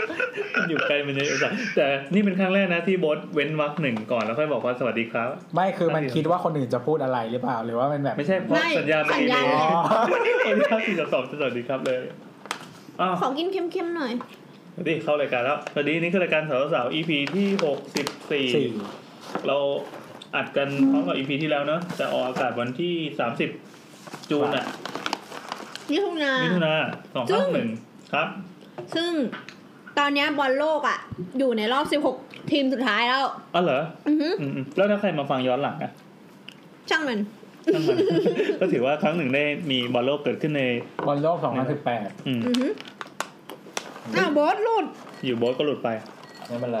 มันจะ อุตส่าห์แต่นี่เป็นครั้งแรกนะที่โบทเว้นวรรคหนึ่งก่อนแล้วค่อยบอกว่าสวัสดีครับ ไม่คือมันคิดว่าคนอื่นจะพูดอะไรหรือเปล่า หรือว่ามันแบบ ไม่ใช่เพราะ ไม่ สัญญาณมัน สัญ ดี ญาณ เลย อ๋อ คนที่เขาสี่สอบสวัสดีครับเลยอ้าว ขอกินเค็มๆหน่อย สวัสดีเข้ารายการแล้วสวัสดีนี่คือรายการสาวสาว EP ที่หกสิบสี่ สี่ เราอัดกันพร้อมกับ EP ที่แล้วเนอะจะออกอากาศวันที่ 30 จูนอะ นี่ทุกนา มิถุนาสอง ซึ่ ห้าง หนึ่งครับ ซึ่งตอนเนี้ยบอลโลกอ่ะ อยู่ในรอบ 16 ทีมสุดท้ายแล้ว อ๋อเหรอ อือหือ อืมๆแล้วถ้าใครมาฟังย้อนหลังอะ ช่างมัน นั่น มัน ก็ถือว่าครั้งหนึ่งได้มีบอลโลกเกิดขึ้นใน บอลโลกสองพันสิบแปด อืม อือหืออ้าวโบสหลุด อยู่โบสก็หลุดไป ไม่เป็นไร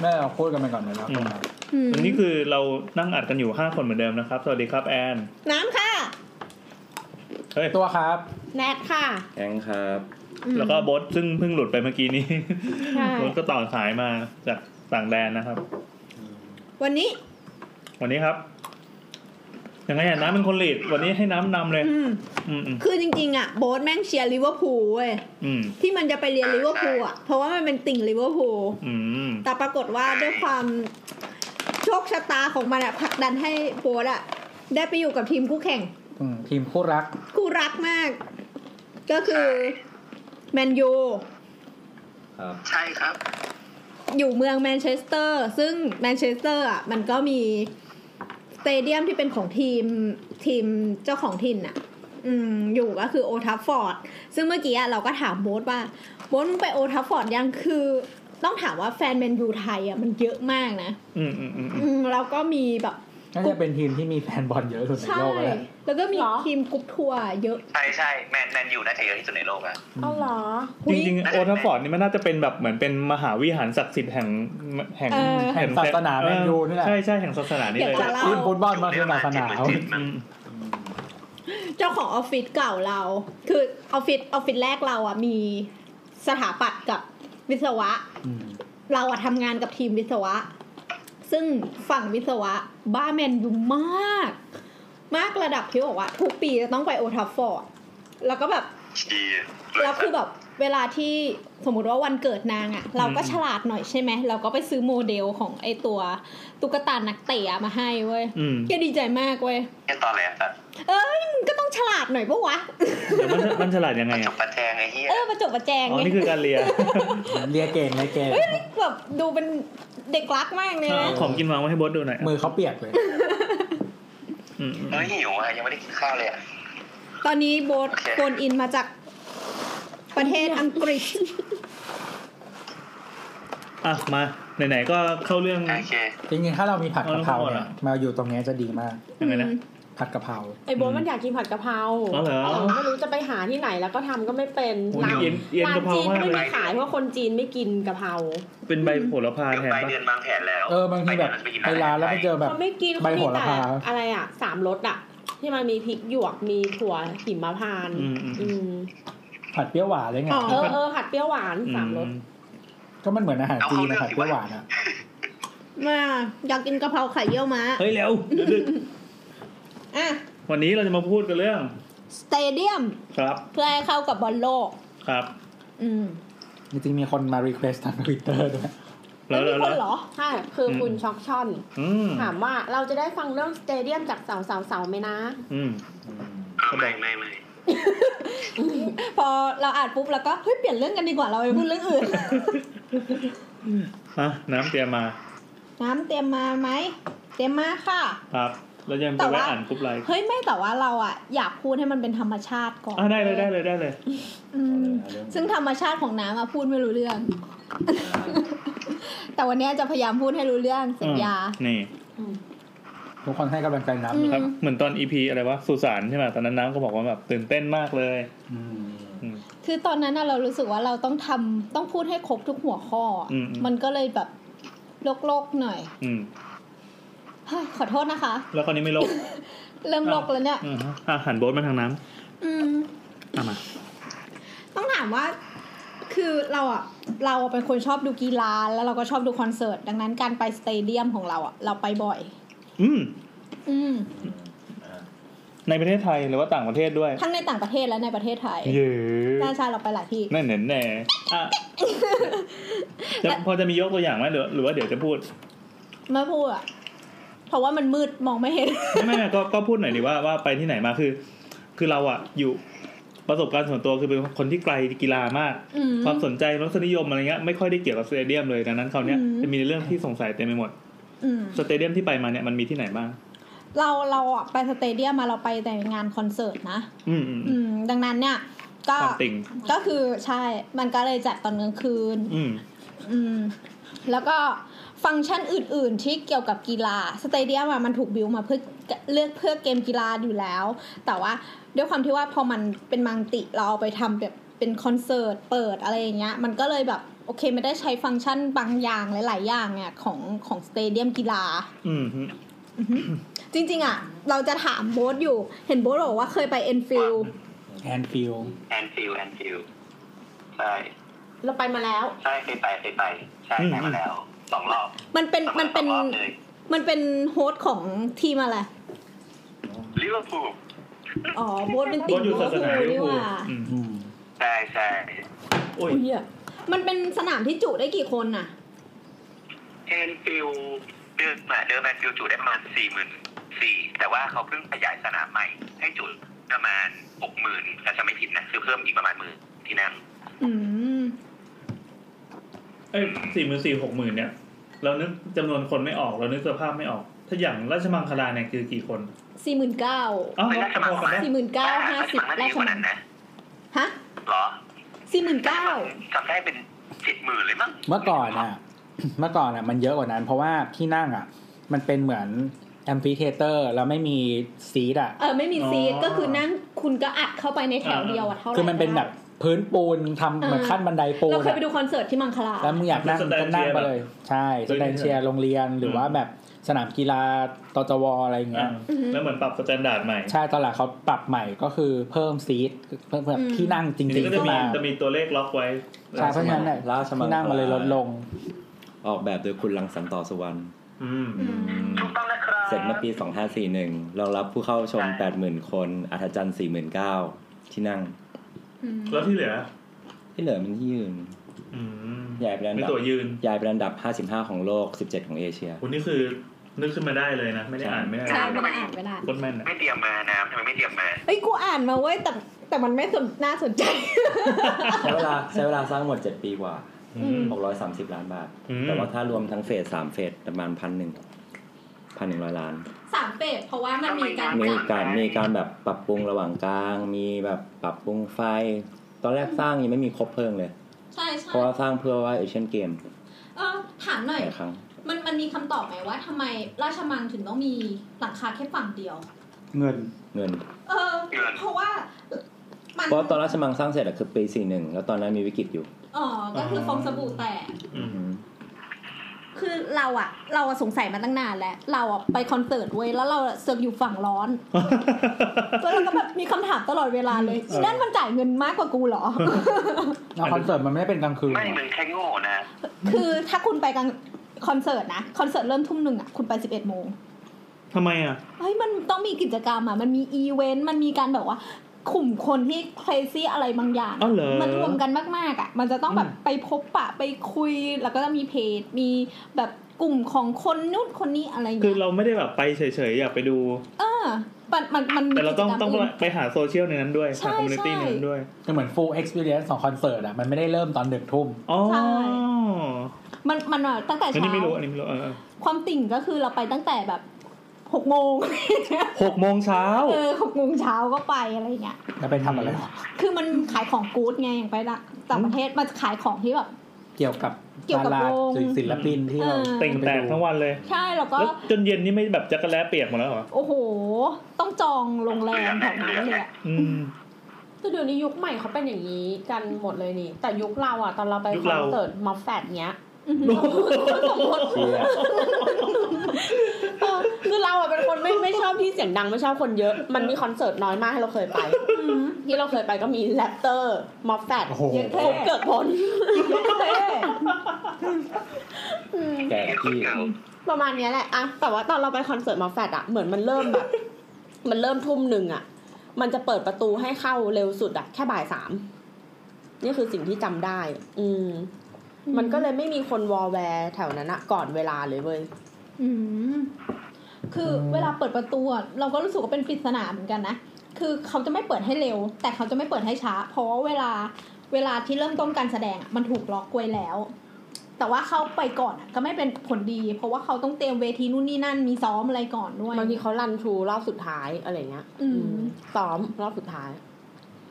แม่เราพูดกันไปก่อนเลยนะ อืม อืม วันนี้คือเรานั่งอัดกันอยู่ห้าคนเหมือนเดิมนะครับ สวัสดีครับแอน น้ำค่ะ เฮ้ย ตัวครับ แนทค่ะ แองครับ อืม แล้วก็โบสซึ่งเพิ่งหลุดไปเมื่อกี้นี้ ใช่ โบสก็ต่อสายมาจากต่างแดนนะครับ วันนี้ วันนี้ครับยังไงอะน้ำเป็นคนลีดวันนี้ให้น้ำนำเลย อืม อืมอืม คือจริงๆอ่ะโบสแม่งเชียร์ลิเวอร์พูลเว้ย อืม ที่มันจะไปเรียนลิเวอร์พูลอ่ะ เพราะว่ามันเป็นติ่งลิเวอร์พูล อืม แต่ปรากฏว่าด้วยความโชคชะตาของมันอะผลักดันให้โบสอะได้ไปอยู่กับทีมคู่แข่ง อืมทีมคู่รัก คู่รักมาก ก็คือแมนยู ครับ ใช่ครับ อยู่เมืองแมนเชสเตอร์ ซึ่งแมนเชสเตอร์อ่ะมันก็มีสเตเดียมที่เป็นของทีมทีมเจ้าของถิ่นอ่ะ อืมอยู่ก็คือโอทัฟฟอร์ด ซึ่งเมื่อกี้อะเราก็ถามโบ๊ทว่า โบ๊ทมึงไปโอทัฟฟอร์ดยังคือต้องถามว่าแฟนแมนยูไทยอ่ะมันเยอะมากนะ อืมอืมอืมอืม อืมแล้วก็มีแบบ น่าจะเป็นทีมที่มีแฟนบอลเยอะสุดใน ใช่ โลกแล้วแหละ แล้วก็มี หรอ ทีมกรุ๊ปทัวร์เยอะ ใช่ใช่แมนแมนยูน่าจะเยอะที่สุดในโลกอะ อ๋อเหรอ จริงๆโอทัฟฟอร์ดนี่มันน่าจะเป็นแบบเหมือนเป็นมหาวิหารศักดิ์สิทธิ์แห่งแห่ง เออ แห่งศาสนาแมนยูนี่แหละ ใช่ใช่แห่งศาสนานี่เลย เดี๋ยวจะเล่า ทีมฟุตบอลมาคือศาสนา เย เขา อะมกจริงๆจริง อืม เจ้าของออฟฟิศเก่าเรา คือออฟฟิศออฟฟิศแรกเราอ่ะมีสถาปัตย์กับวิศวะ อืม เราอ่ะทำงานกับทีมวิศวะ ซึ่งฝั่งวิศวะ บ้าแมนยูมาก มากระดับที่บอกว่า ทุกปีจะต้องไปโอทัฟฟอร์ด แล้วก็แบบ ๆดี แล้วคือแบบเวลาที่สมมติว่าวันเกิดนางอะ่ะ เราก็ฉลาดหน่อยใช่ไหมเราก็ไปซื้อโมเดลของไอตัวตุ๊กตานักเตะมาให้เว้ย อืม แกดีใจมากเว้ย แค่ตอนแรกอะ เอ้ยมึงก็ต้องฉลาดหน่อยปะวะ แต่มันมันฉลาดยังไง จบ อ่ะ ประแจงไอ้เหี้ย เออประจบประแจง อ๋อ ไง นี่คือการเรียน เรียกเก่งเลยเก่ง เอ้ยแบบดูเป็นเด็กรักมากเลยนะ ของกินวางไว้ให้บดดูหน่อย มือเขาเปียกเลย อืมอืม เฮ้ยหิวอะยังไม่ได้กินข้าวเลยอะ ตอนนี้โบส โอเค โฟนอินมาจากประเทศอังกฤษ อ่ะมาไหนๆก็เข้าเรื่อง โอเค จริงๆ ถ้าเรามีผัดกะเพราเนี่เอาลูกบอลยอะ มาอยู่ตรงเนี้ยจะดีมาก ยังไงนะ ผัดกะเพรา ไอ้โบทมันอยากกินผัดกะเพรา อ๋อเหรอ แต่ไม่รู้จะไปหาที่ไหนแล้วก็ทำก็ไม่เป็น โอ้ย ร้าน เย็นเย็น ร้าน กะเพรา จีน มาก ก็เลไม่มี ย ขายเพราะคนจีนไม่กินกะเพรา เป็นใบโหระพา เดี๋ยว แทน ปลาย ปะ เดือนวางแผนแล้ว เออบางทีแบบไปร้านแล้วไปเจอแบบ เขาไม่กิน ใบ เขา โห มี ระ แต่ พา อะไรอ่ะสามรสอ่ะ ที่มันมีพริกหยวกมีถั่วหิมพานต์ อืมอืม อืม ผัดเปรี้ยวหวานเลยไง อ๋อ เออเออผัดเปรี้ยวหวานสามรส ก็มันเหมือนอาหารจีนนะผัดเปรี้ยวหวานอะ มาอยากกินกะเพราไข่เยี่ยวม้า เฮ้ยเร็วดึก อ่ะ ๆวันนี้เราจะมาพูดกันเรื่อง สเตเดียม ครับ เพื่อให้เข้ากับบอลโลก ครับ อืม จริงๆมีคนมารีเควสทางทวิตเตอร์ด้วย ไม่มีคนเหรอ ใช่คืออ ม คุณช็อกช่อน อืม ถามว่าเราจะได้ฟังเรื่องสเตเดียมจากสาวสาวสาวๆๆไหมนะ อืม เออไม่ไม่ไม่ พอเราอ่านปุ๊บแล้วก็เฮ้ยเปลี่ยนเรื่องกันดีกว่าเราไปพูดเรื่อง อื่น อ่ะน้ำเตรียมมา น้ำเตรียมมาไหมเตรียมมาค่ะ ครับแล้วยังไป แต่ว่า แวะอ่านกรุ๊ปไลน์ เฮ้ยไม่แต่ว่าเราอ่ะอยากพูดให้มันเป็นธรรมชาติก่อน อ่ะได้เลยได้เลยได้เลย อืมซึ่งธรรมชาติของน้ำอ่ะพูดไม่รู้เรื่อง แต่วันเนี้ยจะพยายามพูดให้รู้เรื่องสัญญา อืมนี่ ทุกคนให้กำลังใจน้ำ อื อยู่ ม ครับเหมือนตอนอีพีอะไรวะสุสานใช่ไหมตอนนั้นน้ำก็บอกว่าแบบตื่นเต้นมากเลย อืม อืม คือตอนนั้นน่ะเรารู้สึกว่าเราต้องทำต้องพูดให้ครบทุกหัวข้ออ่ะ อืมอืม มันก็เลยแบบโลกๆหน่อย อืม เฮ้ยขอโทษนะคะ แล้วคราวนี้ไม่ลบ เริ่มโลกแล้วเนี่ย อืมอ่ะหันโบ๊ทมาทางน้ อืม ำอ่ะมา ต้องถามว่า คือเราอ่ะ เราเป็นคนชอบดูกีฬา แล้วเราก็ชอบดูคอนเสิร์ต ดังนั้นการไปสเตเดียมของเราอ่ะ เราไปบ่อย อืม อืม ในประเทศไทยหรือว่าต่างประเทศด้วย ทั้งในต่างประเทศและในประเทศไทย เย้ ใช่ใช่เราไปหลายที่ แน่แน่แน่ๆอ่ะจะพอจะมียกตัวอย่างไหมหรือหรือว่าเดี๋ยวจะพูด ไม่พูดอะเพราะว่ามันมืดมองไม่เห็น ไม่ไม่ไม่ก็ก็พูดหน่อยดิว่าว่าไปที่ไหนมาคือ คือเราอะอยู่ประสบการณ์ส่วนตัวคือเป็นคนที่ไกลกีฬามาก อืม ความสนใจรสนิยมอะไรเงี้ยไม่ค่อยได้เกี่ยวกับสเตเดียมเลยดังนั้นคราวเนี้ย อืม จะมีเรื่องที่สงสัยเต็มไปหมด อืม สเตเดียมที่ไปมาเนี่ยมันมีที่ไหนบ้าง เราเราอะไปสเตเดียมมาเราไปแต่งานคอนเสิร์ตนะ อืมอืม อืม ดังนั้นเนี่ย ก็ ความติ่ง ก็คือใช่ มันก็เลยจัดตอนกลางคืน อืม อืม แล้วก็ฟังก์ชันอื่น ๆ ที่เกี่ยวกับกีฬาสเตเดียมอะมันถูกบิวมาเพื่อเลือกเพื่อเกมกีฬาอยู่แล้ว แต่ว่าด้วยความที่ว่าพอมันเป็นมังติเราเอาไปทำแบบเป็นคอนเสิร์ตเปิดอะไรอย่างเงี้ย มันก็เลยแบบโอเคไม่ได้ใช้ฟังก์ชันบางอย่างหลาย ๆ อย่างเนี่ยของของสเตเดียมกีฬา อืมอืม อือหือจริงๆอ่ะ เราจะถามโบ๊ทอยู่ เห็นโบ๊ทบอกว่าเคยไปเอ็นฟิล แอนฟิล แอนฟิลแอนฟิลใช่ เราไปมาแล้ว ใช่เคยไปเคยไป ใช่ไปมาแล้วสองรอบ มันเป็นมันเป็น สองรอบเลย มันเป็นโฮสต์ของทีมอะไร ลิเวอร์พูล อ๋อ โบ๊ทเป็นติ ก็ ด อยู่ โบ๊ ศา ท สนาลิ นี่ เวอร์พูลหว่า อืม อืม ใช่ใช่ โอ้ย อุ้ยอะ มันเป็นสนามที่จุได้กี่คนน่ะ แอนฟิลเดิมอะเดิมแอนฟิลจุได้ประมาณสี่หมื่นสี่แต่ว่าเขาเพิ่งขยายสนามใหม่ ให้จุประมาณหกหมื่นถ้าจะไม่ผิดนะคือเพิ่มอีกประมาณหมื่นที่นั่ง อืม เอ้ยสี่หมื่นสี่หกหมื่นเนี่ย เรานึกจำนวนคนไม่ออกเรานึกสภาพไม่ออก ถ้าอย่างราชมังคลาเนี่ยคือกี่คน สี่หมื่นเก้า อ๋อ ไม่น่าจะ พ มา อ ประ กั มาณ นนะ สี่หมื่นเก้าห้าสิบ น่าจะ รา เยอะ ช กว่า มั นั้ ง นนะ ฮะ เหรอ สี่หมื่นเก้า จำได้เป็นเจ็ดหมื่นเลยมั้ง เมื่อก่อนอ่ะ เมื่อก่อนอ่ะ มันเยอะกว่านั้น เพราะว่าที่นั่งอ่ะ มันเป็นเหมือนแอมฟิเทเตอร์แล้วไม่มีซีดอ่ะ เออ ไม่มีซีทก็คือนั่งคุณก็อัดเข้าไปในแถวเดียวอะเท่าไหร่ คือมันเป็นแบบพื้นปูนทำเหมือนขั้นบันไดปูน เรา อะ เคยไปดูคอนเสิร์ตที่มังคลา แล้วมึงอยากนั่งก็นั่งไปเลย ใช่สแตนเชียร์โรงเรียนหรือว่าแบบสนามกีฬาตจวอะไรอย่างเงี้ อ่าย อือฮึ แล้วเหมือนปรับสแตนดาร์ดใหม่ ใช่ตอนหลังเขาปรับใหม่ก็คือเพิ่มซีทเพิ่มแบบ อืม ที่นั่งจจริ ริ งๆงๆ ก็จะ ขึ้น มี มา จะมีตัวเลขล็อกไว้ ใช่เพราะฉะนั้นเนี่ย ราชมังคลา ที่นั่งมาเลยลดลง ออกแบบโดยคุณรังสรรค์ต่อสุวรรณ อืม อืม ถูกต้องนะครับ เสร็จเมื่อปี 2541 รองรับผู้เข้าชม 80,000 คน อัธจันทร์49,000 ที่นั่ง อืม แล้วที่เหลือ ที่เหลือมันที่ยืน อืม ใหญ่ไปแล้วนะ มีตัวยืน ย้ายเป็นอันดับ 55 ของโลก 17 ของเอเชีย คุณนี่คือนึกขึ้นมาได้เลยนะ ไม่ได้อ่านไม่ได้ ใช่มันอ่านไม่ได้ ก้นแม่นอะ ไม่เตรียมมาน้ำทำไมไม่เตรียมมา เอ้ยกูอ่านมาเว้ยแต่แต่มันไม่สนน่าสนใจ ใช้เวลาใช้เวลาสร้างหมด 7 ปีกว่า อืม 630 ล้านบาท อืม แต่ว่าถ้ารวมทั้งเฟส 3 เฟสประมาณพันหนึ่งพันหนึ่งร้อยล้าน สามเฟสเพราะว่ามันมีการ มี จัด การมีการแบบปรับปรุงระหว่างกลาง มีแบบปรับปรุงไฟ ตอนแรกสร้างยังไม่มีครบเพลิงเลย ใช่ใช่ เพราะว่าสร้างเพื่อว่าเอเชียนเกม เออถามหน่อย หลายครั้ง มันมันมีคำตอบไหมว่าทำไมราชมังถึงต้องมีหลังคาแค่ฝั่งเดียว เงิน เงิน เออ เดือน เพราะว่า มัน เพราะตอนราชมังสร้างเสร็จอะคือปี 41 แล้วตอนนั้นมีวิกฤตอยู่ อ๋อก็คือฟองสบู่แตก อืม อืม คือเราอะเราอะสงสัยมาตั้งนานแล้ว เราอะไปคอนเสิร์ตเว้ยแล้วเราอะเสือกอยู่ฝั่งร้อนแล้วเราก็แบบมีคำถามตลอดเวลาเลย เออ นั่นมันจ่ายเงินมากกว่ากูเหรอ เอาคอนเสิร์ตมันไม่ได้เป็นกลางคืน ไม่มึงแค่โง่นะ คือถ้าคุณไปกันคอนเสิร์ตนะคอนเสิร์ตเริ่มทุ่มหนึ่งอะคุณไปสิบเอ็ดโมง ทำไมอ่ะ เฮ้ยมันต้องมีกิจกรรมอ่ะ มันมีอีเวนต์ มันมีการแบบว่าขุ่มคนที่ crazy อะไรบางอย่าง อ๋อเหรอ มันรวมกันมากๆอ่ะ มันจะต้องแบบ อืม ไปพบปะไปคุย แล้วก็จะมีเพจ มีแบบกลุ่มของคนนู้นคนนี้อะไรอย่าง คือ เงี้ย เราไม่ได้แบบไปเฉยๆ อยากไปดู เออ มันมันมันมี แต่เราต้อง กิจกม ต้อง น ไปหาโซเชียลในนั้นด้วย ใช่ หาคอมมูนิตี้ ใช่ ในนั้นด้วย คือเหมือน full experience ของคอนเสิร์ตอ่ะ มันไม่ได้เริ่มตอนดึกทุ่ม อ๋อ ใช่ มันมันอ่ะตั้งแต่ อัน เช้า นี้ไม่รู้อันนี้ไม่รู้เออ ความติ่งก็คือเราไปตั้งแต่แบบหกโมง หกโมงเช้า เออหกโมงเช้าก็ไปอะไรอย่างเงี้ย แล้วไปทำอะไร คือมันขายของกู๊ดไงอย่างไปละต่างประเทศมันจะขายของที่แบบ เกี่ยวกับ เกี่ยวกับ ดารา โรง ศิลศิลปินที่เรา เออ เต่งแตกทั้งวันเลย ใช่แล้วก็ แล้วจนเย็นนี่ไม่แบบจักรแล้เปียกหมดแล้วเหรอ โอ้โห ต้องจองโรงแรมแถวนั้นเลยอะ อืม แต่เดี๋ยวนี้ยุคใหม่เขาเป็นอย่างนี้กันหมดเลยนี่ แต่ยุคเราอะตอนเราไป ยุค คอ เรา นเสิร์ตมัฟแฟตเนี้ย อื้อหือ เชียร์ เออ คือเราอะเป็นคนไม่ไม่ชอบที่เสียงดังไม่ชอบคนเยอะ มันมีคอนเสิร์ตน้อยมากให้เราเคยไป อื้อหือ ที่เราเคยไปก็มีแรปเตอร์มอฟแฟต โอ้โห เย็นเท่ ผมเกิดผ ล เท่ อืม แก่กับพี่ เกิร์ล ประมาณเนี้ยแหละอะแต่ว่าตอนเราไปคอนเสิร์ตมอฟแฟตอะเหมือนมันเริ่มแบบ มันเริ่มทุ่มหนึ่งอ่ะ มันจะเปิดประตูให้เข้าเร็วสุดอ่ะ แค่บ่ายสามนี่คือสิ่งที่จำได้ อืม มันก็เลยไม่มีคนวอลแวร์แถวนั้นอะก่อนเวลาเลยเว้ย อืมคือเวลาเปิดประตูอะเราก็รู้สึกว่าเป็นปริศนาเหมือนกันนะ คือเขาจะไม่เปิดให้เร็ว แต่เขาจะไม่เปิดให้ช้า เพราะว่าเวลาเวลาที่เริ่มต้นการแสดงอะมันถูกล็อกไว้แล้ว แต่ว่าเขาไปก่อนอะก็ไม่เป็นผลดี เพราะว่าเขาต้องเตรียมเวทีนู่นนี่นั่นมีซ้อมอะไรก่อนด้วย บางทีเขารันทรูรอบสุดท้ายอะไรเงี้ย อืม ซ้อมรอบสุดท้าย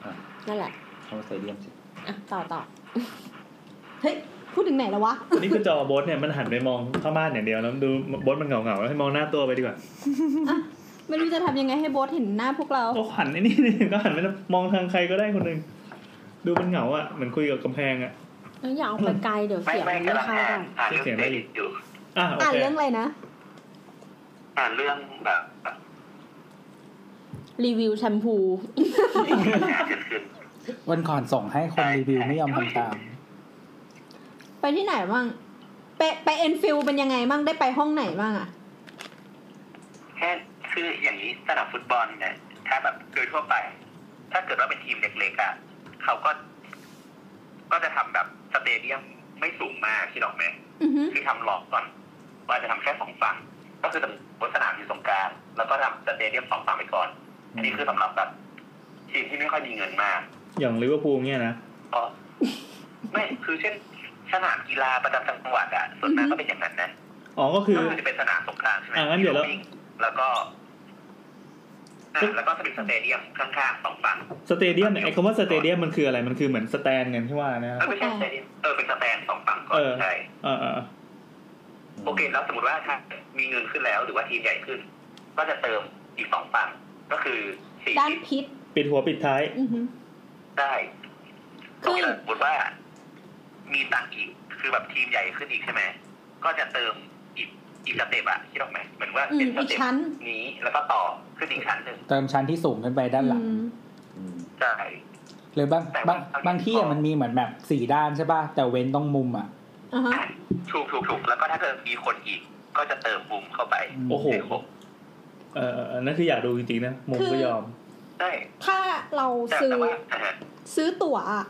อ่ะ นั่นแหละ เข้าใส่เดียมสิ อ่ะ ต่อต่อ เฮ้ยพูดถึงไหนแล้ววะ นี่คือจอโบทเนี่ยมันหันไปมองเข้าบ้านอย่างเดียวแล้วดูโบทมันเหงาๆแล้วให้มองหน้าตัวไปดีกว่า ไม่รู้จะทำยังไงให้โบสเห็นหน้าพวกเรา โอ้หันไอ้นี่ดิก็หันไปแล้วมองทางใครก็ได้คนหนึ่งดูมันเหงาอ่ะเหมือนคุยกับกำแพงอ่ะ แล้วอย่าเอาไปไกลเดี๋ยว ไม่ เสียง ไม่ มันกำไม่ลัง เข้า อ่า กัน น อ่านเรื่อง เสียง เด ไม่ดี ลิตอยู่ อ่ะโอ อ่าน เค เรื่องอะไรนะ อ่านเรื่องแบบ รีวิวแชมพู งานเกิด ขึ้น วันก่อนส่งให้คนรีวิวไม่ยอมทำตาม ไปที่ไหนบ้าง ไปไปเอ็นฟิลเป็นยังไงบ้างได้ไปห้องไหนบ้างอะ แค่คืออย่างนี้สนามฟุตบอลเนี่ยถ้าแบบโดยทั่วไป ถ้าเกิดว่าเป็นทีมเล็กๆอ่ะเขาก็ ก็จะทำแบบสเตเดียมไม่สูงมากที่หรอกไหม อือฮึ คือทำหลอกก่อน ว่าจะทำแค่สองฝั่ง ก็คือสมมติสนามอยู่ตรงกลางแล้วก็ทำสเตเดียมสองฝั่งไปก่อน อันนี้คือสำหรับแบบทีมที่ไม่ค่อยมีเงินมาก อย่างลิเวอร์พูลเนี่ยนะ ก็ไม่คือเช่น สนามกีฬาประจำจังหวัดอะส่วนมากก็เป็นอย่างนั้นนะ อ๋อก็คือ ก็คือจะเป็นสนามตรงกลางใช่ไหม อ่ะงั้นเดี๋ยวเรา วิ่งแล้วก็อ่ะแล้วก็จะเป็นสเตเดียมข้างๆสองฝั่ง สเตเดียมเนี่ยไอ้คำว่าสเตเดียมมันคืออะไรมันคือเหมือนสแตนกันที่ว่านะ เออไม่ใช่สเตเดียมเออเป็นสแตนสองฝั่งก่อ เอน อ ใช่ เออเออ โอเคแล้วสมมติว่าถ้ามีเงินขึ้นแล้ว หรือว่าทีมใหญ่ขึ้น ก็จะเติมอีกสองฝั่งก็คือสี่ ด้าน สิบ พิษ ปิดหัวปิดท้าย อือฮึ ได้ คื ก็ อ สมมติว่า มีตังค์อีก คือแบบทีมใหญ่ขึ้นอีกใช่ไหม ก็จะเติมอีกอีกสเต็ปอะคิดออกไหมเหมือนว่า อื เป็ ม นส อีก เต็ป ชั้น นี้แล้วก็ต่อขึ้นอีกชั้นหนึ่ง เติมชั้นที่สูงขึ้นไปด้านหลัง อืม อืม ใช่ หรือบาง แต่ บาง ว่า บางที่ ก็ อะมันมีเหมือนแบบสี่ด้านใช่ป่ะ แต่เว้นต้องมุมอ่ะ อ่าฮะ ถูกถูกถูกแล้วก็ถ้าเกิดมีคนอีก ก็จะเติมมุมเข้าไป โอ้โห ให้ครบ เออเออเออนั่นคืออยากดูจริงๆนะมุมก็ยอม ใช่ ถ้าเรา แต่ ซื้อ แต่ว่าอ่าฮะ ซื้อตั๋วอะ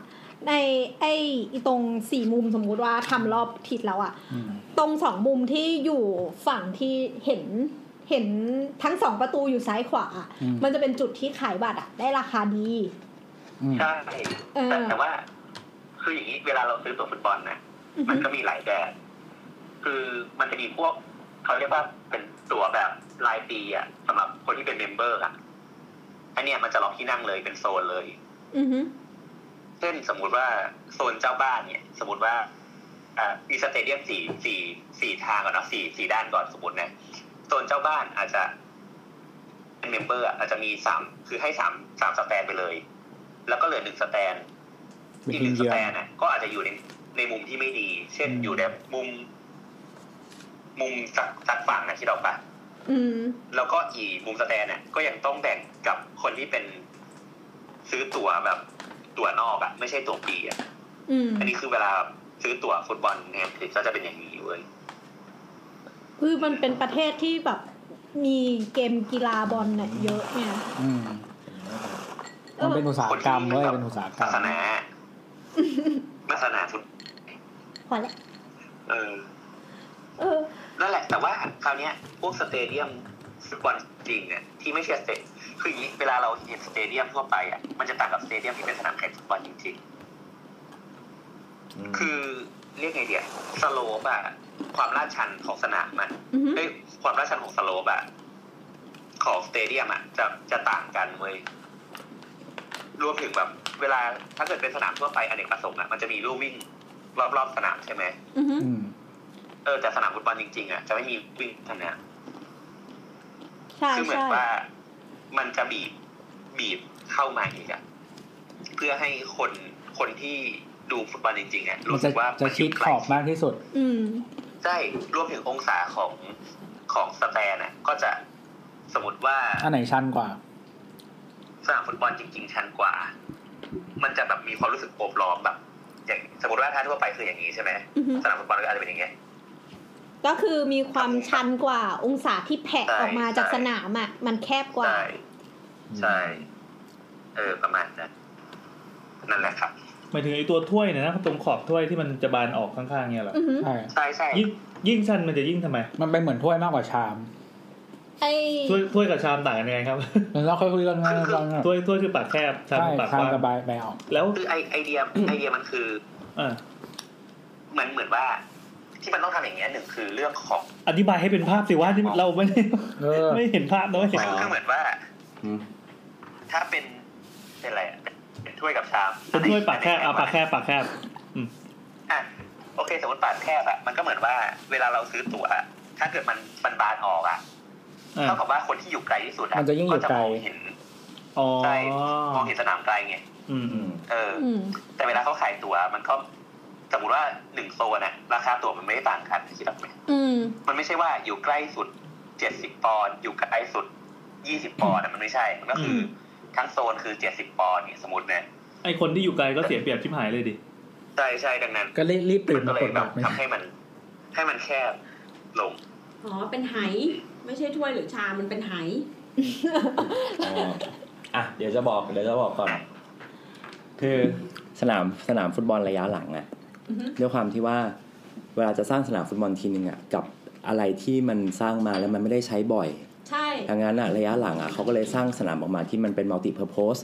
ในไอ้อีตรงสี่มุมสมมุติว่าทำรอบทิศแล้วอะ อืม ตรงสองมุมที่อยู่ฝั่งที่เห็นเห็นทั้งสองประตูอยู่ซ้ายขวาอะ อืม มันจะเป็นจุดที่ขายบัตรอะได้ราคาดี อืม ใช่ เออ แต่แต่ว่า คืออย่างนี้เวลาเราซื้อตัวฟุตบอลนะ อือ มัน ฮึ ก็มีหลายแบบ คือมันจะมีพวกเขาเรียกว่าเป็นตั๋วแบบรายปีอ่ะสำหรับคนที่เป็นเมมเบอร์อ่ะ อันเนี้ยมันจะล็อกที่นั่งเลยเป็นโซนเลย อือฮึ เช่นสมมุติว่าโซนเจ้าบ้านเนี่ย สมมติว่าอ่ามีสเตเดียมสี่สี่สี่ทางก่อนเนาะสี่สี่ด้านก่อนสมมติเนี่ยโซนเจ้าบ้านอาจจะ เป็นเมมเบอร์อะอาจจะมีสามคือให้สามสามสแตนไปเลย แล้วก็เหลือหนึ่งสแตน วิ อีกห ธี นึ่งส เยือ แต น นน่ะก็อาจจะอยู่ในในมุมที่ไม่ดี เช่น อืม อยู่ในมุม มุมสักสักฝั่งนะที่เราปะ อืม แล้วก็อีกมุมสแตนน่ะก็ยังต้องแบ่งกับคนที่เป็นซื้อตั๋วแบบตั๋วนอกอะไม่ใช่ตั๋วปีอะ อืม อันนี้คือเวลาซื้อตั๋วฟุตบอลเนี่ยคือก็จะเป็นอย่างนี้เว้ย คือมันเป็นประเทศที่แบบมีเกมกีฬาบอลเนี่ยเยอะเนี่ย อืม เอ มัน อ เป็นอุตสาหกรรมเว้ยเป็นอุตสาหกรร ศาม สนาศาสนาฟุต พอละ เออ เออ นั่นแหละแต่ว่าคราวเนี้ยพวกสเตเดียมฟุตบอลจริงเนี่ยที่ไม่ใช่สเตจคืออย่างนี้เวลาเราเห็นสเตเดียมทั่วไปอ่ะมันจะต่างกับสเตเดียมที่เป็นสนามแข่งฟุตบอลจริง ม ๆคือเรียกไงเดียสโลปอะความลาดชันของสนามมัน อือฮึ เอ้ยความลาดชันของสโลปอะของสเตเดียมอะจะจะต่างกันเว้ยรวมถึงแบบ เวลาถ้าเกิดเป็นสนามทั่วไปอเนกประสงค์อะมันจะมีลู่วิ่งรอบๆสนามใช่ไหม อือฮึ อืม เออแต่สนามฟุตบอลจริงๆอะจะไม่มีวิ่งทางเนี้ย ใช่ คือเหมือน ใช่ ว่ามันจะบีบบีบเข้ามาอีกอะเพื่อให้คนคนที่ดูฟุตบอลจริงๆอะ มั รู้ น สึ จะ กว่า จะ มัน ชิดขอบ ใกล้ มากที่สุด อืม ใช่รวมถึงองศาของของสแตนอะก็จะสมมติว่า อันไหนชันกว่า สนามฟุตบอลจริง ๆ ชันกว่า มันจะแบบมีความรู้สึกโอบล้อมแบบ อย่างสมมติว่าถ้าทั่วไปคืออย่างนี้ใช่ไหม อือฮึ สนามฟุตบอลก็อาจจะเป็นอย่างเงี้ย ก็คือมีความชันกว่าองศาที่แผะ ใช่ ออกมาจาก ใช่ สนามอ่ะมันแคบกว่า ใช่ ใช่ เออ ประมาณนั้นนั่นแหละครับ หมายถึงไอ้ตัวถ้วยเนี่ยนะตรงขอบถ้วยที่มันจะบานออกข้างๆเนี่ยเหรอ อือหือ ใช่ ใช่ใช่ ยิ่งยิ่งชันมันจะยิ่งทำไม มันเป็นเหมือนถ้วยมากกว่าชาม ไอ ถ้วยถ้วยกับชามต่างกันยังไงครับ เราค่อยคุยกันนะเราเนี่ย ถ้วยถ้วยคือปากแคบชาม ใช่ คือปาก ชากม ว้าง กระบายไปออก แล้ว คือไอไอเดียไอเดียมันคือ อ่ะ เหมือนเหมือนว่า ที่มันต้องทำอย่างเงี้ยหนึ่งคือเรื่องของ อธิบายให้เป็นภาพสิว่าที่เราไม่ได้ เออ ไม่เห็นภาพนะเว้ย คือคือเหมือนว่า อืม ถ้าเป็นเป็นอะไรอะเป็นถ้วยกับชาม เป็นถ้วยปากแคบอ่ะปากแคบปากแคบ อ่ะโอเค สมมติปากแคบอ่ะมันก็เหมือนว่าเวลาเราซื้อตั๋วอะถ้าเกิดมันมันบานออกอ่ะ อ่ะ เท่ากับว่าคนที่อยู่ไกลที่สุดอะ มันจะยิ่งอยู่ไกล มองเห็น อ๋อ ใช่มองเห็นสนามไกลไง อืม อืม เอออ อืม แต่เวลาเขาขายตั๋วมันก็สมมติว่าหนึ่งโซนอะราคาตั๋วมันไม่ได้ต่างกันคิดออกไหม อืม มันไม่ใช่ว่าอยู่ใกล้สุดเจ็ดสิบปอนด์อยู่ไกลสุดยี่สิบปอนด์อะมันไม่ใช่มันก็คืออทั้งโซนคือเจ็ดสิบปอนด์เนี่ยสมมตินะ ไอคนที่อยู่ไกลก็เสียเปรียบชิบหายเลยดิ ใช่ใช่ดังนั้น ก็รีบรีบตื่น ก็ มา เล ก ยแบบดั บ ตรไม่ ทำให้มัน ให้มันแคบลง อ๋อ เป็นไหไม่ใช่ถ้วยหรือชามมันเป็นไห อ๋ออ่ะเดี๋ยวจะบอกเดี๋ยวจะบอกก่อน คือ สนามสนามฟุตบอลระยะหลังอะ อือฮึ ด้วยความที่ว่าเวลาจะสร้างสนามฟุตบอลทีนึงอะกับอะไรที่มันสร้างมาแล้วมันไม่ได้ใช้บ่อย ใช่ ดังนั้นอะระยะหลังอะเขาก็เลยสร้างสนามออกมาที่มันเป็นมัลติเพอร์โพส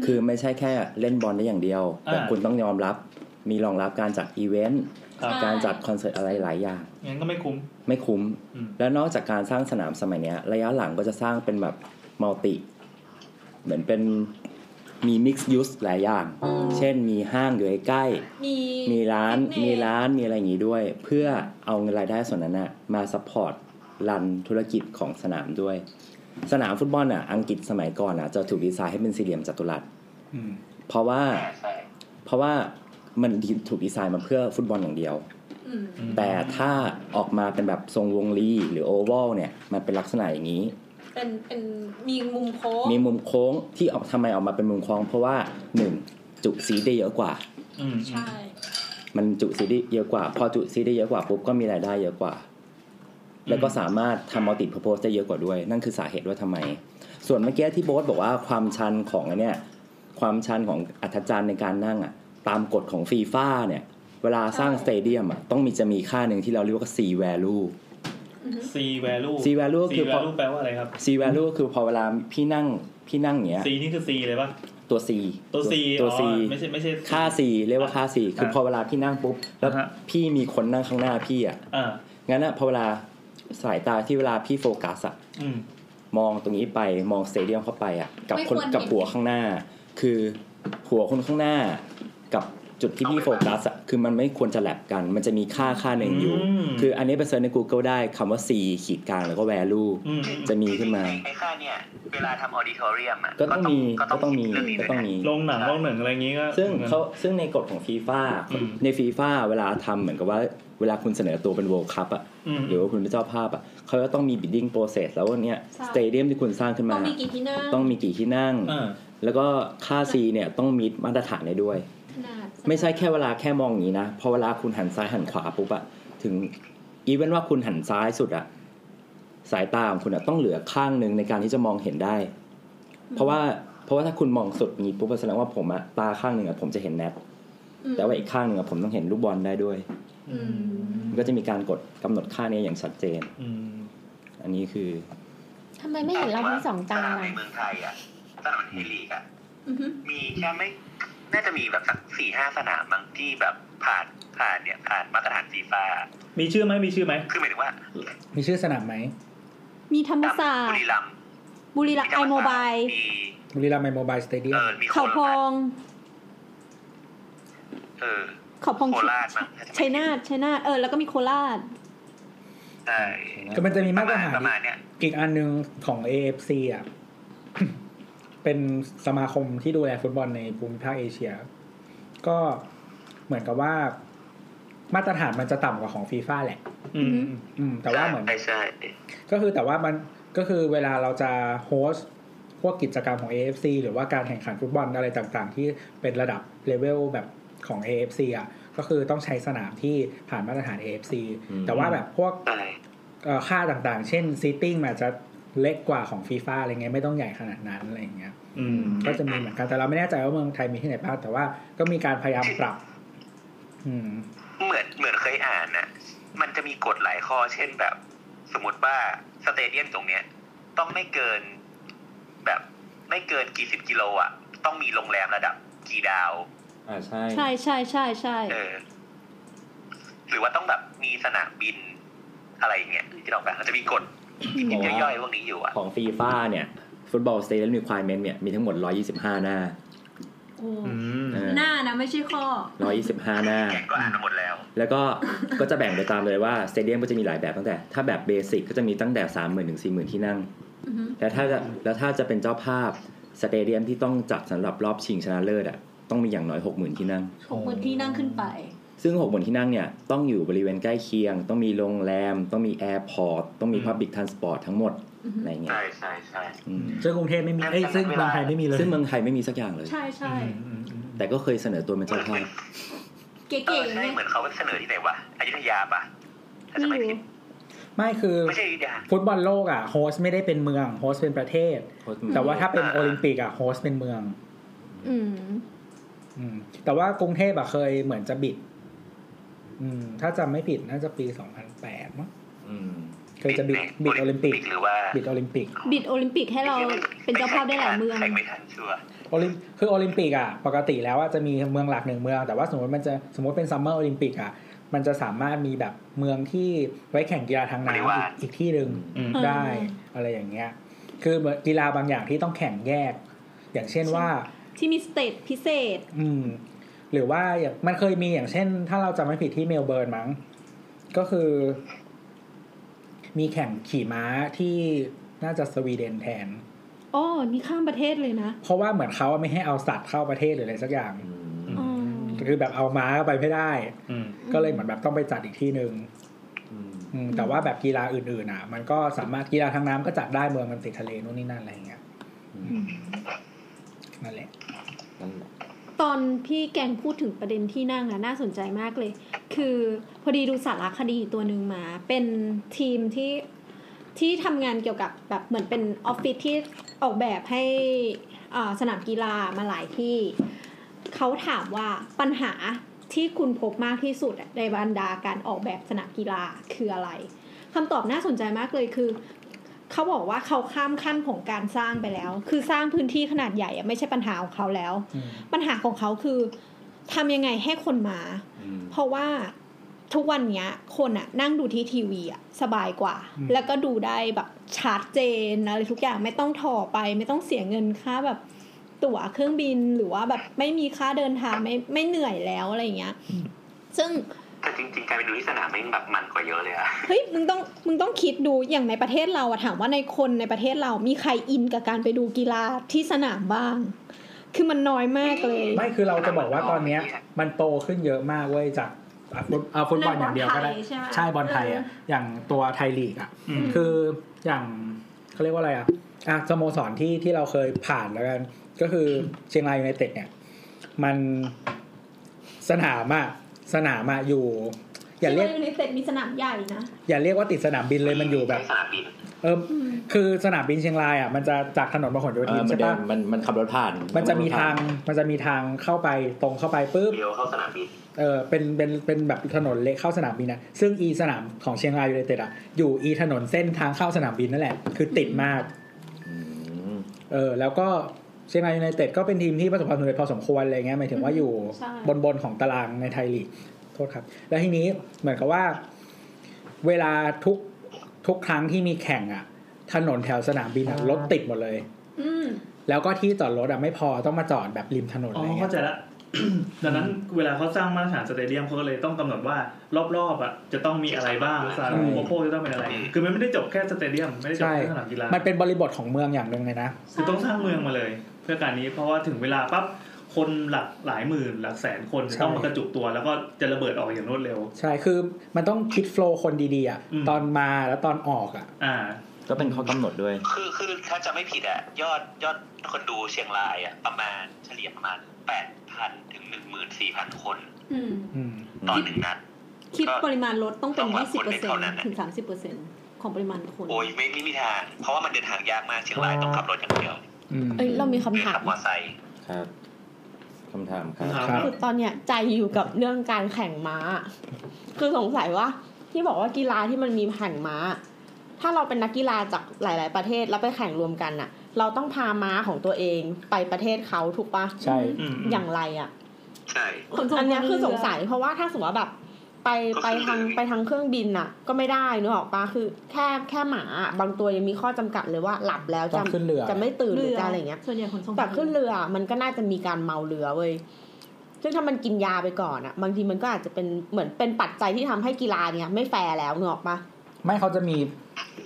ม คือไม่ใช่แค่เล่นบอลได้อย่างเดียว อ่า แต่คุณต้องยอมรับมีรองรับการจัดอีเวนต์ ครับ การจัดคอนเสิร์ตอะไรหลายอย่าง งั้นก็ไม่คุ้ม ไม่คุ้ม อืม แล้วนอกจากการสร้างสนามสมัยเนี้ย ระยะหลังก็จะสร้างเป็นแบบมัลติ เหมือนเป็นมีมิกซ์ยูสหลายอย่าง เช่นมีห้างอยู่ใกล้ๆ มี มีร้าน ฟิตเส มีร้านมีอะไรอย่างนี้ด้วย เพื่อเอาเงินรายได้ส่วนนั้นน่ะมาซัพพอร์ตรันธุรกิจของสนามด้วย สนามฟุตบอลอ่ะอังกฤษสมัยก่อนอ่ะจะถูกดีไซน์ให้เป็นสี่เหลี่ยมจัตุรัส อืม เพราะว่า ใช่ เพราะว่ามันดีถูกดีไซน์มาเพื่อฟุตบอลอย่างเดียว อืม อืม แต่ถ้าออกมาเป็นแบบทรงวงรีหรือโอเวลเนี่ยมันเป็นลักษณะอย่างนี้ เป็นเป็นมีมุมโค้ง มีมุมโค้งที่ออกทำไมออกมาเป็นมุมโค้งเพราะว่าหนึ่งจุสีได้เยอะกว่า อืม ใช่ มันจุซีได้เยอะกว่า พอจุซีได้เยอะกว่าปุ๊บก็มีรายได้เยอะกว่า แล้วก็สามารถทำมัลติเพอร์โพสได้เยอะกว่าด้วย นั่นคือสาเหตุว่าทำไม ส่วนเมื่อกี้ที่โบ๊ทบอกว่าความชันของอันเนี้ยความชันของอัธจารย์ในการนั่งอ่ะตามกฎของฟีฟ่าเนี่ย เวลาสร้างสเตเดียมอ่ะต้องมีจะมีค่าหนึ่งที่เราเรียกว่า C value อือฮึ ซีแวลู ซี value คือพอ แปลว่าอะไรครับ C value คือพอเวลาพี่นั่งพี่นั่งอย่างเนี้ย ซีนี่คือซีเลยปะ ตัว C ตัวซี ตัว C ไม่ใช่ไม่ใช่ ค่า C เรียกว่าค่า C คือพอเวลาพี่นั่งปุ๊บแล้ว อ่าฮะ พี่มีคนนั่งข้างหน้าพี่อ่ะ อ่า งั้นอะพอเวลาสายตาที่เวลาพี่โฟกัสอะ อืม มองตรงนี้ไปมองสเตเดียมเข้าไปอะกับคนกับหัวข้างหน้า คือหัวคนข้างหน้า กับจุดที่พี่โฟกัสอะคือมันไม่ควรจะแลบกัน มันจะมีค่าค่าหนึ่งอยู่ ม คืออันนี้ไปเซิร์ชใน Google ได้คำว่า C ขีดกลางแล้วก็ value ม จะมีขึ้นมา จริงๆไอ้ค่าเนี่ย เวลาทำออดิทอเรียมอ่ะ ก็ต้องมี ก็ ก็ ต้ ต้ อ องง คิ มี ดเรื่องนี้ด้ก็วย ต้อง นะ มี ลงหนังลงหนึ่งอะไรอย่างงี้ก็ ซึ่ง หมือนกัน เขาซึ่งในกฎของฟีฟ่า อืม ในฟีฟ่าเวลาทำเหมือนกับว่าเวลาคุณเสนอตัวเป็น World Cup อะ อืม หรือว่าคุณเป็นเจ้าภาพอ่ะเขาก็ต้องมี bidding process แล้วว่าเนี่ยสเตเดียมที่คุณสร้างขึ้น ต้ มา องมีกี่ที่นั่ง ต้องมีกี่ที่นั่ง อ่า แล้วก็ค่าซีเนี่ยต้องมีมาตรฐานได้ด้วย ขนาด ไม่ใช่แค่เวลาแค่มองอย่างนี้นะ พอเวลาคุณหันซ้ายหันขวาปุ๊บอะถึงอีเวนว่าคุณหันซ้ายสุดอะสายตาของคุณอะต้องเหลือข้างหนึ่งในการที่จะมองเห็นได้ เพราะว่าเพราะว่าถ้าคุณมองสุดนี้ปุ๊บแสดงว่าผมอะตาข้างหนึ่งอะผมจะเห็นแนท อืม แต่ว่าอีกข้างหนึ่งอะผมต้องเห็นลูกบอลได้ด้วย อืม มันก็จะมีการกดกำหนดค่าเนียอย่างชัดเจน อืม อันนี้คือ ทำไมไม่เห็นเรามีสองสตานาม ล่ะ ในเมืองไทยอ่ะสนามเทลีกอ่ะ อือฮึ มีแค่ไม่ น่าจะมีแบบสักสี่ห้าสนามบางที่แบบผ่านผ่านเนี่ยผ่านมาตรฐานฟีฟ่า มีชื่อไหมมีชื่อไหม คือหมายถึงว่า มีชื่อสนามไหม มีธรรม ตาม ศาสต บุ ร์ รีรัมย์ บุรีรัมย์ไอโมบาย มี บุรีรัมย์ไมโมบายสเตเดีย เอ ม อมีโค เขาพ รา อ ช ง เออ เขาพอง โคราชมั้งถ้าจะไม่ ชัยนาทชัยนาทเออแล้วก็มีโคราช ใช่ ก็มันจะมีมาตรฐาน ประมาณเนี้ย อีกอันหนึงของ AFC อ่ะ เป็นสมาคมที่ดูแลฟุตบอลในภูมิภาคเอเชีย ก็เหมือนกับว่า มาตรฐานมันจะต่ำกว่าของฟีฟ่าแหละ อืม อืม แต่ว่าเหมือน ใช่ใช่ ก็คือแต่ว่ามันก็คือเวลาเราจะโฮสต์พวกกิจกรรมของ AFC หรือว่าการแข่งขันฟุตบอลอะไรต่างๆ ที่เป็นระดับเลเวลแบบของ AFC อ่ะก็คือต้องใช้สนามที่ผ่านมาตรฐาน AFC อืม แต่ว่าแบบพวก ใช่ เอ่อค่าต่างๆ เช่นซีติ้งอาจจะ เล็กกว่าของฟีฟ่าอะไรเงี้ยไม่ต้องใหญ่ขนาดนั้นอะไรอย่างเงี้ย อืม ก็จะมีเหมือนกันแต่เราไม่แน่ใจว่าเมืองไทยมีที่ไหนบ้างแต่ว่าก็มีการพยายามปรับ อืม เหมือนเหมือนเคยอ่านนะมันจะมีกฎหลายข้อ เช่นแบบ สมมติว่าสเตเดียมตรงเนี้ย ต้องไม่เกินแบบไม่เกินกี่สิบกิโลอ่ะ ต้องมีโรงแรมระดับกี่ดาว อ่าใช่ ใช่ใช่ใช่ใช่ เออ หรือว่าต้องแบบมีสนามบินอะไรอย่างเงี้ยที่เราแบบเขาจะมีกฎ ผมว่า ย่อยๆพวกนี้อยู่อ่ะ ของฟีฟ่าเนี่ย ฟุตบอลสเตเดียมรีคว i เมนต์เนี่ยมีทั้งหมด 125 หน้า โอ้ อืม เออ หน้านะไม่ใช่ข้อ 125 หน้า แกก็อ่านมาหมดแล้ว แล้วก็ ก็จะแบ่งไปตามเลยว่าสเตเดียมก็จะมีหลายแบบตั้งแต่ ถ้าแบบเบสิกก็จะมีตั้งแต่ 30,000ถึง40,000 ที่นั่ง อือฮึ แล้วถ้าจะแล้วถ้าจะเป็นเจ้าภาพสเตเดียมที่ต้องจัดสำหรับรอบชิงชนะเลิศอ่ะต้องมีอย่างน้อย 60,000 ที่นั่ง หกหมื่นที่นั่งขึ้นไป ซึ่ง 60,000 ที่นั่งเนี่ยต้องอยู่บริเวณใกล้เคียง ต้องมีโรงแรม ต้องมีแอร์พอร์ตต้องมี อืม พับบิกทันสปอร์ตทั้งหมด อือฮึ อะไรเงี้ย ใช่ใช่ใช่ อืม ซึ่งกรุงเทพไม่มีเอ้ยซึ่งเมืองไทยไม่มีเลย ซึ่งเมืองไทยไม่มีสักอย่างเลย ใช่ใช่ อืมอืมอืม แต่ก็เคยเสนอตัวเป็นเจ้าภาพ เก๋ เออ ๆ ใช่ ไง เหมือนเขาเสนอที่ไหนวะอยุธยาปะถ้าจะ ไม่ ไม่ รู้ ผิด ไม่คือ ไม่ใช่อยุธยา ฟุตบอลโลกอ่ะโฮสต์ไม่ได้เป็นเมืองโฮสต์เป็นประเทศ แต่ว่าถ้าเป็น อ่า โอลิมปิกอ่ะโฮสต์เป็นเมือง อืม อืม แต่ว่ากรุงเทพอ่ะเคยเหมือนจะบิด อืม ถ้าจำไม่ผิดน่าจะปีสองพันแปดมั้งเคยจะบิดบิดโอลิมปิก หรือว่า บิดโอลิมปิก บิดโอลิมปิกให้เราเป็นเจ้าภาพได้หลายเมือง แข่งไม่ทันชัวร์ โอลิมคือโอลิมปิกอ่ะปกติแล้วอ่ะจะมีเมืองหลักหนึ่งเมือง แต่ว่าสมมติมันจะสมมติเป็นซัมเมอร์โอลิมปิกอ่ะมันจะสามารถมีแบบเมืองที่ไว้แข่งกีฬาทางน้ำอีกอีกที่หนึ่ง อืม ได้ อืม อะไรอย่างเงี้ย คือเหมือนกีฬาบางอย่างที่ต้องแข่งแยก อย่างเช่นว่า ที่มีสเตทพิเศษ อืม หรือว่าอย่างมันเคยมีอย่างเช่น ถ้าเราจำไม่ผิดที่เมลเบิร์นมั้งก็คือ มีแข่งขี่ม้าที่น่าจะสวีเดนแทน อ๋อ นี่ข้ามประเทศเลยนะ เพราะว่าเหมือนเขาไม่ให้เอาสัตว์เข้าประเทศหรืออะไรสักอย่าง อืม อ๋อ คือแบบเอาม้าไปไม่ได้ อืม ก็เลยเหมือนแบบต้องไปจัดอีกที่หนึ่งอืมแต่ว่าแบบกีฬาอื่นๆอ่ะ มันก็สามารถกีฬาทางน้ำก็จัดได้เมืองมันติดทะเลนู่นนี่นั่นอะไรอย่างเงี้ย อืม นั่นแหละ ตอนพี่แกงพูดถึงประเด็นที่นั่งอะน่าสนใจมากเลย คือพอดีดูสารคดีตัวหนึ่งมา เป็นทีมที่ที่ทำงานเกี่ยวกับแบบเหมือนเป็นออฟฟิศที่ออกแบบให้อ่าสนามกีฬามาหลายที่ เขาถามว่าปัญหาที่คุณพบมากที่สุดอะในบรรดาการออกแบบสนามกีฬาคืออะไรคำตอบน่าสนใจมากเลยคือ เขาบอกว่าเขาข้ามขั้นของการสร้างไปแล้ว คือสร้างพื้นที่ขนาดใหญ่อะไม่ใช่ปัญหาของเขาแล้ว อืม ปัญหาของเขาคือทำยังไงให้คนมา เพราะว่าทุกวันเนี้ยคนอะนั่งดูที่ทีวีอะสบายกว่า อืม แล้วก็ดูได้แบบชัดเจนอะไรทุกอย่างไม่ต้องถ่อไป ไม่ต้องเสียเงินค่าแบบตั๋วเครื่องบินหรือว่าแบบไม่มีค่าเดินทางไม่ไม่เหนื่อยแล้วอะไรอย่างเงี้ย ซึ่ง แต่จริงๆ การไปดูที่สนามแม่งแบบมันกว่าเยอะเลยอะ เฮ้ยมึงต้องมึงต้องคิดดูอย่างในประเทศเราอะถามว่าในคนในประเทศเรามีใครอินกับการไปดูกีฬาที่สนามบ้าง คือมันน้อยมากเลย ไม่คือเราจะบอกว่าตอนเนี้ย มันโตขึ้นเยอะมากเว้ยจากอ่ะฟุตเอาฟุตบอลอย่างเดียวก็ได้ บอลไทยใช่ไหม ใช่บอลไทยอ่ะอย่างตัวไทยลีกอ่ะ อืม คืออย่างเขาเรียกว่าอะไรอ่ะอ่ะสโมสรที่ที่เราเคยผ่านแล้วกัน ก็คือเชียงรายยูไนเต็ดเนี่ย มันสนามอ่ะสนามอ่ะอยู่ อย่าเรียก ที่ว่ในเต็ดมีสนามใหญ่นะ อย่าเรียกว่าติดสนามบินเลยมันอยู่แบบ สนามบิน เออคือสนามบินเชียงรายอ่ะมันจะจากถนนพหลโย เอ ธิ อนมัน ใช่ เดิน ปะ มันมันขับรถผ่าน มันจะมีทางมันจะมีทางเข้าไปตรงเข้าไปปุ๊บ เดียวเข้าสนามบิน เออเป็นเป็นเป็นแบบถนนเล็กเข้าสนามบินนะซึ่งอีสนามของเชียงรายยูไนเต็ดอ่ะอยู่อีถนนเส้นทางเข้าสนามบินนั่นแหละ คือติดมาก อืม เออแล้วก็เชียงรายยูไนเต็ดก็เป็นทีมที่ประสบความสำเร็จพอสมควรอะไรเงี้ยหมายถึงว่าอยู่ ใช่ บนบนของตารางในไทยลีกโทษครับ แล้วทีนี้เหมือนกับว่า เวลาทุกทุกครั้งที่มีแข่งอ่ะ ถนนแถวสนามบินอ่ะรถติดหมดเลย อืม แล้วก็ที่จอดรถอ่ะไม่พอต้องมาจอดแบบริมถนน อ๋ อะ อ ไร เข้า เงี้ย ใจ ละ ดังนั้นเวลาเขาสร้างมาตรฐานสเตเดียมเขาก็เลยต้องกำหนดว่ารอบๆอ่ะจะต้องมีอะไรบ้างสนามอุปโภคจะต้องเป็นอะไร คือมันไม่ได้จบแค่สเตเดียมไม่ได้จบ ใช่ แค่สนามกีฬา มันเป็นบริบทของเมืองอย่างหนึ่งเลยนะ คือต้องสร้างเมืองมาเลย เพื่อการนี้เพราะว่าถึงเวลาปั๊บคนหลักหลายหมื่นหลักแสนคนจะต้องมากระจุกตัว แล้วก็จะระเบิดออกอย่างรวดเร็ว ใช่ คือมันต้องคิดโฟล์คนดีๆอ่ะ อืม ตอนมาแล้วตอนออกอ่ะ อ่า ก็เป็นข้อกำหนดด้วย คือคือถ้าจะไม่ผิดอะยอดยอดคนดูเชียงรายอะประมาณเฉลี่ยประมาณแปดพันถึงหนึ่งหมื่นสี่พันคน อืม อืม ต่อหนึ่งนัด คิดปริมาณรถต้องเป็น ต้องวัด 20% ผลในเท่านั้นน่ะ ถึงอ30%ของปริมาณคน โอ้ยไม่ไม่มีทาง เพราะว่ามันเดินทางยากมากเชียงรายต้องขับรถอย่างเดียว อืม เอ้ยเรามีคำถาม ขับมอเตอร์ไซค์ ครับคำถามครับ ครับ คือตอนเนี้ยใจอยู่กับเรื่องการแข่งม้า คือสงสัยว่าที่บอกว่ากีฬาที่มันมีแข่งม้า ถ้าเราเป็นนักกีฬาจากหลาย ๆ ประเทศแล้วไปแข่งรวมกันน่ะ เราต้องพาม้าของตัวเองไปประเทศเขาถูกปะ ใช่ อืม อย่างไรอ่ะ ใช่ อันเนี้ยคือสงสัยเพราะว่าถ้าสมมติว่าแบบ ไปไปทางไปทางเครื่องบินน่ะ ก็ไม่ได้นึกออกปะคือแค่แค่หมาอะบางตัวยังมีข้อจำกัดเลยว่าหลับแล้ว ต้ จะ องขึ้นเรือ จะไม่ตื่นหรือจะอะไรอย่างเงี้ย ส่วนใหญ่ขนส่ง แต่ขึ้นเรือมันก็น่าจะมีการเมาเรือเว้ย ซึ่งถ้ามันกินยาไปก่อนอะบางทีมันก็อาจจะเป็นเหมือนเป็นปัจจัยที่ทำให้กีฬาเนี่ย ไม่แฟร์แล้วเงออกปะ ไม่เขาจะมี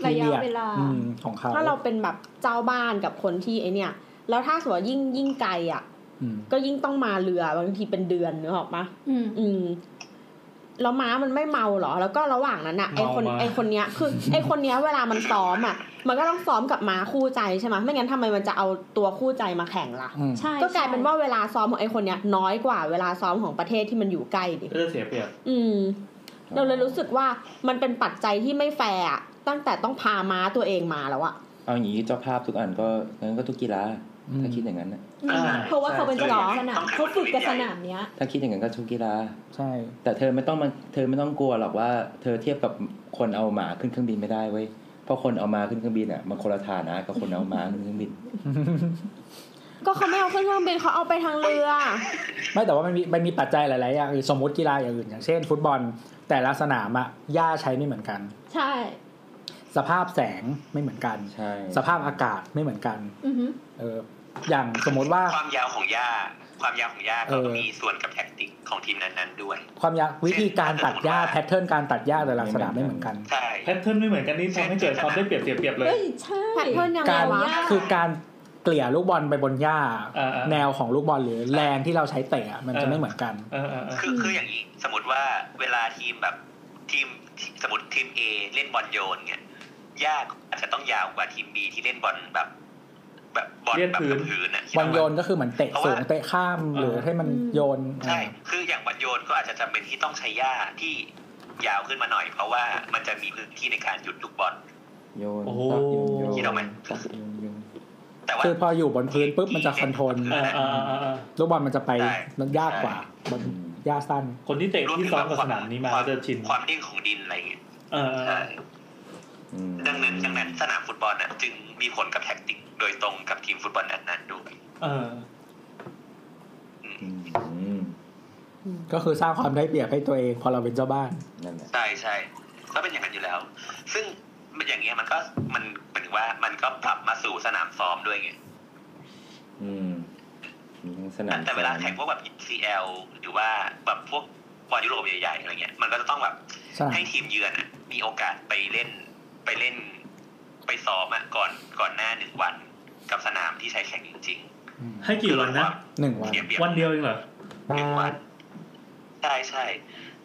ระยะเวลา อืมของเขา ถ้าเราเป็นแบบเจ้าบ้านกับคนที่ไอเนี่ย แล้วถ้าสมมติว่ายิ่งยิ่งไกลอะ อืม ก็ยิ่งต้องมาเรือบางทีเป็นเดือนเนกออกปะ อืม อืม แล้วม้ามันไม่เมาเหรอ แล้วก็ระหว่างนั้นอะไอคน เมามา ไอคนเนี้ยคือ ไอคนเนี้ยเวลามันซ้อมอะมันก็ต้องซ้อมกับม้าคู่ใจใช่ไหมไม่งั้นทำไมมันจะเอาตัวคู่ใจมาแข่งล่ะ อืม ใช่ ก็กลายเป็นว่า ใช่ เวลาซ้อมของไอคนเนี้ยน้อยกว่าเวลาซ้อมของประเทศที่มันอยู่ใกล้ดิ ก็จะเสียเปรียบ อืม เราเลยรู้สึกว่ามันเป็นปัจจัยที่ไม่แฟร์อะตั้งแต่ต้องพาม้าตัวเองมาแล้วอะ เอาอย่างนี้เจ้าภาพทุกอันก็งั้นก็ทุกกีฬา อืม ถ้าคิดอย่างนั้นน่ะ อืม อ่า เพราะว่าเขาเป็นเจ้าของสนามเขาฝึกกับสนามเนี้ย ถ้าคิดอย่างนั้นก็ทุกกีฬา ใช่ แต่เธอไม่ต้องมาเธอไม่ต้องกลัวหรอกว่า เธอเทียบกับคนเอาหมาขึ้นเครื่องบินไม่ได้เว้ยเพราะคนเอาหมาขึ้นเครื่องบินอ่ะมันคนละฐานะกับคนเอาหมาขึ้นเครื่องบิน ก็เขาไม่เอาขึ้นเครื่องบินเขาเอาไปทางเรือ ไม่แต่ว่ามันมีมันมีปัจจัยหลาย ๆ อย่างคือสมมติกีฬาอย่างอื่น อย่างเช่น ฟุตบอลแต่ละสนามอะหญ้าใช้ไม่เหมือนกัน ใช่ สภาพแสงไม่เหมือนกัน ใช่ สภาพอากาศไม่เหมือนกัน อือฮึ เอออย่างสมมติว่า ความยาวของหญ้าความยาวของหญ้าก็ เออ มีส่วนกับแท็กติกของทีมนั้นๆด้วย ความยากวิธีการตัดหญ้าแพทเทิร์นการตัดหญ้าแต่ละสนามไม่เหมือนกัน ใช่ แพทเทิร์นไม่เหมือนกันนี่ทำให้เกิดความได้เปรียบเสียเปรียบเลย เอ้ยใช่ แพทเทิร์นยังไง การ วะ คือการเกลี่ยลูกบอลไปบนหญ้า อ่าอ่า แนวของลูกบอลหรือแรงที่เราใช้เตะอะมันจะไม่เหมือนกัน เออเออเออ คือคืออย่างนี้สมมติว่าเวลาทีมแบบทีมสมมติทีม A เล่นบอลโยนเนี่ยยากอาจจะต้องยาวกว่าทีม B ที่เล่นบอลแบบ แบบบอล เลียด แบบ พื้น กับพื้นอะที่ บ เรา อลโยนก็คือเหมือนเตะ เพราะ สู ว่า งเตะข้ามหรือให้มันโยน ใช่ คืออย่างบอลโยนก็อาจจะจำเป็นที่ต้องใช้หญ้าที่ยาวขึ้นมาหน่อย เพราะว่ามันจะมีพื้นที่ในการหยุดลูกบอล โยน โอ้โห ตักโยนโยน คิดออกไหม ตักโยนโยน แต่ว่า คือพออยู่บนพื้นปุ๊บมันจะคอนโทรล เออเออเออเออ ลูกบอลมันจะไปมันยากกว่าบน อืม หญ้าสั้น คนที่เตะที่ซ้อมกับสนามนี้มา คว จะชิน ความนิ่งของดินอะไรอย่างเงี้ย เออเออเอ ใช่ อ อืม ดังนั้นดังนั้นสนามฟุตบอลน่ะจึงมีผลกับแท็กติกโดยตรงกับทีมฟุตบอลนั้นๆด้วย เออ อืม อืม ก็คือสร้างความได้เปรียบให้ตัวเอง พอเราเป็นเจ้าบ้าน นั่นแหละ ใช่ใช่ก็เป็นอย่างนั้นอยู่แล้ว ซึ่งมันอย่างเงี้ยมันก็มันเหมือนว่ามันก็ปรับมาสู่สนามซ้อมด้วยไง อืมมีทั้งสนา แต่ ม แต่เวลาแข่งพวกแบบ ECL หรือว่าแบบพวกบอลยุโรปใหญ่ๆอะไรเงี้ยมันก็จะต้องแบบ สนาม ให้ทีมเยือนอะมีโอกาสไปเล่นไปเล่น ไปซ้อมอะก่อนก่อนหน้าหนึ่งวัน กับสนามที่ใช้แข่งจริง อืม ให้ ๆ กี่วันนะ หนึ่งวัน เสียเปรียบ วันเดียวเองเหรอ หนึ่งวันใช่ใช่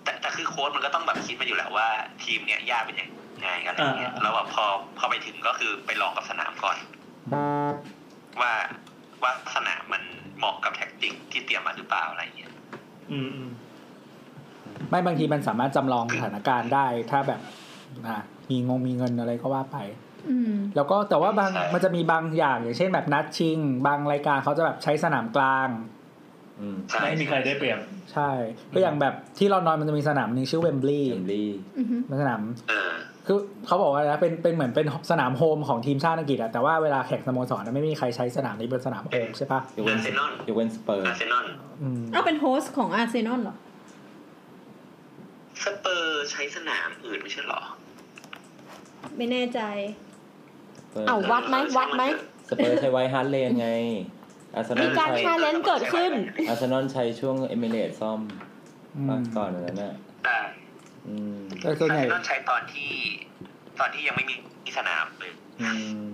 แต่แต่คือโค้ดมันก็ต้องแบบคิดมาอยู่แล้วว่า ทีมเนี้ยยากเป็นยังไงอะไรเงี้ย อ่าอ่า แล้วแบบพอพอไปถึงก็คือไปลองกับสนามก่อน ว่าว่าสนามมันเหมาะกับแท็กติกที่เตรียมมาหรือเปล่าอะไรเงี้ย อืมอืม ไม่บางทีมันสามารถจำลองสถานการณ์ได้ ถ้าแบบอ่ะมีงงมีเงินอะไรก็ว่าไป อืม แล้วก็แต่ว่าบางมันจะมีบางอย่างอย่างเช่นแบบนัดชิง บางรายการเขาจะแบบใช้สนามกลาง อืม ใช่ ไม่มีใครได้เปรียบ ใช่ก็อย่างแบบที่ลอนดอนมันจะมีสนามหนึงชื่อเวมบลี เอ ย์ มลี่ อือฮึ มันสนาม เออ คือเขาบอกว่าอะไรนะเป็นเป็นเหมือนเป็นสนามโฮมของทีมชาติอังกฤษอะแต่ว่าเวลาแข่งสโมสรน่ะไม่มีใครใช้สนามนี้เป็นสนามโฮมใช่ปะ ยกเว้น อาร์เซนอล ยกเว้นสเปอร์ อาร์เซนอล อืม เอาเป็นโฮสต์ของอาร์เซนอลเหรอ สเปอร์ใช้สนามอื่นไม่ใช่เหรอ ไม่แน่ใจ สเปอร์ เอาวัดไหมวัดไหม สเปอร์ใช้ไวท์ฮาร์ดเลนไงอาร์เซนอ มี ล การ ใช้ ชาเลนจ์เกิดขึ้น อาร์เซนอลใช้ช่วงเอมิเรตซ่อม อืม ก่อนอันนั้นน่ะ แต่ อืม แต่ส่ อา วน ร์ ใหญ่ เซนอลใช้ตอนที่ ตอนที่ยังไม่มีสนามเลย อืม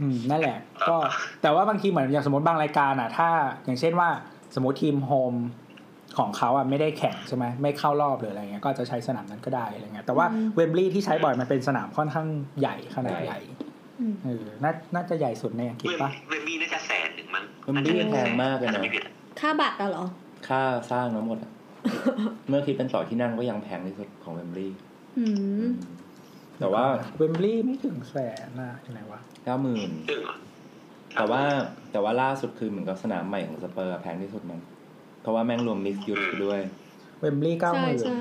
อืมนั่นแหละ ก็แต่ว่าบางทีเหมือนอย่างสมมติบางรายการอะถ้า อย่างเช่นว่าสมมติทีมโฮมของเขาอะไม่ได้แข่งใช่ไหมไม่เข้ารอบหรืออะไรเงี้ยก็จะใช้สนามนั้นก็ได้อะไรเงี้ยแต่ว่า อืม เวมบลีย์ที่ใช้บ่อยมันเป็นสนามค่อนข้างใหญ่ขนาดใหญ่ อืม เออน่าน่าจะใหญ่สุดในอังกฤษ เวม ปะ เวมบี้น่าจะแสนหนึ่งมั้ง เวมบี้แพงมากเลยนะ จจะไม่ผิดอะ ค่าบัตรอะเหรอ ค่าสร้างทั้งหมดอะเมื่อคิดเป็นต่อที่นั่งก็ยังแพงที่สุดของเวมบลีย์ อืม แต่ว่า เวมบลีย์ไม่ถึงแสนนะที่ไหนวะ เก้าหมื่น ถึงเหรอ แต่ว่าแต่ว่าล่าสุดคือเหมือนกับสนามใหม่ของสเปอร์แพงที่สุดมั้งเพราะว่าแม่งรวมมิกซ์ยูไปด้วย เวมบลีย์เก้าห ใช่ มื่น ใช่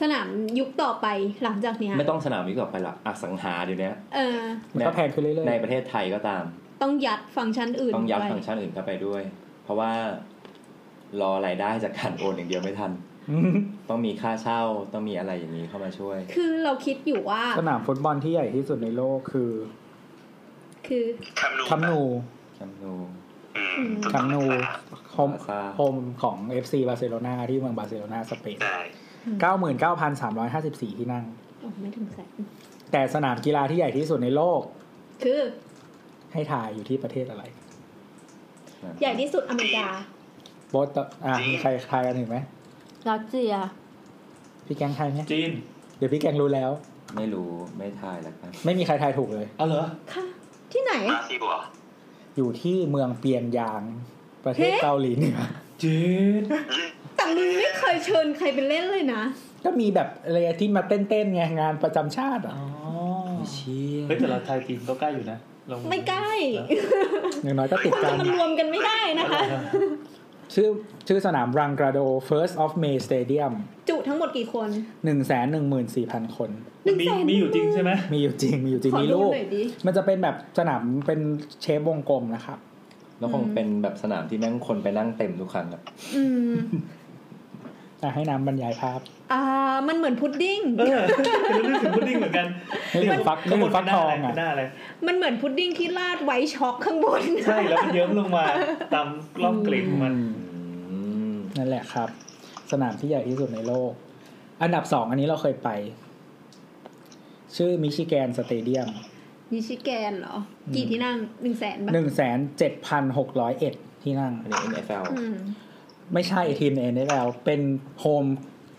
สนามยุคต่อไปหลังจากเนี้ย ไม่ต้องสนามมิกซ์ต่อไปละอสังหาเดี๋ยวนี้ เออ มันก็แพงขึ้นเรื่อย ในประเทศไทยก็ตาม ต้องยัดฟังก์ชันอื่น ต้องยัด ไป ฟังก์ชันอื่นเข้าไปด้วย เพราะว่ารอรายได้จากการโอนอย่างเดียวไม่ทัน ๆอืม ต้องมีค่าเช่าต้องมีอะไรอย่างนี้เข้ามาช่วย คือเราคิดอยู่ว่า สนามฟุตบอลที่ใหญ่ที่สุดในโลกคือ คือ คำนู คัมนู แคมป์นู อืมถูกต้คัอ ม ง นู ครับ โฮมโฮมของ FC บาร์เซโลนาที่เมืองบาร์เซโลนาสเปน ได้ 99,354 ที่นั่ง โอ้ไม่ถึงแสน แต่สนามกีฬาที่ใหญ่ที่สุดในโลก คือ ให้ถ่ายอยู่ที่ประเทศอะไร ใหญ่ที่สุดอเมริกา โบสต์อ่ะมีใครทายกันถึงไหม รัสเซีย พี่แกงทายไหม จีน เดี๋ยวพี่แกงรู้แล้ว ไม่รู้ไม่ทายแล้วกัน ไม่มีใครทายถูกเลย อ๋อเหรอ ค่ะ ที่ไหน มาซีบัว อยู่ที่เมืองเปียนยาง ประเทศ เฮ้ เกาหลีเหนือ จีน แต่มึงไม่เคยเชิญใครไปเล่นเลยนะ ก็มีแบบอะไรที่มาเต้นๆไงงานประจำชาติอ่ะ อ๋อ เชี่ย เฮ้ยแต่เราไทยจีนก็ใกล้อยู่นะลง ไม่ใกล้ อย่างน้อยก็ติด คน กันจะมันรวมกันไม่ได้นะคะ ชื่อชื่อสนามรังกราโด First of May Stadium จุทั้งหมดกี่คน 114,000 คน 1 มี แสน มีอยู่จริงใช่ไหม มีอยู่จริงมีอยู่จริง ขอ มี ดู รูป หน่อยดิ มันจะเป็นแบบสนามเป็นเชฟวงกลมนะครับ แล้วคงเป็นแบบสนามที่แม่งคนไปนั่งเต็มทุกครั้งอะ อืม อ่ะให้น้ำบรรยายภาพ อ่า มันเหมือนพุดดิ้ง เออคือนึกถึงพุดดิ้งเหมือนกัน นี่เหมือนฟักนี่เหมือนฟักทองอ่ะ หน้าอะไร มันเหมือนพุดดิ้งที่ราดไว้ช็อกข้างบน ใช่แล้วมันเยิ้มลงมาตามร่องกลิ่นของมัน อืม นั่นแหละครับ สนามที่ใหญ่ที่สุดในโลก อันดับสองอันนี้เราเคยไป ชื่อมิชิแกนสเตเดียม มิชิแกนเหรอ กี่ที่นั่งหนึ่งแสนปะ หนึ่งแสนเจ็ดพันหกร้อยเอ็ดที่นั่ง อันนี้ NFL อืม ไม่ใช่ทีมเอ็นได้แล้ว เป็นโฮม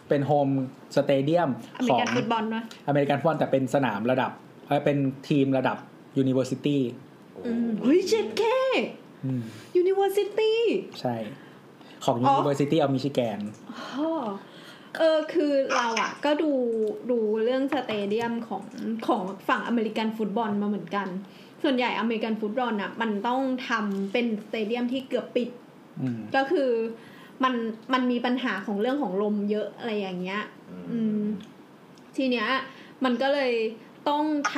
เป็นโฮมสเตเดียม อขเมริ อง กันฟุตบอลวะ อเมริกันฟุตบอลแต่เป็นสนามระดับเอ่อเป็นทีมระดับยูนิเวอร์ซิตี้ อืมเฮ้ยเจ็ดแค่ยูนิเวอร์ซิตี้ ใช่ ของ อ๋อ University of Michigan อ๋อเออคือเราอ่ะ ก็ดูดูเรื่องสเตเดียมของของฝั่งอเมริกันฟุตบอลมาเหมือนกัน ส่วนใหญ่อเมริกันฟุตบอลอ่ะ มันต้องทำเป็นสเตเดียมที่เกือบปิด อืม ก็คือมันมันมีปัญหาของเรื่องของลมเยอะอะไรอย่างเงี้ย อืม ทีเนี้ยมันก็เลยต้องท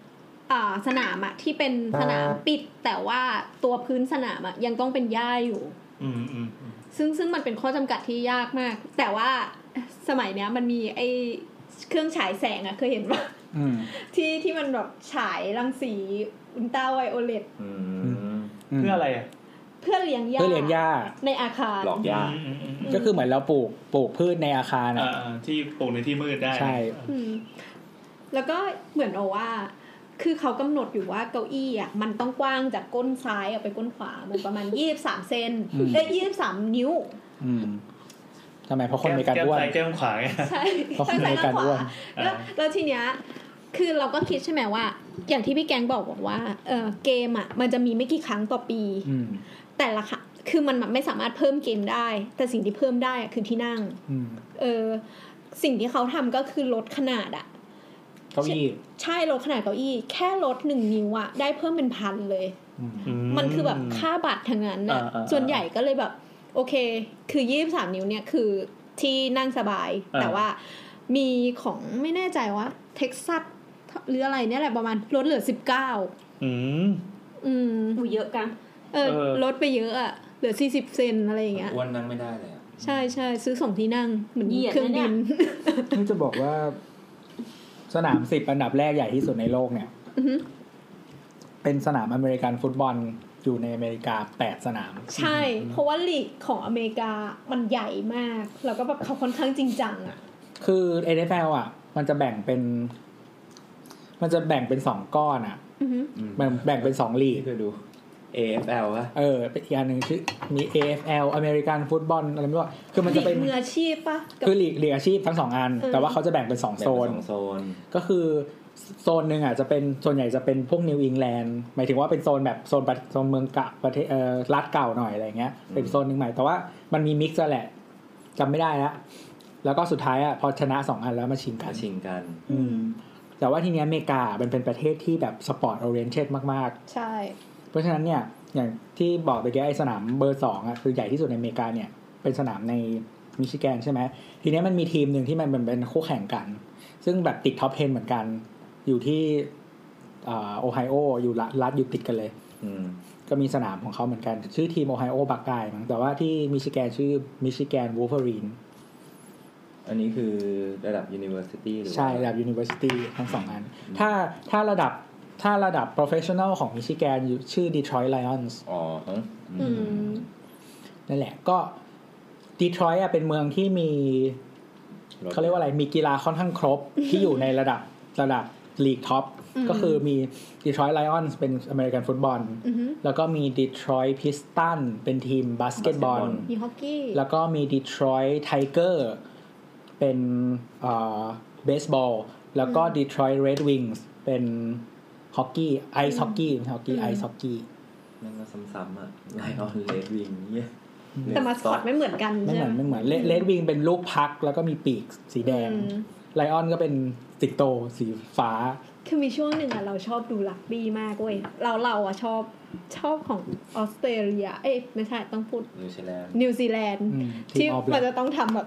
ำอ่าสนามอะที่เป็นสนามปิด แต่ว่าตัวพื้นสนามอะยังต้องเป็นหญ้าอยู่ อืมอืมอืม ซึ่งซึ่งมันเป็นข้อจำกัดที่ยากมาก แต่ว่าสมัยเนี้ยมันมีไอเครื่องฉายแสงอะเคยเห็นปะ อืม ที่ที่มันแบบฉายรังสีอุลตราไวโอเลต อืม เพื่ออะไรอ่ะ เพื่อเลี้ยงหญ้า เพื่อเลี้ยงหญ้า ในอาคาร หลอกยาก อืมอืมอืม ก็คือเหมือนเราปลูกปลูกพืชในอาคาร อ่า อ่ะ อ่าที่ปลูกในที่มืดได้นะ ใช่ อืมแล้วก็เหมือนเอาว่า คือเขากำหนดอยู่ว่าเก้าอี้อ่ะมันต้องกว้างจากก้นซ้ายออกไปก้นขวาหมือนประมาณยี่สามเซน อืม เอ้ยยี่สามนิ้ว อืมทำไมเพราะคน แก้ม มีการ แก้ม อ้วน ซ้ายแก้มขวาไง ใช่ เพราะ ทั้งซ้าย ใน ทั้ การ งข อ้ว วาน แล้ว อ่า แล้วทีเนี้ย คือเราก็คิดใช่ไหมว่า อย่างที่พี่แกงบอกบอกว่าเออเกมอ่ะ มันจะมีไม่กี่ครั้งต่อปี อืม แต่ละค่ะ คือมันไม่สามารถเพิ่มเกมได้ แต่สิ่งที่เพิ่มได้อะคือที่นั่ง อืม เออ สิ่งที่เขาทำก็คือลดขนาดอ่ะ เก้าอี้ ใช่ลดขนาดเก้าอี้ แค่ลดหนึ่งนิ้วอะได้เพิ่มเป็นพันเลย อืม อื มันคือแบบค่าบัตรทั้งนั้น อ่าอ่า ส่วนใหญ่ก็เลยแบบ โอเค คือยี่สามนิ้วเนี่ยคือที่นั่งสบาย อ่า แต่ว่ามีของไม่แน่ใจว่าเท็กซัสหรืออะไรเนี่ยแหละประมาณลดเหลือสิบเก้า อืม อืม หูเยอะกัน เออ เออ ลดไปเยอะอะเหลือสี่สิบเซนอะไรอย่างเงี้ย อ้วนนั่งไม่ได้เลยอะ ใช่ใช่ซื้อสองที่นั่งเหมือน เหยียด เครื่อง นะเนี่ บิ ย น นี่จะบอกว่า สนามสิบอันดับแรกใหญ่ที่สุดในโลกเนี่ย อือฮึ เป็นสนามอเมริกันฟุตบอลอยู่ในอเมริกาแปดสนาม ใช่ เพราะว่าลีกของอเมริกามันใหญ่มาก แล้วก็แบบเขาค่อนข้างจริงจังอะ คือ NFL อ่ะ มันจะแบ่งเป็น มันจะแบ่งเป็นสองก้อนอ่ะ อือฮึ อืม แบ่งแบ่งเป็นสองลีก ที่เคยดู AFL วะ เออเป็นอีกอันหนึ่งชื่อมี AFL อเมริกันฟุตบอลอะไรไม่รู้อะคือมันจะเป็น ลีกมืออาชีพปะกับ คือหลีกหลีกอาชีพทั้งสองอัน เออ แต่ว่าเขาจะแบ่งเป็นสอง แบ่ง โซนเป็นสองโซน ก็คือโซนหนึ่งอ่ะจะเป็นส่วนใหญ่จะเป็นพวกนิวอิงแลนด์หมายถึงว่าเป็นโซนแบบโซนประโซนเมืองเก่าประเทศเอ่อรัฐเก่าหน่อยอะไรเงี้ย เป็นโซนหนึ่งใหม่แต่ว่ามันมีมิกซ์แหละจำไม่ได้ละแล้วก็สุดท้ายอ่ะพอชนะสองอันแล้วมาชิงกั มาน ชิงกัน อืม แต่ว่าทีเนี้ยอเมริกามันเป็นประเทศที่แบบสปอร์ตโอเรนเต็ดมาก ใช่ ๆ เพราะฉะนั้นเนี่ยอย่างที่บอกไปแกไอ้สนามเบอร์สองอ่ะคือใหญ่ที่สุดในอเมริกาเนี่ยเป็นสนามในมิชิแกนใช่ไหมทีเนี้ยมันมีทีมหนึ่งที่มันเป็นเป็นคู่แข่งกัน ซึ่งแบบติดท็อป10เหมือนกัน อยู่ที่อ่าโอไฮโออยู่รัฐรัฐอยู่ติดกันเลย อืม ก็มีสนามของเขาเหมือนกัน ชื่อทีมโอไฮโอบักกายมั้งแต่ว่าที่มิชิแกนชื่อมิชิแกนวูฟเฟอรีน อันนี้คือระดับ university หรือว่า ใช่ระดับ University ทั้งสองอัน ถ้าถ้าระดับถ้าระดับ professional ของมิชิแกนชื่อ Detroit Lions อ๋อฮะ อืม นั่นแหละก็ Detroit อะเป็นเมืองที่มีเขาเรียกว่าอะไร มีกีฬาค่อนข้างคร บ ที่อยู่ในระดับระดับลีกท็อป อืม ก็คือมี Detroit Lions เป็น American Football อือหือ แล้วก็มี Detroit Piston เป็นทีมบาสเกตบอล มีฮอกกี้ แล้วก็มี Detroit Tiger เป็นเบสบอล แล้วก็ อืม Detroit Red Wings เป็นฮอกกี้ไอซ์ฮอกกี้ฮอกกี้ อืม ไอซ์ฮอกกี้ นั่นก็ซ้ำๆอ่ะไลออนเลดวิงเนี่ย แต่มาสคอตไม่เหมือนกัน ไม่ ใช่ เหมือน ไหม ไม่เหมือนเลดวิงเป็นลูกพัก แล้วก็มีปีกสีแดง อืม ไลออนก็เป็นสิงโตสีฟ้า คือมีช่วงหนึ่งอะเราชอบดูรักบี้มากเว้ยเราเราอะชอบชอบของออสเตรเลีย เอ้ยไม่ใช่ต้องพูด นิวซีแลนด์ นิวซีแลนด์ อืมที ที่ มออฟ มัน แล จะต้องทำแบบ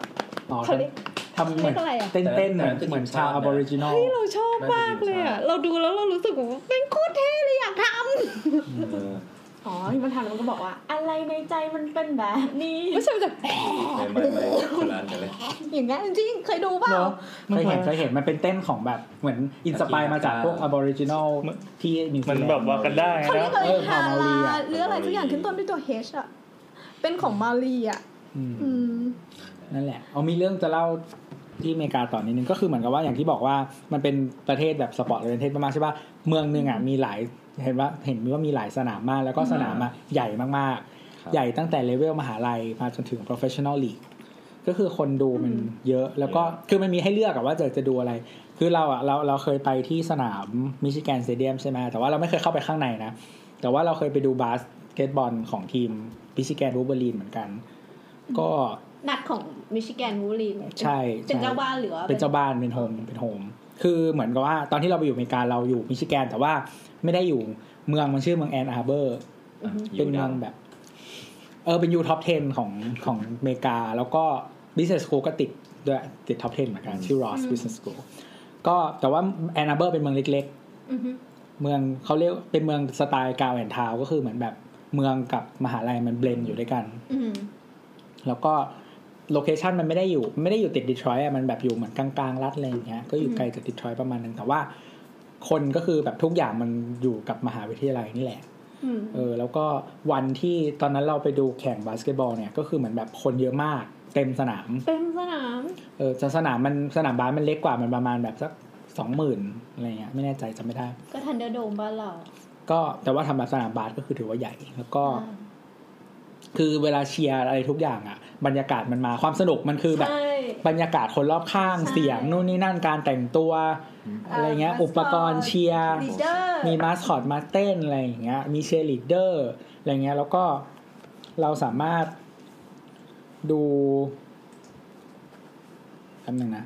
อ๋อ เขาเรียก ทำเหมือน เขาเรียกอะไรอะ เต้นเต้นๆเหมือนเหมือนชาว Aboriginal เฮ้ยเราชอบมากเลยอะเราดูแล้วเรารู้สึกว่าเป็นโคตรเท่เลยอยากท เออ อ๋อที่มันทำมันก็บอกว่า อะไรในใจมันเป็นแบบนี้ ำไม่ใช่แบบ ไม่ไม่ไม่คนละอันกันเลย อย่างนั้นจริงๆเคยดูเปล่า เนาะ มัน เคยเห็น เหมือน เคยเห็นมันเป็นเต้นของแบบเหมือนอินสปายมาจากพวก Aboriginal ที่นิวซี มัน แลน แบบ ด์ ว่ากันได้ เขาเรีย นะ กอะไร เออขฮาองมาลี ลา อะ หรืออะไรสักอย่างขึ้นต้นด้วยตัว H อ่ะ เป็นของมาลีอ่ะ อืม อืม นั่นแหละ เอามีเรื่องจะเล่าที่อเมริกาต่อนนิดนึง ก็คือเหมือนกับว่าอย่างที่บอกว่ามันเป็นประเทศแบบสปอร์ตโอเรนเทสมากๆใช่ป่ะ เมืองหนึงอ่ะมีหลายเห็นว่าเห็นว่ามีหลายสนามมาก แล้วก็สนามอ่ะใหญ่มาก ครับ ๆ ใหญ่ตั้งแต่เลเวลมหาลัยมาจนถึง professional league ก็คือคนดูมัน อืม เยอะแล้วก็คือมันมีให้เลือกอะว่าจะจะดูอะไร คือเราอะเราเราเคยไปที่สนามมิชิแกนสเตเดียมใช่ไหมแต่ว่าเราไม่เคยเข้าไปข้างในนะ แต่ว่าเราเคยไปดูบาสเกตบอลของทีมมิชิแกนบูเบอรีนเหมือนกัน ก็ นัดของมิชิแกนวูลีน ใช่ใช่ เป็นเจ้าบ้านหรือว่า เป็นเจ้าบ้านเป็นโฮมเป็นโฮมคือเหมือนกับว่าตอนที่เราไปอยู่อเมริกาเราอยู่มิชิแกนแต่ว่าไม่ได้อยู่เมืองมันชื่อเมืองแอนอาร์เบอร์ อ่ะ เป็นเมืองแบบ เออเป็นยูท็อป 10 ของของอเมริกา แล้วก็ Business School ก็ติดด้วยติดท็อป 10 เหมือนกัน ชื่อ Ross Business School ก็แต่ว่าแอนอาร์เบอร์เป็นเมืองเล็ก อือฮึ ๆ เมืองเขาเรียกเป็นเมืองสไตล์กาวแอนทาวก็คือเหมือนแบบเมืองกับมหาลัยมันเบลนอยู่ด้วยกัน อืม แล้วก็โลเคชันมันไม่ได้อยู่ไม่ได้อยู่ติดดีทรอยต์อะมันแบบอยู่เหมือนกลางๆรัฐอะไรอย่างเงี้ยก็อยู่ไกลจากดีทรอยต์ประมาณนึงแต่ว่า คนก็คือแบบทุกอย่างมันอยู่กับมหาวิทยาลัยนี่แหละ อืม เออแล้วก็วันที่ตอนนั้นเราไปดูแข่งบาสเกตบอลเนี่ยก็คือเหมือนแบบคนเยอะมาก เต็มสนาม เต็มสนาม เออแต่สนามมันสนามบาสมันเล็กกว่ามันประมาณแบบสักสองหมื่นอะไรเงี้ยไม่แน่ใจจำไม่ได้ ก็ทันเดอร์โดมบ้านเรา ก็แต่ว่าทำแบบสนามบาสก็คือถือว่าใหญ่ แล้วก็ อ่า คือเวลาเชียร์อะไรทุกอย่างอะบรรยากาศมันมาความสนุกมันคือแบบ ใช่ บรรยากาศคนรอบข้าง ใช่ เสียงนู่นนี่นั่นการแต่งตัว อะไรเงี้ย เอ่อ อุปกรณ์ mascot เชียร์ ลีดเดอร์ มีมาสคอตมาเต้นอะไรอย่างเงี้ยมีเชียร์ลีดเดอร์อะไรเงี้ยแล้วก็เราสามารถดูคำหนึ่งนะ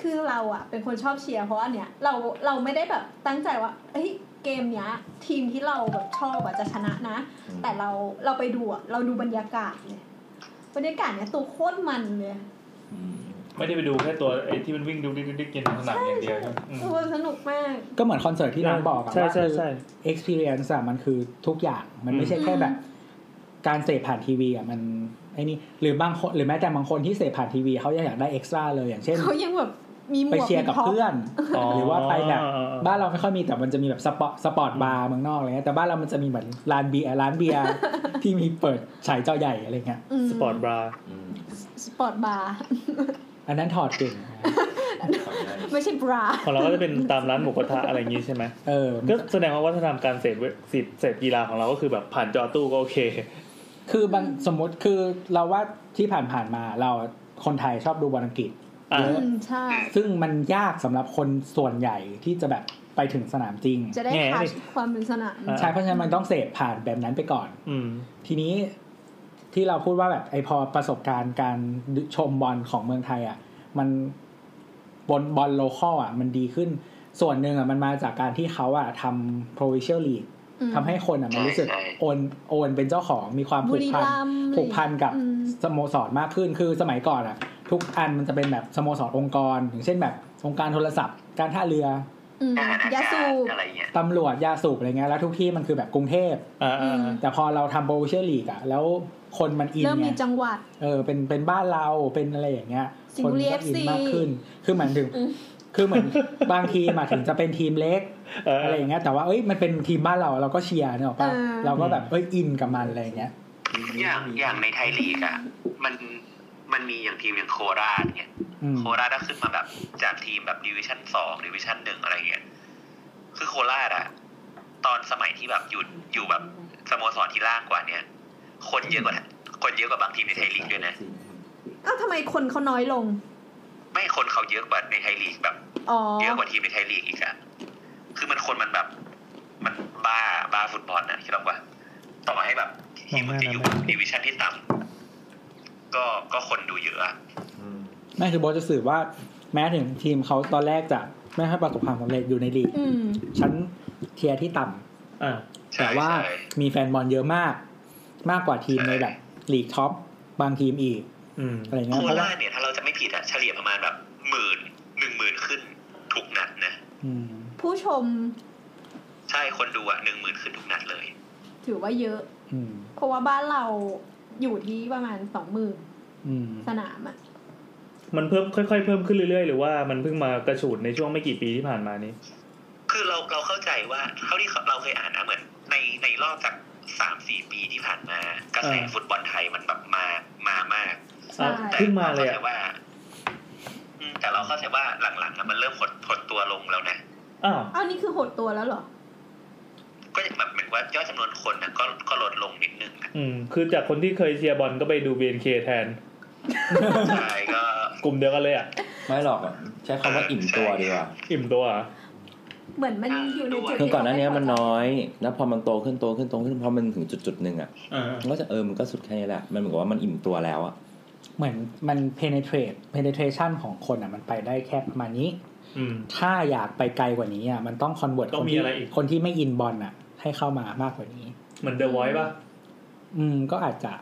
คือเราอะเป็นคนชอบเชียร์เพราะอันเนี้ยเราเราไม่ได้แบบตั้งใจว่าเอ้ยเกมเนี้ย ทีมที่เราแบบชอบอะจะชนะนะ แต่เราเราไปดูอะเราดูบรรยากาศเลยบรรยากาศเนี้ยตัวโคตรมันเลย อืม ไม่ได้ไปดูแค่ตัวไอ้ที่มันวิ่งดุ๊กดิ๊กดิ๊กดิ๊กกินสนามอย่างเดียวครับอืม เออสนุกมาก ก็เหมือนคอนเสิร์ตที่น้องบอกอะ ใช่ ว่า ใช่ใช่ experience อะมันคือทุกอย่างมันไม่ใช่แค่แบบ การเสพผ่านทีวีอะมันไอ้นี่หรือบางคนหรือแม้แต่บางคนที่เสพผ่านทีวีเขายังอยากได้เอ็กซ์ตร้าเลยอย่างเช่น เขายังแบบมีหมวก ไปเชียร์กับ มีท็ เพื่อน หรือว่าไปแบบ อ๋ออ๋ออ๋อ บ้านเราไม่ค่อยมีแต่มันจะมีแบบสปอร์ตสปอร์ตบาร์เมืองนอกอะไรเงี้ยแต่บ้านเรามันจะมีเหมือนร้านเบียร์ร้านเบียร์ ที่มีเปิดฉายเจ้าใหญ่อะไรเงี้ย ม สปอร์ตบรา อืม สปอร์ตบาร์ อันนั้นถอดเก่ง ขอได้ ไม่ใช่บรา ของเราก็จะเป็นตามร้านหมูกระทะอะไรอย่างงี้ใช่ไหม เออ ก็แสดงว่าวัฒนธรรมการเสพเวเสพเสพกีฬาของเราก็คือแบบผ่านจอตู้ก็โอเค คือบางสมมติคือเราว่าที่ผ่านๆมาเราคนไทยชอบดูบอลอังกฤษ อ่ะ อืม ใช่ ซึ่งมันยากสำหรับคนส่วนใหญ่ที่จะแบบไปถึงสนามจริง จะได้ แง่ ทั ดิ ชความเป็นสนาม ใช่เพราะฉะนั้นมันต้องเสพผ่านแบบนั้นไปก่อน อืม ทีนี้ที่เราพูดว่าแบบไอพอประสบการณ์การชมบอลของเมืองไทย อ่ะ มันบอลบอลโลคอลอ่ะ มันดีขึ้น ส่วนหนึ่งอ่ะมันมาจากการที่เขาอ่ะทำ provincial league อืม ทำให้คนอ่ะมันรู้สึก ใช่ โอนโอนเป็นเจ้าของมีความผูกพัน บุรีรัมย์ ผูกพันกับ อืม สโมสรมากขึ้นคือสมัยก่อนอ่ะ ทุกอันมันจะเป็นแบบสโมสรองค์กร อย่างเช่นแบบองค์การโทรศัพท์ การท่าเรือ อืม อาหารอาก ยา า สู ศ บ อะไรเงี้ย ตำรวจยาสูบอะไรเงี้ยแล้วทุกที่มันคือแบบกรุงเทพ อ่า อืม แต่พอเราทำโปรเชียลลีกอะแล้วคนมันอิน เริ่ม ไง มีจังหวัด เออเป็นเป็นบ้านเราเป็นอะไรอย่างเงี้ย สิ คนงห์บุรี ก็อิน FC มากขึ้น คือเหมือนถึง อืม คือเหมือน บางทีมอะถึงจะเป็นทีมเล็ก เออ อะไรอย่างเงี้ยแต่ว่าเอ้ยมันเป็นทีมบ้านเราเราก็เชียร์เนกอะป่ะ เออ เราก็แบบเอ้ยอินกับมันอะไรอย่างเงี้ย อย่างอย่างในไทยลีกอ่ะมันมันมีอย่างทีมอย่างโคราชเนี่ย อืม โคราชก็ขึ้นมาแบบจากทีมแบบดิวิชั่นสองดิวิชั่นหนึ่งอะไรเงี้ย คือโคราชอะตอนสมัยที่แบบอยู่อยู่แบบสโมสรที่ล่างกว่าเนี้ยคนเยอะกว่า คนเยอะกว่าบางทีมในไทยลีกด้วยนะ เอ้าทำไมคนเขาน้อยลง ไม่คนเขาเยอะกว่าในไทยลีกแบบ อ๋อ เยอะกว่าทีมในไทยลีกอีกอะคือมันคนมันแบบ มันบ้าบ้าฟุตบอลนะคิดว่าต่อให้แบบทีมมันจะอยู่ดิวิชั่นที่ต่ำก็ก็คนดูเยอะอะ นั่นคือโบทจะสื่อว่าแม้ถึงทีมเขาตอนแรกจะไม่ให้ประสบความสำเร็จอยู่ในลีก อืม ชั้นเทียร์ที่ต่ำ อ่า แต่ว่า ใช่ มีแฟนบอลเยอะมาก มากกว่าทีมในแบบลีกท็อปบางทีมอีก อืม อะไร โค เงี้ยเพราะว่า ราชเนี่ยถ้าเราจะไม่ผิดอะเฉลี่ยประมาณแบบหมื่นหนึ่งหมื่นขึ้นทุกนัดนะ อืม ผู้ชม ใช่คนดูอะหนึ่งหมื่นขึ้นทุกนัดเลย ถือว่าเยอะ อืม เพราะว่าบ้านเราอยู่ที่ประมาณสองหมื่น อืม สนามอะ มันเพิ่มค่อยๆเพิ่มขึ้นเรื่อยๆ หรือว่ามันเพิ่งมากระฉูดในช่วงไม่กี่ปีที่ผ่านมานี้ คือเราเราเข้าใจว่าเท่าที่เราเคยอ่านนะเหมือนในในรอบจากสามสี่ปีที่ผ่านมา กระแสฟุตบอลไทยมันแบบมามามาก อ่ะ ใช่ แต่ เพิ่งมาเลย รข้อ่ะใจว่าอืมแต่เราเข้าใจว่าหลังๆอะมันเริ่มหดหดตัวลงแล้วนะ อ้าว อ้าวนี่คือหดตัวแล้วเหรอ ก็แบบเหมือนว่ายอดจำนวนคนนะก็ก็ลดลงนิดนึงอะ อืม คือจากคนที่เคยเชียร์บอลก็ไปดูเบนเคแทน ใช่ก็ กลุ่มเดียวกันเลยอ่ะ ไม่หรอกอะใช้คำว่าอิ่มตัวดีกว่า อิ่มตัวอ่ะ เหมือนมันอยู่ในจุด คือก่อนหน้านี้มัน ที่เขาไม่พอใจ น้อย แล้วพอมันโตขึ้นโตขึ้นโตขึ้นพอมันถึงจุดจุดๆหนึ่งอ่ะ อ่า มันก็จะเออมันก็สุดแค่นี้แหละ มันเหมือนกับว่ามันอิ่มตัวแล้วอ่ะ เหมือนมัน penetrate penetration ของคนอ่ะมันไปได้แค่ประมาณนี้ อืม ถ้าอยากไปไกลกว่านี้อ่ะมันต้อง convert ต้ ค อง น มี ที่ อะไรอีก คนที่ไม่อินบอลอ่ะ ให้เข้ามามากกว่านี้ เหมือนเดอะไวท์ป่ะ อืมก็อาจจะ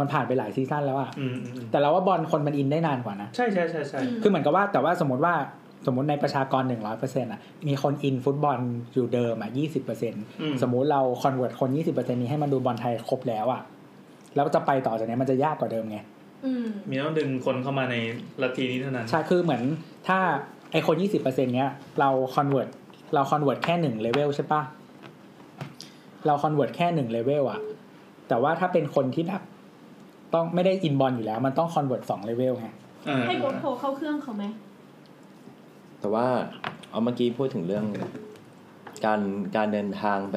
มันผ่านไปหลายซีซั่นแล้วอ่ะ อืมอืมอืม แต่เราว่าบอลคนมันอินได้นานกว่านะ ใช่ใช่ใช่ใช่ คือเหมือนกับว่าแต่ว่าสมมติว่าสมมติในประชากรหนึ่งร้อยเปอร์เซ็นต์อ่ะมีคนอินฟุตบอลอยู่เดิมอ่ะยี่สิบเปอร์เซ็นต์ อืม สมมุติเราคอนเวิร์ตคน20%นี้ให้มันดูบอลไทยครบแล้วอะ่ะ แล้วจะไปต่อจากนี้มันจะยากกว่าเดิมไง อืม มีต้องดึงคนเข้ามาในลัทธินี้เท่านั้น ใช่ คือเหมือนถ้าไอคน 20%เนี้ย เราคอนเวิร์ตเราคอนเวิร์ตแค่หนึ่งเลเวลใช่ปะเราคอนเวิร์ตแค่หนึ่งเลเวลอะแต่ว่าถ้าเป็นคนที่แบบต้องไม่ได้อินบอลอยู่แล้ว มันต้องคอนเวิร์ตสองเลเวลไง อ่า ให้โบทโทรเข้าเครื่องเขาไหม แต่ว่าเอาเมื่อกี้พูดถึงเรื่อง การการเดินทางไป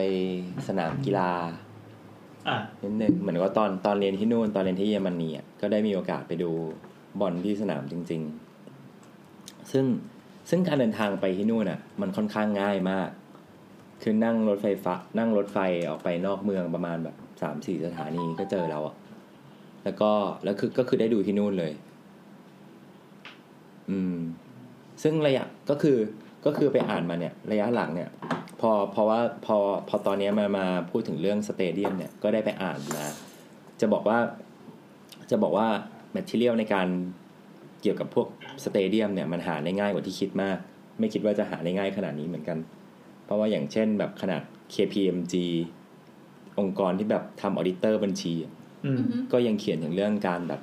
สนามกีฬา อ่า นิดนึงเหมือนว่าตอนตอนเรียนที่นู่นตอนเรียนที่เยอรมนีอ่ะก็ได้มีโอกาสไปดูบอลที่สนามจริง ๆ ซึ่งซึ่งการเดินทางไปที่นู่นอ่ะ มันค่อนข้างง่ายมาก คือนั่งรถไฟฟ้านั่งรถไฟออกไปนอกเมืองประมาณแบบสามสี่สถานีก็เจอแล้วอ่ะแล้วก็แล้วคือก็คือได้ดูที่นู่นเลย อืม ซึ่งระยะก็คือก็คือไปอ่านมาเนี่ย ระยะหลังเนี่ย พอเพราะว่าพอพอตอนเนี้ยมามาพูดถึงเรื่องสเตเดียมเนี่ยก็ได้ไปอ่านมา จะบอกว่า จะบอกว่าแมทเทียลในการเกี่ยวกับพวกสเตเดียมเนี่ยมันหาได้ง่ายกว่าที่คิดมาก ไม่คิดว่าจะหาได้ง่ายขนาดนี้เหมือนกัน เพราะว่าอย่างเช่นแบบขนาด KPMG องค์กรที่แบบทำออดิเตอร์บัญชีอะ อืม ก็ยังเขียนถึงเรื่องการแบบ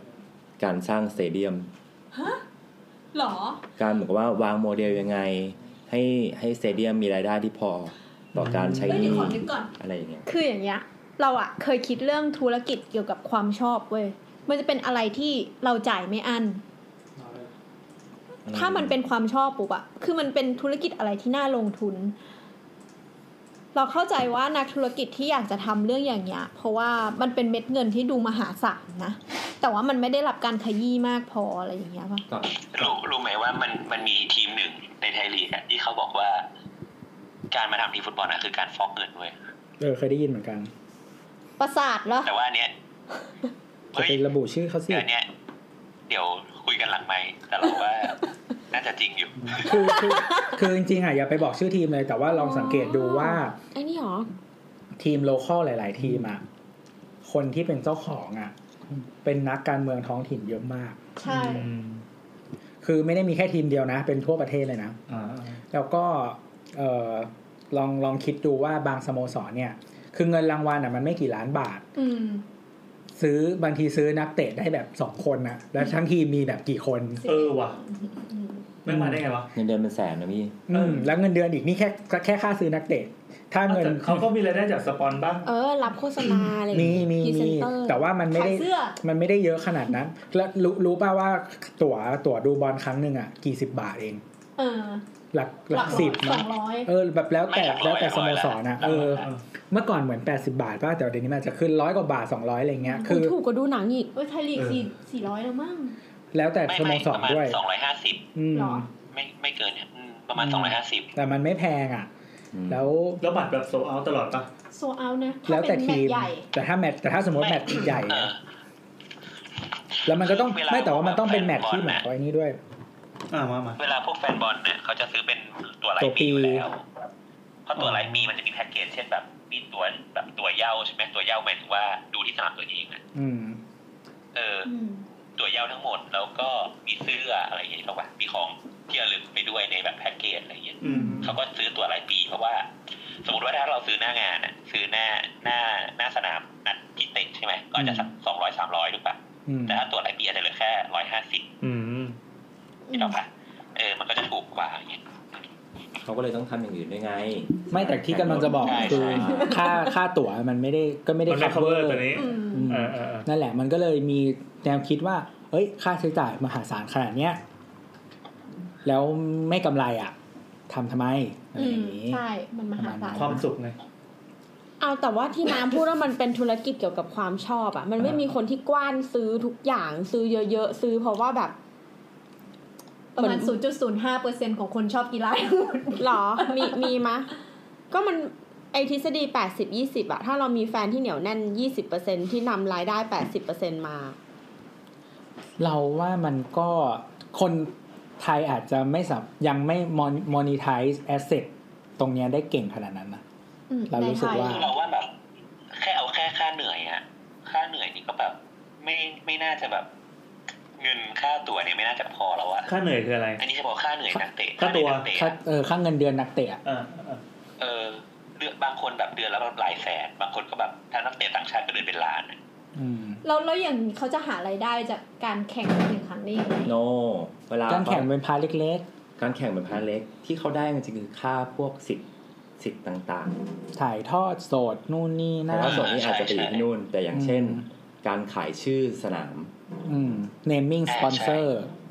การสร้างสเตเดียม หรอ การเหมือนกับว่าวางโมเดลยังไง ให้ให้สเตเดียมมีรายได้ที่พอต่อการใช้ เฮ้ย ห เดี๋ยว นี้ ขอนึกก่อน อะไรอย่างเงี้ย คืออย่างเงี้ย เราอะเคยคิดเรื่องธุรกิจเกี่ยวกับความชอบเว้ย มันจะเป็นอะไรที่เราจ่ายไม่อัน ถ้ามันเป็นความชอบปุ๊บอะคือมันเป็นธุรกิจอะไรที่น่าลงทุน เราเข้าใจว่านักธุรกิจที่อยากจะทำเรื่องอย่างเงี้ย เพราะว่ามันเป็นเม็ดเงินที่ดูมหาศาลนะ แต่ว่ามันไม่ได้รับการขยี้มากพออะไรอย่างเงี้ยป่ะ รู้รู้ไหมว่ามันมันมีทีมหนึ่งในไทยลีกอะที่เขาบอกว่า การมาทำทีมฟุตบอลอะคือการฟอกเงินเว้ย เออ เคยได้ยินเหมือนกัน ประสาทเหรอ แต่ว่าอันเนี้ย จะ เฮ้ย ไประบุชื่อเขาสิ เดี๋ยวอันเนี้ย เดี๋ยวคุยกันหลังไหมค์แต่เราว่า น่าจะจริงอยู่ คือคือคือจริงๆอ่ะอย่าไปบอกชื่อทีมเลยแต่ว่าลองสังเกตดูว่า ไอ้นี่หรอ ทีมโลคอลหลาย ๆ ทีมอ่ะ คนที่เป็นเจ้าของอ่ะ เป็นนักการเมืองท้องถิ่นเยอะมาก ใช่ อืม คือไม่ได้มีแค่ทีมเดียวนะ เป็นทั่วประเทศเลยนะ อ่า แล้วก็เออลองลองคิดดูว่าบางสโมสรเนี่ย คือเงินรางวัลอ่ะมันไม่กี่ล้านบาท อืม ซื้อบางทีซื้อนักเตะได้แบบสองคนนะแล้วทั้งทีมมีแบบกี่คน เออว่ะไม่มาได้ไงวะ เงินเดือนเป็นแสนนะพี่ เอ อื อ มแล้วเงินเดือนอีกนี่แค่แค่ค่าซื้อนักเตะ ถ้าเงิน แต่เขาก็มีรายได้จากสปอนบ้าง เออ รับโฆษณาอะไร มีมี พรีเซ มี นเตอร์ แต่ว่ามันไม่ ขาย ได้ เสื้อ มันไม่ได้เยอะขนาดนั้น แล้วรู้รู้ป่าวว่าตั๋วตั๋วดูบอลครั้งหนึ่งอ่ะกี่สิบบาทเอง เออ หลักหลักสิบ สอ เนาะ งร้อย เออแบบแล้วแต่ ไม่หลักร้อย แล้วแต่สโมสรนะเออ เออ เมื่อก่อนเหมือน 80 บาทป่ะแต่เดี๋ยวนี้มันอาจจะขึ้นร้อยกว่าบาท 200อะไรเงี้ย คื คือ อ ถูกกว่าดูหนังอีก เอ้ยไทยลีก เออ สี่สี่ร้อยแล้วมั้ง แล้วแต่ ไม่ สโม ไม่ ส ป ร ระมาณ ด้วย สองร้อยห้าสิบ อืม หรอ ไม่ไม่เกินเนี่ยอืมประมาณ อืม สองร้อยห้าสิบ แต่มันไม่แพงอ่ะ อืม แล้ว แล้วบัตรแบบโซเอาตลอดปะ โซเอานะถ้า แล้วแต่ เป็นม ที ต ม ช์ใหญ่ แต่ถ้าแมตช์แต่ถ้าสมมติแมตช์ใหญ่ เออ นะแล้วมันก็ต้อง เวลา ไม่แต่ว่ามันต้องเป็นแมตช์ที่ แฟนบอลนะแมตช์ไว้นี่ด้วย อ่ามามา เวลาพวกแฟนบอลเนี่ยเขาจะซื้อเป็นตัวราย ตัวปีปีอยู่แล้วเพราะตัวรายปีมันจะมีแพ็กเกจเช่นแบบมีตัวแบบตัวเหย้าใช่ไหมตัวเหย้าหมายถึงว่าดูที่สนามตัวเองอะ อืม เออ อืม ตัวเหย้าทั้งหมดแล้วก็มีเสื้ออะไรอย่างเงี้ยหรอวะมีของที่ระลึกไปด้วยในแบบแพ็กเกจอะไรอย่างเงี้ย อืม เขาก็ซื้อตั๋วรายปี เพราะว่า สมมติว่าถ้าเราซื้อหน้างานน่ะซื้อหน้าหน้าหน้าสนามนัดที่เตะใช่ไหมก็อาจจะสักสองร้อยสามร้อยถูกปะ อืม แต่ถ้าตั๋วรายปีอาจจะเหลือแค่ร้อยห้าสิบ อืม นี่หรอกปะเออมันก็จะถูกกว่าอย่างเงี้ย เขาก็เลยต้องทำอย่างอื่นด้วยไง ไม่แต่ที่กำลังจะบอก ใช่ คือ ใช่ ค่าค่าตั๋วมันไม่ได้ก็ไม่ได้ มันได้ cover cover ตัวนี้ อืม อืม เออเออเออ นั่นแหละมันก็เลยมีแนวคิดว่า เอ้ย ค่าใช้จ่ายมหาศาลขนาดเนี้ยแล้วไม่กำไรอ่ะทำทำไมอะไร อื อ ม ย่างนี้ ใช่ มันมหาศาล ความสุขไง เอาแต่ว่าที่น้ำพูดว่ามันเป็นธุรกิจเกี่ยวกับความชอบอะมันไม่มีคนที่กว้านซื้อทุกอย่างซื้อเยอะๆซื้อเพราะว่าแบบ ประมาณศูนย์จุดศูนย์ห้าเปอร์เซ็นของคนชอบกีฬาทั้งหมด หรอ มี มีมะ ก็มันไอทฤษฎี 80 20อะถ้าเรามีแฟนที่เหนียวแน่น 20%ที่นำรายได้ 80%มา เราว่ามันก็คนไทยอาจจะไม่สับยังไม่มอนิทายแอสเซทตรงเนี้ยได้เก่งขนาดนั้นนะ อืม เรารู้สึกว่า ในไทย เราว่าแบบแค่เอาแค่ค่าเหนื่อยอะค่าเหนื่อยนี่ก็แบบไม่ไม่น่าจะแบบ เงินค่าตั๋วเนี่ยไม่น่าจะพอแล้วอะ ค่าเหนื่อยคืออะไร อันนี้เฉพาะค่าเหนื่อยนักเตะ ค่าตั๋ว เหนื่อยนักเตะ ค่าเออค่าเงินเดือนนักเตะอะ เออเออเออ เออเดือนบางคนแบบเดือนละหลายแสน บางคนก็แบบถ้านักเตะต่างชาติก็เดือนเป็นล้านอะ อืม เราเราอย่างเขาจะหารายได้จากการแข่งหนึ่งครั้งนี้ยังไง โนเวลา การแข่งเป็นพาร์ทเล็ก การแข่งเป็นพาร์ทเล็กที่เขาได้จริงๆคือค่าพวกสิทธิ์สิทธิ์ต่าง ๆ ถ่ายทอดสดนู่นนี่ ๆแต่ นั่น ว่าส่วนนี้อาจจะไปอยู่ที่นู่น แต่อย่างเช่น การขายชื่อสนาม อืม naming ใช่ sponsor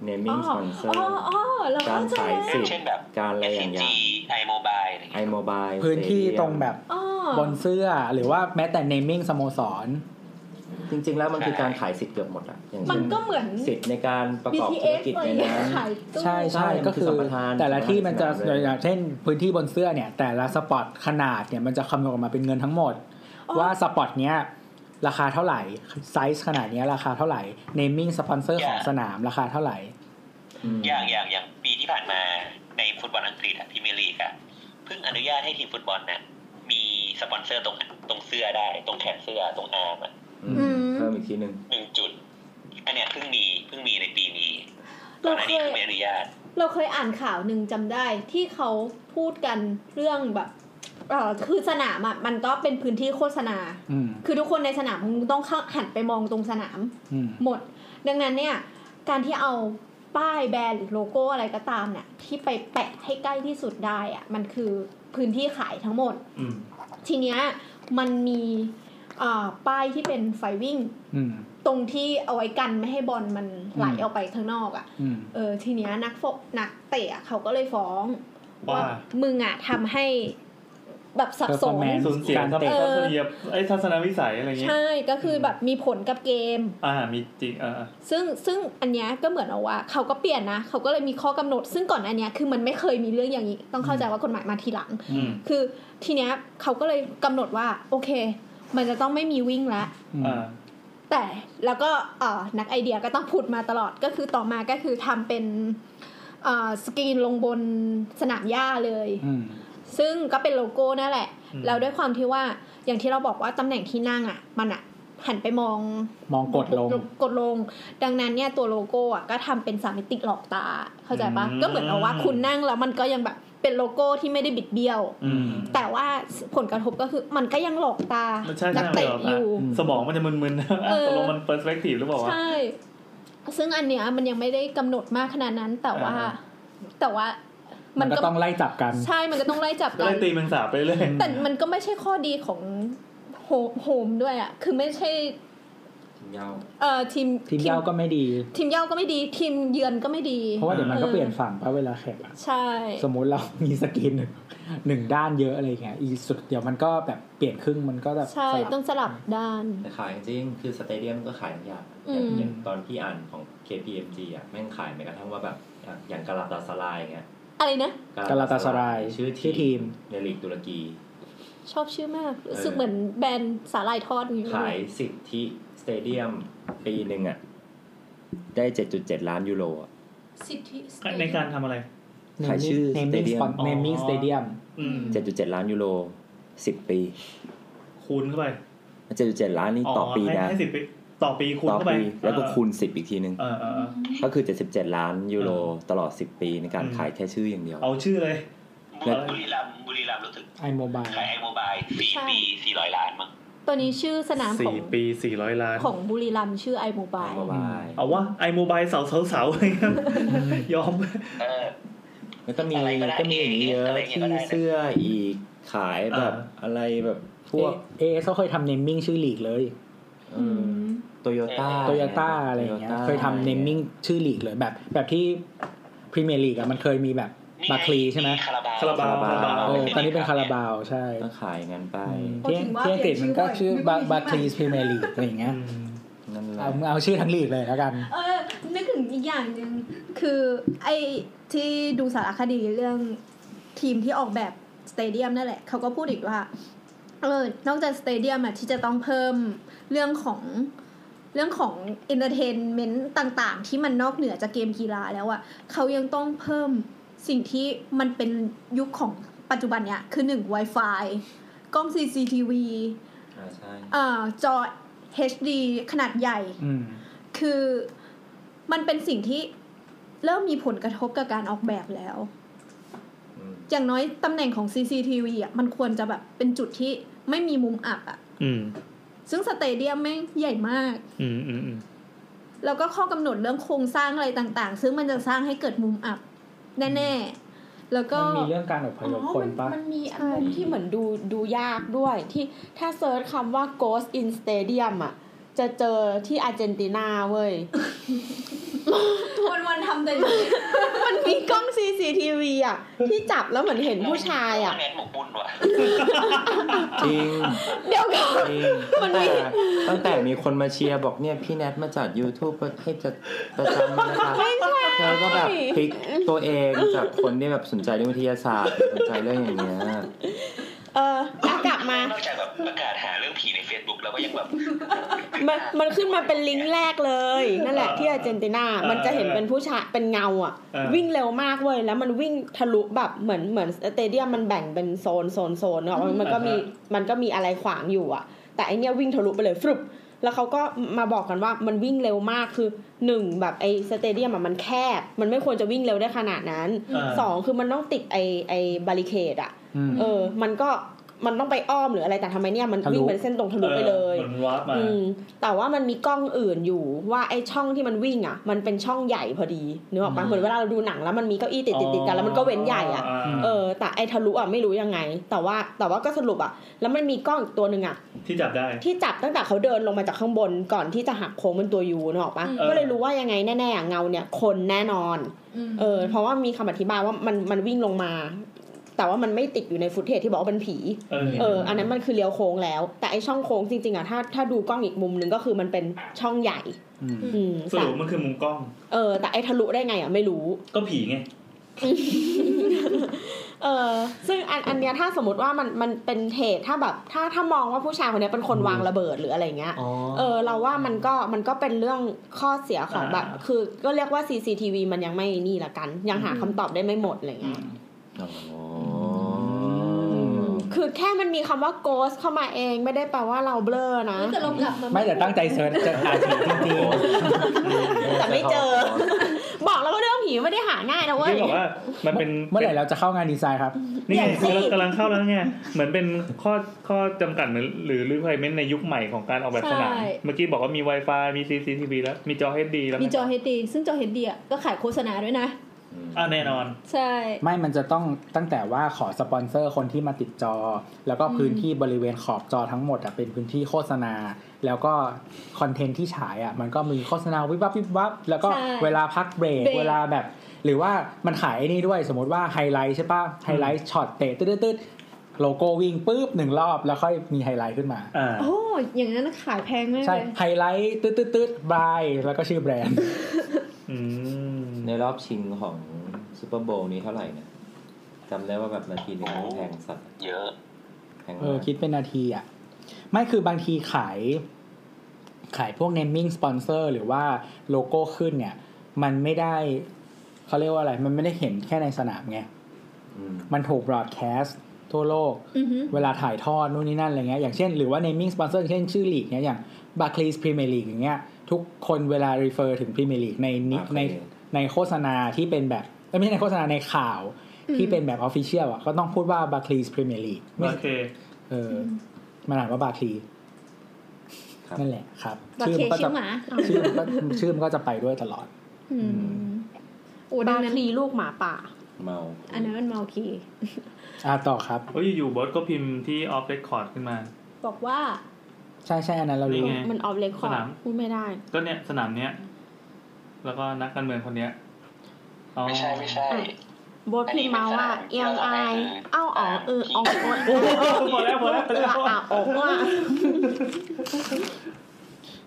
naming อ๋ sponsor ออ๋อเรา การ เข้าใจ ขาย แล้ว สิท เช่ ธิ์ นแบบ การอะไรอย่าง SCG เงี้ย iMobile อะไรอย่าง ไอ เงี้ย โมบาย พื้นที่ตรงแบบ อ๋อบ นเสื้อหรือว่าแม้แต่ naming สโมสร จริง ๆ แล้วมันคือการขายสิทธิ์เกือบหมดอะอย่าง มัน เช่น ก็เหมือน สิทธิ์ในการประกอบธุร BTS กิจ อะไร ใน อย่างเงี้ย นั้น ขายตู้ ใช่ ใช่ ใช่ มัน ก็ คืคืออ สัมปทาน แต่ละที่มันจะ สัมปทาน อย่างเช่น พื้นที่บนเสื้อเนี่ย แต่ละสปอตขนาดเนี่ยมันจะคำนวณออกมาเป็นเงินทั้งหมด อ๋อ ว่าสปอตเนี้ยราคาเท่าไหร่ไซส์ขนาดเนี้ยราคาเท่าไหร่เนมมิ่งสปอนเซอร์ของสนามราคาเท่าไหร่ อืม อย่างอย่างอย่างปีที่ผ่านมาในฟุตบอลอังกฤษอะพรีเมียร์ลีกอะเพิ่งอนุญาตให้ทีมฟุตบอลนะมีสปอนเซอร์ตรงตรงเสื้อได้ ตรงแขนเสื้อตรงอาร์มอะ อืมเพิ่มอีกทีหนึ่ง หนึ่งจุด อันเนี้ยเพิ่งมีเพิ่งมีในปีนี้ตอ เรา นหน้า เค นี้คือย ไม่อนุญาต เราเคยอ่านข่าวหนึ่งจำได้ที่เขาพูดกันเรื่องแบบเออคือสนามอ่ะมันก็เป็นพื้นที่โฆษณา อืม คือทุกคนในสนามมึงต้องเข้าหันไปมองตรงสนาม อืม หมด ดังนั้นเนี่ย การที่เอาป้ายแบรนด์หรือโลโก้อะไรก็ตามเนี่ยที่ไปแปะให้ใกล้ที่สุดได้อ่ะมันคือพื้นที่ขายทั้งหมด อืม ทีเนี้ยมันมีเอ่อป้ายที่เป็นไฟวิ่ง อืม ตรงที่เอาไว้กันไม่ให้บอลมันไหล อืม ออกไปข้างนอกอ่ะ อืม เออทีเนี้ยนักฟนักเตะอะเขาก็เลยฟ้อง ว่า ว่ามึงอ่ะทำให้แบบสับสน สูญเสีย การ ทัศน เตะ เออ ทัศนียไอ้ทัศนวิสัยอะไรเงี้ย ใช่ก็คือแบบมีผลกับเกม อ่ามีจริงเออเออ ซึ่งซึ่งอันเนี้ยก็เหมือนเอาว่าเขาก็เปลี่ยนนะเขาก็เลยมีข้อกำหนด ซึ่งก่อนอันเนี้ยคือมันไม่เคยมีเรื่องอย่างนี้ ต้องเข้าใจว่ากฎหมายมาทีหลัง อืม คือทีเนี้ยเขาก็เลยกำหนดว่าโอเค มันจะต้องไม่มีวิ่งละ อืม อ่า แต่แล้วก็เอ่อนักไอเดียก็ต้องผุดมาตลอดก็คือต่อมาก็คือทำเป็น เอ่อสกรีนลงบนสนามหญ้าเลย อืม ซึ่งก็เป็นโลโก้นั่นแหละ อืม แล้วด้วยความที่ว่าอย่างที่เราบอกว่าตำแหน่งที่นั่งอ่ะ มันอ่ะหันไปมอง มองกดลง กดลง ดังนั้นเนี่ยตัวโลโก้อ่ะก็ทำเป็นสามมิติหลอกตาเข้าใจปะ อืม ก็เหมือนเอาว่าคุณนั่งแล้วมันก็ยังแบบเป็นโลโก้ที่ไม่ได้บิดเบี้ยว อืม แต่ว่าผลกระทบก็คือมันก็ยังหลอกตา มันใช่ นัเตะ ใช่มันหลอกตา อยู่ อืม สมองมันจะมึนๆนะ เออ ตกลงมันเปอร์สเปกทีฟหรือเปล่าวะ ใช่ ซึ่งอันเนี้ยมันยังไม่ได้กำหนดมากขนาดนั้น แต่ว่า อ่า แต่ว่า มั มัน ก็ต้องไล่จับกัน ใช่ มันก็ต้องไล่จับ ก็ กั เล น ยตีแมงสาบไปเรื่อย แต่มันก็ไม่ใช่ข้อดีของโฮโฮมด้วยอ่ะ คือไม่ใช่ ยาว เอ่อทีม ทีมเหย้าก็ไม่ดี ทีมเหย้าก็ไม่ดี ทีมเยือนก็ไม่ดี เพราะว่าเดี๋ยวมันก็ เออ เปลี่ยนฝั่งป่ะเวลาแข่งอะ ใช่ สมมุติเรา มีสกินหนึ่งหนึ่งด้านเยอะอะไรอย่างเงี้ยอีสุดเดี๋ยวมันก็แบบเปลี่ยนครึ่งมันก็แบบ ใช่ สลับ ต้องสลับด้าน แต่ขายจริงคือสเตเดียมก็ขายทุกอย่าง อื อย่าม งอย่างตอนพี่อ่านของ KPMG อ่ะแม่งขายแม้กระทั่งว่าแบบอ่ะอย่างกาลาตาสลายเงี้ย อะไรนะ กาลาตาสราย ชื่อ ชื่อ ที ที ม ม ในลีกตุรกี ชอบชื่อมาก รู้สึก เออ เหมือนแบรนด์สาหร่ายทอดอย่างเงี้ย ขายสิทธิสเตเดียม ปีหนึ่งอ่ะ ได้เจ็ดจุดเจ็ดล้านยูโรอะ สิทธิสเต ในการทำอะไร ขายชื่อสเต naming เดียม spon- อ๋อ naming stadium อืม เจ็ดจุดเจ็ดล้านยูโรสิบปี คูณเข้าไป เจ็ดจุดเจ็ดล้านนี่ต่อปี ให้ นะ ให้สิบปีต่อปีคูณ ต่อ เข้าไป ปีแล้วก็ เออ คูณสิบอีกทีนึง เออเออเออ ก็คือ 77 ล้านยูโร เออ ตลอด 10 ปีในการ อืม ขายแค่ชื่ออย่างเดียว เอาชื่อเลย แล้ว บุรีรัมย์บุรีรัมย์รู้สึก ไอโมบาย ขายไอโมบายสี่ปีสี่ร้อยล้านมั้ง ตัวนี้ชื่อสนามของ สี่ปีสี่ร้อยล้าน ของบุรีรัมย์ชื่อไอโมบาย โมบาย เอาว่าไอโมบายเสาเสาเสาอะไรเงี้ยยอม เออ แล้วก็มี อะไรก็ได้ ก็มีอย่างนี้เยอะ อะไรอย่างเงี้ยก็ ที่ ได้นะ เสื้ออีกขายแบบ เอออ อะไรแบบพ พว ว ก ก เอเอสเขาเคยทำ naming ชื่อลีกเลย โตโยต้า โตโยต้าอะไรอย่างเงี้ย Toyota เคยทำเนมมิ่งชื่อลีกเลยแบบ แบบที่พรีเมียร์ลีกอะมันเคยมีแบบบาคลีใช่ไหม คาราบาว คาราบาว คาราบาว เออตอนนี้เป็นคาราบาวใช่ ก็ขายงั้นไป ที่ ถึงว่า ที่อังกฤษมันก็ชื่อบาบาคลีสพรีเมียร์ลีกอะไรอย่าง อื เงี้ย ม นั่นแหละ เอาเอาชื่อทั้งลีกเลยแล้วกัน เออนึกถึงอีกอย่างหนึ่งคือไอ้ที่ดูสารคดีเรื่องทีมที่ออกแบบสเตเดียมนั่นแหละเขาก็พูดอีกว่าเออนอกจากสเตเดียมอะที่จะต้องเพิ่มเรื่องของเรื่องของเอนเตอร์เทนเมนต์ต่างๆ ที่มันนอกเหนือจากเกมกีฬาแล้วอะเขายังต้องเพิ่มสิ่งที่มันเป็นยุคของปัจจุบันเนี่ยคือหนึ่ง Wi-Fi กล้อง CCTV อ่าใช่ เอ่อจอ HD ขนาดใหญ่ อืม คือมันเป็นสิ่งที่เริ่มมีผลกระทบกับการออกแบบแล้ว อืม อย่างน้อยตำแหน่งของ CCTV อ่ะมันควรจะแบบเป็นจุดที่ไม่มีมุมอับอ่ะ อืม ซึ่งสเตเดียมไม่งใหญ่มาก อืมอืมอืม แล้วก็ข้อกำหนดเรื่องโครงสร้างอะไรต่างๆ ซึ่งมันจะสร้างให้เกิดมุมอับ แน่ๆ แล้วก็ มันมีเรื่องการอพ อ๋ ยพ อ ค มัน น ปะ มันมีอันนึงที่เหมือนดูดูยากด้วยที่ถ้าเซิร์ชคำว่า Ghost in Stadium อ่ะ จะเจอที่อาร์เจนตินาเว้ย วันวันๆทำแต่ มันมีกล้อง CCTV อ่ะ ที่จับแล้วเหมือนเห็นผู้ชายอ่ะ เน้นหมกบุญว่ะ จริง เดี๋ยวก่อน จริง มันมี แต่ตั้งแต่มีคนมาเชียร์บอกเนี่ยพี่แนทมาจัด YouTube ให้จะประจำนะคะเธอก็แบบพลิกตัวเองจากคนที่แบบสนใจเรื่องวิทยาศาสตร์สนใจเรื่องอย่างเงี้ย เอออ่ะกลับมา นอกจากแบบประกาศหาเรื่องผีใน Facebook แล้วก็ยังแบบ มันมันขึ้นมาเป็นลิงก์แรกเลย นั่นแหละที่อาร์เจนตินา มันจะเห็นเป็นผู้ชายเป็นเงาอ่ะ วิ่งเร็วมากเว้ยแล้วมันวิ่งทะลุแบบเหมือนเหมือนสเตเดียมมันแบ่งเป็นโซนโซนโซนเนอะมันก็มีมันก็มีอะไรขวางอยู่อ่ะ แต่ไอเนี้ยวิ่งทะลุไปเลยฟรุบแล้วเขาก็มาบอกกันว่ามันวิ่งเร็วมากคือหนึ่งแบบไอสเตเดียมอะมันแคบ มันไม่ควรจะวิ่งเร็วได้ขนาดนั้น า สองคือมันต้องติดไอไอบาริเคดอ่ะ อืม เออ มันก็มันต้องไปอ้อมหรืออะไรแต่ทำไมเนี่ยมัน ทะลุ วิ่งเป็นเส้นตรงทะลุไปเลย ออหมือนวาร์ปมา อืมแต่ว่ามันมีกล้องอื่นอยู่ว่าไอ้ช่องที่มันวิ่งอ่ะ มันเป็นช่องใหญ่พอดีนึกออกปะเหมือนเวลาเราดูหนังแล้วมันมีเก้าอี้ติดติดติดกันแล้วมันก็เว้นใหญ่อ่ะ า เออแต่ไอ้ทะลุอ่ะไม่รู้ยังไง แต่ว่าแต่ว่าก็สรุปอ่ะ แล้วมันมีกล้องอีกตัวหนึ่งอ่ะ ที่จับได้ ที่จับตั้งแต่เขาเดินลงมาจากข้างบนก่อนที่จะหักโค้งเป็นตัวยูนึกออกปะ เออ ก็เลยรู้ว่ายังไงแน่ๆอ่ะเงาเนี่ยคนแน่นอน เออเพราะว่ามีคำอธิบายว่ามันมันวิ่งลงมา แต่ว่ามันไม่ติดอยู่ในฟุตเทจที่บอกว่าเป็นผี เออ เออ อันนั้นมันคือเลี้ยวโค้งแล้ว แต่ไอช่องโค้งจริงๆอะถ้าถ้าดูกล้องอีกมุมหนึ่งก็คือมันเป็นช่องใหญ่ อืม อืม สรุปมันคือมุมกล้อง เออ แต่ไอทะลุได้ไงอะไม่รู้ ก็ผีไง เอ เออซึ่งอันอันเนี้ยถ้าสมมติว่ามันมันเป็นเหตุถ้าแบบ ถ้าถ้ามองว่าผู้ชายคนเนี้ยเป็นคนวางระเบิดหรืออะไรเงี้ย อ๋อ เออเราว่ามันก็มันก็เป็นเรื่องข้อเสียของแบบ อ่า คือก็เรียกว่า CCTV มันยังไม่นี่ละกัน ยังหาคำตอบได้ไม่หมดอะไร อื เงี้ย ม อ๋อ คือแค่มันมีคำว่า ghost เข้ามาเองไม่ได้แปลว่าเราเบลอนะ แต่เรากลับมา ไม่แต่ตั้งใจเซิร์ชจะหาผีจริง แต่ไม่เจอ บอกแล้วว่าเรื่องผีไม่ได้หาง่ายนะเว้ย ที่บอกว่ามันเป็น ๆเมื่อไหร่เราจะเข้างานดีไซน์ครับ นี่ไง อย่างที่ กำลังกำลังเข้าแล้วไงเหมือนเป็นข้อข้อจำกัดเหมือนหรือ requirement ในยุคใหม่ของการออกแบบสนามเมื่อกี้บอกว่ามี Wi-Fi มี CCTV แล้ว มีจอ HD แล้วไง มีจอเฮดีซึ่งจอเฮดีอ่ะก็ขายโฆษณาด้วยนะ อ่าแน่นอน ใช่ ไม่มันจะต้องตั้งแต่ว่าขอสปอนเซอร์คนที่มาติดจอ แล้วก็พื้นที่บริเวณขอบจอทั้งหมดอะเป็นพื้นที่โฆษณา แล้วก็คอนเทนต์ที่ฉายอะมันก็มีโฆษณาวิบวับวิบวับแล้วก็ ใช่ เวลาพักเบรก เบรก เวลาแบบ หรือว่ามันขายไอ้นี่ด้วยสมมติว่าไฮไลท์ใช่ป่ะไฮไลท์ช็อตเตะตืดๆๆโลโก้วิ่งปุ๊บหนึ่งรอบแล้วค่อยมีไฮไลท์ขึ้นมา อ่า โอ้อย่างนั้นขายแพงมาก ใช่ เลย ไฮไลท์ตืดๆตืดๆบายแล้วก็ชื่อแบรนด์ อืม ในรอบชิงของซูเปอร์โบว์นี้เท่าไหร่เนี่ยจำได้ว่าแบบนาทีหนึ่งมันแพงสัตว์ เยอะ แพง เออ มาก คิดเป็นนาทีอ่ะ ไม่คือบางทีขาย ขายพวก naming sponsor หรือว่าโลโก้ขึ้นเนี่ย มันไม่ได้ เขาเรียกว่าอะไร มันไม่ได้เห็นแค่ในสนามไง อืม มันถูก broadcast ทั่วโลก อือหือ เวลาถ่ายทอดนู่นนี่นั่นอะไรเงี้ยอย่างเช่นหรือว่า naming sponsor อย่างเช่นชื่อลีกเนี้ยอย่าง Barclays Premier League อย่างเงี้ย ทุกคนเวลา refer ถึง Premier League ในนิในในโฆษณาที่เป็นแบบเอ้ยไม่ใช่ในโฆษณาในข่าวที่เป็นแบบ official อ่ะก็ต้องพูดว่า Barclays Premier League ไม่ โอเค เอออมันอ่านว่าบาคลี ครับ นั่นแหละครับ บัตรเค มันก็ ชิ จะ วหมา ชื่อมันก็ชื่อมันก็จะไปด้วยตลอด อืมโอ้ดั บาง ง นั้น ทีลูกหมาป่า เมา อันนั้นมันเมาคี อ่าต่อครับ โอ้ยอยู่ๆบอสก็พิมพ์ที่ออฟเรคคอร์ดขึ้นมา บอกว่า ใช่ใช่อันนั้นเรารู้ นี่ไง มันออฟเลคคอ ส ร์ นาม พูดไม่ได้ ก็เนี่ยสนามเนี้ย แล้วก็นักการเมืองคนเนี้ยอ๋อ ไม่ใช่ไม่ใช่ โบทพิมพ์มาว่า เอียงอายเอ้าอ๋อเอออ๋อเออเอ โอ้ อ โห เออ พอแล้วพอแล้วพอแล้ว อ่ะอกว่า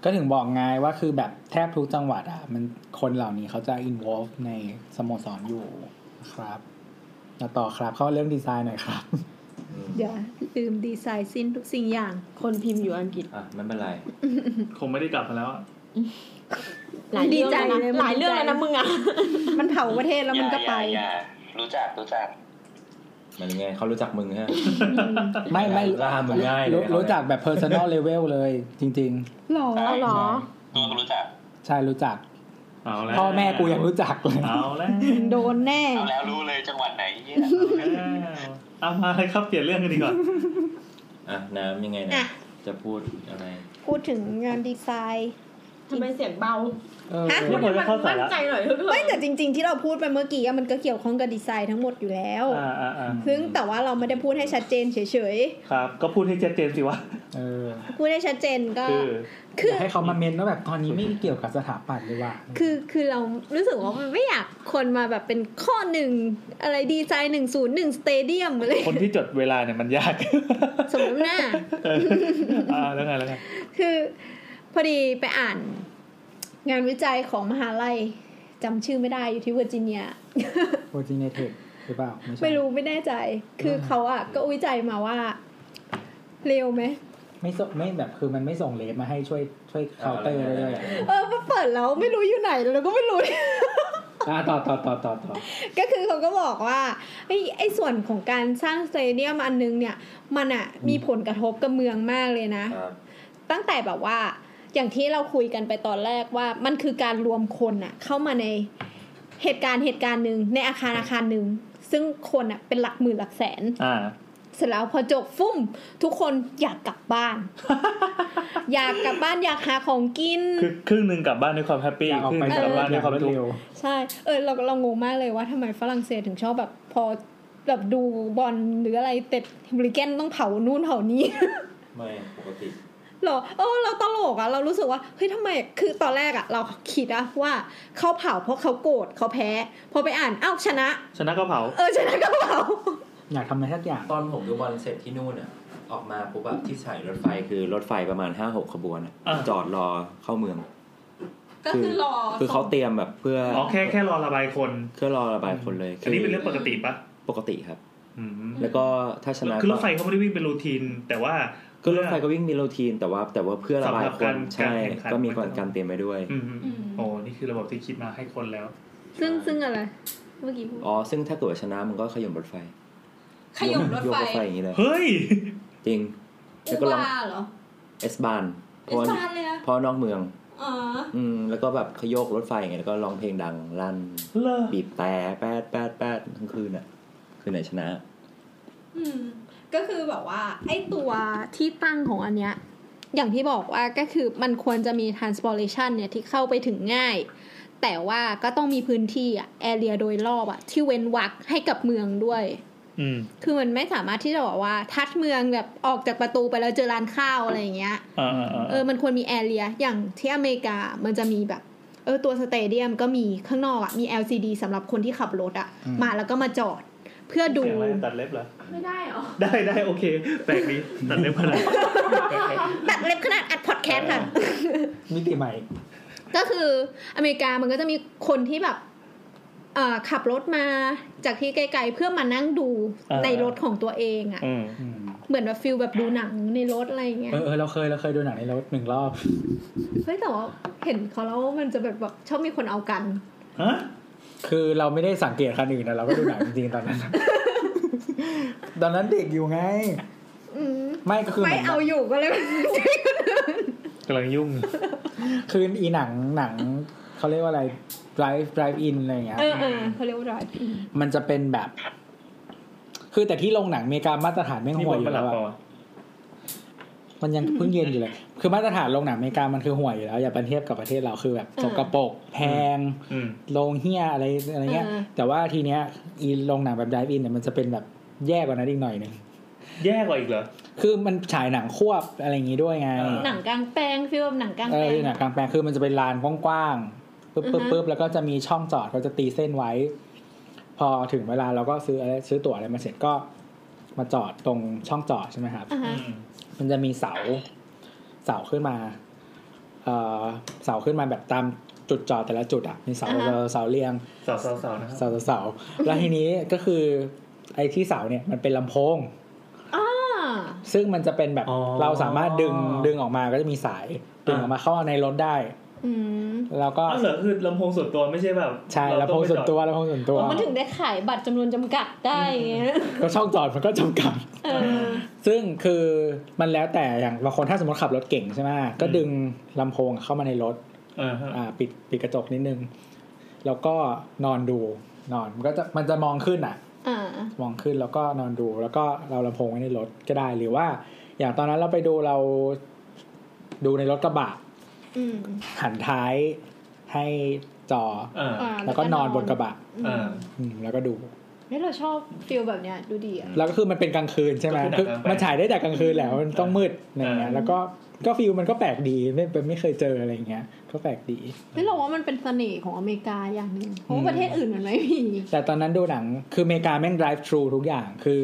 ก็ถึงบอกไงว่าคือแบบแทบทุกจังหวัดอ่ะ มันคนเหล่านี้เขาจะ involve ในสโมสรอยู่นะครับแล้วต่อครับเข้าเรื่องดีไซน์หน่อยครับ อืม เดี๋ยวลืมดีไซน์สิ้นทุกสิ่งอย่าง คนพิมพ์อยู่อังกฤษ อ่ะไม่เป็นไร คงไม่ได้กลับมาแล้วอะ หลายเรื่องแล้วนะ ดีใจเลย หลายเรื่องแล้วนะมึงอ่ะ มันเผาประเทศแล้วมันก็ไป อย่าอย่าอย่ารู้จักรู้จัก มันยังไงเขารู้จักมึงฮะ ไม่ไม่ ล่ามันง่ายเลย รู้ เขาเนี่ย รู้จักแบบ personal level เลย จริง หรอ เอาเหรอ อ๋อ ตัวก็รู้จัก ๆ ใช่รู้จัก เอาแล้ว พ่อแม่กูยังรู้จักเลย เอาแล้ว โดนแน่ เอาแล้วรู้เลยจังหวัดไหนเนี่ย เอาแล้วเอามาเลยครับเปลี่ยนเรื่องกันดีกว่า อ่ะน้ำยังไงนะ อ่ะ จะพูดอะไร พูดถึงงานดีไซน์ ทำไมเสียงเบา เออ ฮะ นี่ผมจะเข้าสา มั่น ระ ใจหน่อยเถอะ ไม่แต่จริง ๆ ที่เราพูดไปเมื่อกี้อะมันก็เกี่ยวข้องกับดีไซน์ทั้งหมดอยู่แล้ว อ่าอ่าอ่า ซึ่งแต่ว่าเราไม่ได้พูดให้ชัดเจนเฉย ครับ ก็พูดให้ชัดเจนสิวะ เออ ๆ พูดให้ชัดเจนก็ คือ อ คื ยา อ กให้เขามาเมนว่าแบบตอนนี้ไม่เกี่ยวกับสถาปัตย์เลยว่ะ คือคือเรารู้สึกว่ามันไม่อยากคนมาแบบเป็นข้อหนึ่งอะไรดีไซน์หนึ่งศูนย์หนึ่งสเตเดียมอะไร คนที่จดเวลาเนี่ยมันยาก สมมติหน้า เอออ่าแล้วไงแล้วไง คือพอดีไปอ่าน งานวิจัยของมหาลัยจำชื่อไม่ได้อยู่ที่เวอร์จิเนีย โปรจีเนเทคหรือเปล่าใช่ ไม่รู้ไม่แน่ใจ คือเขาอะก็วิจัยมาว่า เร็วไหม ไม่ส่งไม่แบบคือมันไม่ส่งเลสมาให้ช่วยช่วยเคาน์เตอร์เลย เออมาเปิดแล้วไม่รู้อยู่ไหนแล้วก็ไม่รู้ อ่ะต่อต่อต่อต่อต่อ ก็คือเขาก็บอกว่าไอ้ไอ้ส่วนของการสร้างสเตเดียมอันนึงเนี่ย มันอะมีผลกระทบกับเมืองมากเลยนะ ครับ ตั้งแต่แบบว่าอย่างที่เราคุยกันไปตอนแรกว่ามันคือการรวมคนอะเข้ามาในเหตุการณ์เหตุการณ์หนึ่งในอาคารอาคารหนึ่งซึ่งคนอะเป็นหลักหมื่นหลักแสน อ่า เสร็จแล้วพอจบฟุ่ม ทุกคนอยากกลับบ้าน อยากกลับบ้านอยากหาของกิน คือครึ่งหนึ่งกลับบ้านด้วยความแฮปปี้ อยากออก ครึ่งห ไป นึ่ง จาก กลับบ้าน อ ด้ ยาวยกความ รวด ทุก เร็ ข์ ว ใช่ เออเราเรางงมากเลยว่าทำไมฝรั่งเศสถึงชอบแบบพอแบบดูบอลหรืออะไรเต็ดฮริเกนต้องเผานู่ นเผานี้ ไม่ปกติ เหรอเออเราตลกอะเรารู้สึกว่าเฮ้ยทำไมคือตอนแรกอะเราคิดอะว่าเขาเผาเพราะเขาโกรธเขาแพ้พอไปอ่านอ้าวชนะ ชนะก็เผา เออชนะก็เผา อยากทำอะไรสักอย่าง ตอนผมดูบอลเสร็จที่นู่นอ่ะ ออกมาปุ๊บแบบที่สถายรถไฟคือรถไฟประมาณห้าหกขบวนอะ ะ จอดรอเข้าเมือง ก็คือรอ คือเขาเตรียมแบบเพื่อ อ๋อแค่แค่รอระบายคน เพื่อรอระบายคนเลย อันนี้เป็นเรื่องปกติปะ ปกติครับ อืม แล้วก็ถ้าชนะ คือร ก็ ถไฟเขาไม่ได้วิ่งเป็นรูทีน แต่ว่า คือรถไฟก็วิ่งมีโรทีน แต่ว่าแต่ว่าเพื่อระบาย สำหรับ คน การ ใช่ การแข่งขัน ก็มีก่อนการเตรียมไปด้วย อืมอืม อืม โอ้นี่คือระบบที่คิดมาให้คนแล้ว ซึ่งซึ่งอะไร เมื่อกี้พูด อ๋อ ซึ่งถ้าเกิดว่าชนะมันก็ขยมรถไฟ ขยมรถ ยก ไฟ รถไฟอย่างนี้เลย เฮ้ย จริง อุ แล้วก็ลอง บาเหรอ เอสบาน เอสบานเลยอะ เพราะนอกเมือง อ๋อ อืมแล้วก็แบบขยโยกรถไฟอย่างเงี้ยแล้วก็ร้องเพลงดังลั่น เลอ บีบแต่แปดแปดแปดทั้งคืนอ่ะ คืนไหนชนะ อืม ก็คือแบบว่า ไอ้ตัวที่ตั้งของอันเนี้ย อย่างที่บอกว่าก็คือมันควรจะมี transportation เนี่ยที่เข้าไปถึงง่าย แต่ว่าก็ต้องมีพื้นที่อะแอเรียโดยรอบอะที่เว้นวักให้กับเมืองด้วย อืม คือมันไม่สามารถที่จะบอกว่าทัดเมืองแบบออกจากประตูไปแล้วเจอร้านข้าวอะไรอย่างเงี้ย อ่าอ่าอ่า เออ มันควรมีแอเรีย อย่างที่อเมริกา มันจะมีแบบ เออ ตัวสเตเดียมก็มีข้างนอกอะมี LCD สำหรับคนที่ขับรถอะ อืม มาแล้วก็มาจอด เพื่อดู เสียงอะไรตัดเล็บเหรอ ไม่ได้เหรอ ได้ได้โอเคแปลกดีตัดเล็บขนาด ตัดเล็บขนาดอัดพอดแคสต์ค่ะ มิติใหม่ ก็คืออเมริกามันก็จะมีคนที่แบบเอ่อขับรถมาจากที่ไกลๆ เพื่อมานั่งดูในรถของตัวเองอะ อืม อืม เหมือนแบบฟิลแบบดูหนังในรถอะไรอย่างเงี้ย เออเออเราเคยเราเคยดูหนังในรถหนึ่งรอบ เฮ้ยแต่ว่าเห็นเขาแล้วมันจะแบบแบบชอบมีคนเอากัน ฮะ คือเราไม่ได้สังเกตคันอื่นนะเราก็ดูหนังจริงๆตอน นั้น ตอนนั้นเด็กอยู่ไง อืม ไม่ก็คือ ไม่ หมืนแบบ เอาอยู่ก็เลย กำลังยุ่ง คืออีหนังหนังเขาเรียกว่าอะไร drive drive in อะไรอย่างเงี้ย เออเออเขาเรียกว่าไร มันจะเป็นแบบ คือแต่ที่โรงหนังอเมริกามาตรฐานไม่ง นี่ ห่ บ วย น อ ประ ยู่ หลั แล้ บ วปออะมันยังเพิ่งเย็นอยู่เลย คือมาตรฐานโรงหนังอเมริกามันคือห่วยอยู่แล้ว อย่าไปเทียบกับประเทศเราคือแบบสกปรกแพง อืม โรงเฮียอะไรอะไรเงี้ย แต่ว่าทีเนี้ยอีโรงหนังแบบ drive in เนี่ยมันจะเป็นแบบแย่กว่านั้นอีกหน่อยหนึง แย่กว่าอีกเหรอ คือมันฉายหนังควบอะไรอย่างงี้ด้วยไง อ่า หนังกลางแปลงฟิลแบบหนังกลาง เอ แปล อง หนังกลางแปลงคือมันจะเป็นลานกว้างๆปึ๊บปึ๊บ อือฮะ ปึ๊บแล้วก็จะมีช่องจอดเขาจะตีเส้นไว้ พอถึงเวลาเราก็ซื้ออะไรซื้อตั๋วอะไรมาเสร็จก็ มาจอดตรงช่องจอดใช่ไหมครับ อ่า อืมฮะมันจะมีเสาเสาขึ้นมา เอ่อเสาขึ้นมาแบบตามจุดจอดแต่ละจุดอ่ะมีเสาเสาเสาเรียง สาวสาวสาวนะครับ เสาเสาเสาแล้วทีนี้ก็คือ ไอ้ที่เสาเนี่ยมันเป็นลำโพง อ่า ซึ่งมันจะเป็นแบบ อ๋อ เราสามารถดึงดึงออกมาก็จะมีสายดึงออกมาเข้าในรถได้ อืม แล้วก็ อ๋อเหรอคือลำโพงส่วนตัวไม่ใช่แบบ ใช่ลำโพงส่วนตัวลำโพงส่วนตัว มันถึงได้ขายบัตรจำนวนจำกัดได้อย่างเงี้ย ก็ช่องจอดมันก็จำกัด เออ ซึ่งคือมันแล้วแต่อย่างบางคนถ้าสมมติขับรถเก่งใช่ไหมก็ดึงลำโพงเข้ามาในรถ อ่าฮะ อ่าปิดปิดกระจกนิดนึง แล้วก็นอนดูนอนมันก็จะมันจะมองขึ้นอ่ะ อ่าม องขึ้นแล้วก็นอนดู แล้วก็เราลำโพงไว้ในรถก็ได้หรือว่า อย่างตอนนั้นเราไปดูเราดูในรถกระบะ อืม หันท้ายให้จอ อ่า อ่า แล้วก็นอนบนกระบะ อื อ่า ม อืมแล้วก็ดู เฮ้ยเราชอบฟิลแบบเนี้ยดูดีอ่ะ แล้วก็คือมันเป็นกลางคืนใช่ไหม ก็คื คือ อ หนังกลางแปลง มันฉายได้แต่กลางคืนแหละมันต้องมืดอะไรเงี้ย เออ แล้วก็ก็ฟิลมันก็แปลกดีไม่ไม่เคยเจออะไรเงี้ย ก็แปลกดี เฮ้ยเราว่ามันเป็นเสน่ห์ของอเมริกาอย่างหนึ่งเพราะว่า อืม ประเทศอื่นมันไม่มี แต่ตอนนั้นดูหนังคืออเมริกาแม่ง drive thru ทุกอย่าง คือ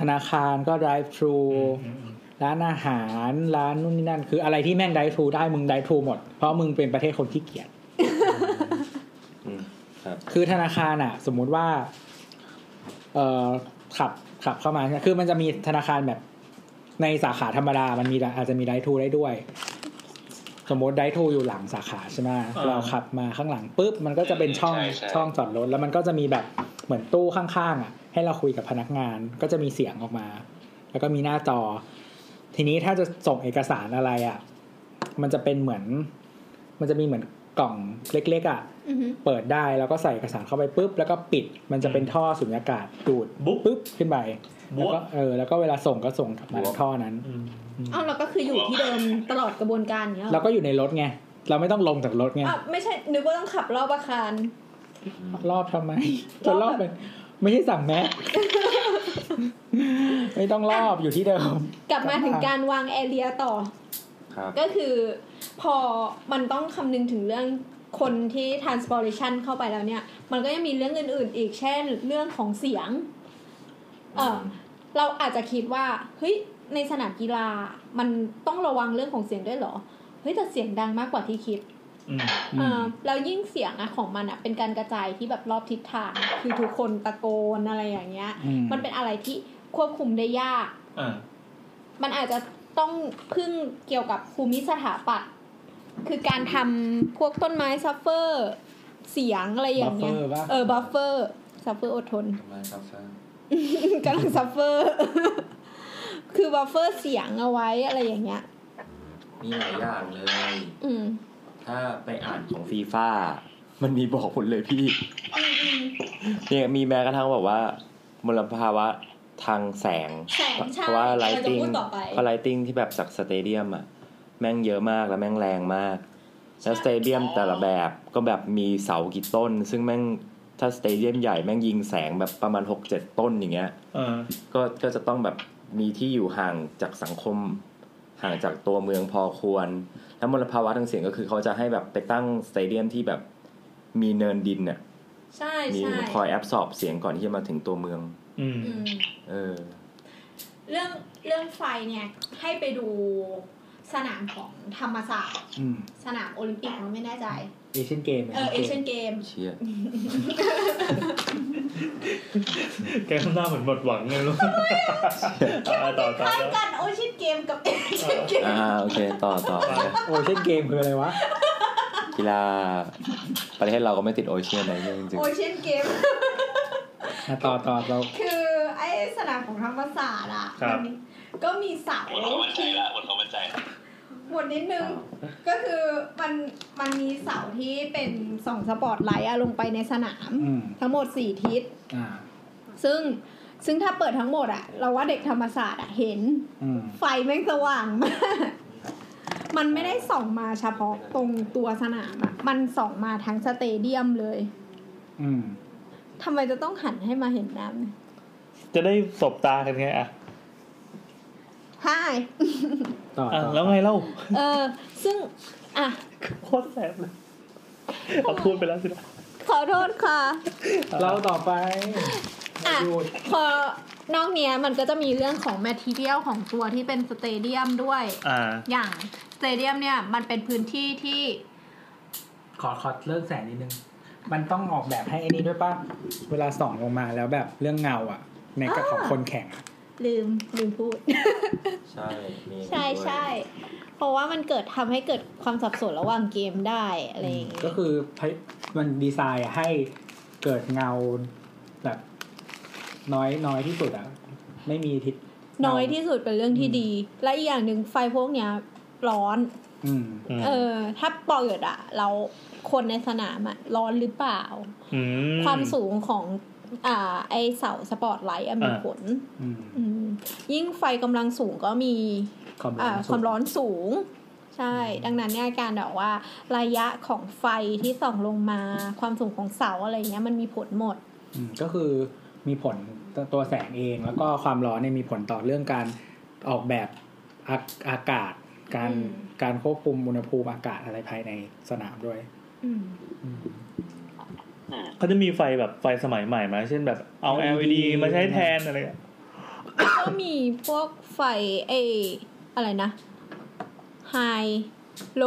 ธนาคารก็ drive thru อืมอืม ร้านอาหารร้านนู่นนี่นั่น คืออะไรที่แม่ง drive thru ได้มึง drive thru หมด เพราะมึงเป็นประเทศคนขี้เกียจ อืมครับ คือธนาคารอ่ะ สมมุติว่า เอ่อขับขับเข้ามาใช่ไหมคือมันจะมีธนาคารแบบ ในสาขาธรรมดา มันมีอาจจะมีไดทูได้ด้วย สมมติไดทูอยู่หลังสาขาใช่ไหมเราขับมาข้างหลังปุ๊บมันก็จะเป็นช่อง ใช่ใช่ ช่องจอดรถแล้วมันก็จะมีแบบเหมือนตู้ข้างๆอ่ะ ให้เราคุยกับพนักงานก็จะมีเสียงออกมา แล้วก็มีหน้าจอ ทีนี้ถ้าจะส่งเอกสารอะไรอ่ะ มันจะเป็นเหมือน มันจะมีเหมือนกล่องเล็ก ๆ อ่ะ อือหือ เปิดได้แล้วก็ใส่เอกสารเข้าไปปุ๊บแล้วก็ปิดมันจะเป็นท่อสุญญากาศดูด บุ๊บ ปุ๊บขึ้นไป บุ๊ แล้ว บ ก็เออแล้วก็เวลาส่งก็ส่งกลับมา บุ๊บ ท่อนั้น อืม อ้าวเราก็คืออยู่ที่เดิมตลอดกระบวนการเนี้ยเหรอ เราก็อยู่ในรถไงเราไม่ต้องลงจากรถไง อ้าวไม่ใช่นึกว่าต้องขับรอบอาคาร รอบทำไม จะรอบมันไม่ใช่สั่งแมส ไม่ต้องรอบอยู่ที่เดิม กลับมาถึงการวางแอเรียต่อ ครับ ก็คือพอมันต้องคำนึงถึงเรื่องคนที่ transportation เข้าไปแล้วเนี่ย มันก็ยังมีเรื่องอื่น ๆ อีกเช่น เรื่องของเสียง เออเราอาจจะคิดว่าเฮ้ยในสนามกีฬามันต้องระวังเรื่องของเสียงด้วยเหรอเฮ้ยแต่เสียงดังมากกว่าที่คิด อืม เออแล้วยิ่งเสียงอะของมันอะเป็นการกระจายที่แบบรอบทิศทาง คือทุกคนตะโกนอะไรอย่างเงี้ย มันเป็นอะไรที่ควบคุมได้ยาก อ่า มันอาจจะต้องพึ่งเกี่ยวกับภูมิสถาปัตย์คือการทำพวกต้นไม้ซัฟเฟอร์ เสียงอะไรอย่างเงี้ย buffer ปะ เออบัฟเฟอร์ซัฟเฟอร์อดทน ทำไมครับฟ้าก ำลังซัฟเฟอร์ คือบัฟเฟอร์เสียงเอาไว้อะไรอย่างเงี้ย มีหลายอย่างเลย อืม ถ้าไปอ่านของฟีฟ่ามันมีบอกผลเลยพี่ อืมอืม เนี่ยมีแม้กระทั่งแบบว่ามลภาวะทางแสง แสงใช่ เพราะว่าไลติง เราจะพูดต่อไป เพราะไลติงที่แบบจากสเตเดียมอะแม่งเยอะมากแล้วแม่งแรงมาก แล้วสเตเดียมแต่ละแบบก็แบบมีเสากี่ต้น ซึ่งแม่งถ้าสเตเดียมใหญ่แม่งยิงแสงแบบประมาณ 6-7 ต้นอย่างเงี้ย เออ ก็ก็จะต้องแบบมีที่อยู่ห่างจากสังคม ห่างจากตัวเมืองพอควร แล้วมลภาวะทางเสียงก็คือเขาจะให้แบบไปตั้งสเตเดียมที่แบบมีเนินดินเนี่ย ใช่ มี ใช่ คอยแอบสอบเสียงก่อนที่จะมาถึงตัวเมือง อืม อืม เออ เรื่องเรื่องไฟเนี่ยให้ไปดูสนามของธรรมศาสตร์ สนามโอลิมปิกมันไม่แน่ใจ เอเชียนเกม เออเอเชียนเกม เชี่ย แกข้างหน้าเหมือนหมดหวังเลยลูกอ่าต่อต่อ คล้าย ต่อ กันโอเชียนเกมกับเอเชียนเกม อ่าโอเค ต่อต่อ โอเชียนเกมคืออะไรวะ กีฬาประเทศเราก็ไม่ติดโอเชียนอะไรเงี้ยจริง โอเชียนเกม อ่ะต่อต่อเรา คือไอ้สนามของธรรมศาสตร์อ่ะ ครับ มันก็มีเสา หมดความมั่นใจละหมดความมั่นใจละ หมดนิดนึง ก็คือมันมันมีเสาที่เป็น สองสปอตไลท์อะลงไปในสนาม อืม ทั้งหมดสี่ทิศ อ่า ซึ่งซึ่งถ้าเปิดทั้งหมดอะเราว่าเด็กธรรมศาสตร์อะเห็น อืม ไฟแม่งสว่างมาก มันไม่ได้ส่องมาเฉพาะตรงตัวสนามอะมันส่องมาทั้งสเตเดียมเลย อืม ทำไมจะต้องหันให้มาเห็นน้ำเนี่ย จะได้สบตากันไงอ่ะ ฮาย ต่อ อ่ะ ต่อ แล้วไงเล่า เออ ซึ่ง อ่ะ โคตรแสบเลยเอาพูดไปแล้วสินะ ขอโทษค่ะ เราต่อไป อ่ะ หยุด พอนอกเนี้ยมันก็จะมีเรื่องของแมทเทียลของตัวที่เป็นสเตเดียมด้วย อ่า อย่างสเตเดียมเนี่ย มันเป็นพื้นที่ที่ ขอขอเลิกแสงนิดนึง มันต้องออกแบบให้ไอ้นี่ด้วยป่ะ เวลาส่องลงมาแล้วแบบเรื่องเงาอ่ะ ในกระของคนแข่งอะ ลืม ลืมพูด ๆใช่มี ใช่ใช่เพราะว่ามันเกิดทำให้เกิดความสับสนระหว่างเกมได้อะไรอย่างเงี้ย ก็คือมันดีไซน์ให้เกิดเงาแบบ น้อยน้อยที่สุดอ่ะ ไม่มีทิศเงา น้อยที่สุดเป็นเรื่องที่ดี และอีกอย่างหนึ่งไฟพวกเนี้ยร้อน อืม เออ ถ้าเปิดอะเราคนในสนามอะร้อนหรือเปล่า ความสูงของ อ่า ไอเสาสปอตไลท์อะมี อ่า ผล อืม อืม ยิ่งไฟกำลังสูงก็มี ความร้อ อ่าน ความร้อนสูง ใช่ ดังนั้นเนี่ยการแบบว่า ระยะของไฟที่ส่องลงมา ความสูงของเสาอะไรเงี้ยมันมีผลหมด อืมก็คือมีผลตัวตัวแสงเอง แล้วก็ความร้อนเนี่ยมีผลต่อเรื่องการออกแบบอาอากาศ การ อืม การควบคุมอุณหภูมิอากาศอะไรภายในสนามด้วย อืม อืม เขาจะมีไฟแบบไฟสมัยใหม่มา เช่นแบบเอา LED LED มาใช้แทนอะไรอ่ะ ก็มีพวกไฟเออะไรนะไฮโล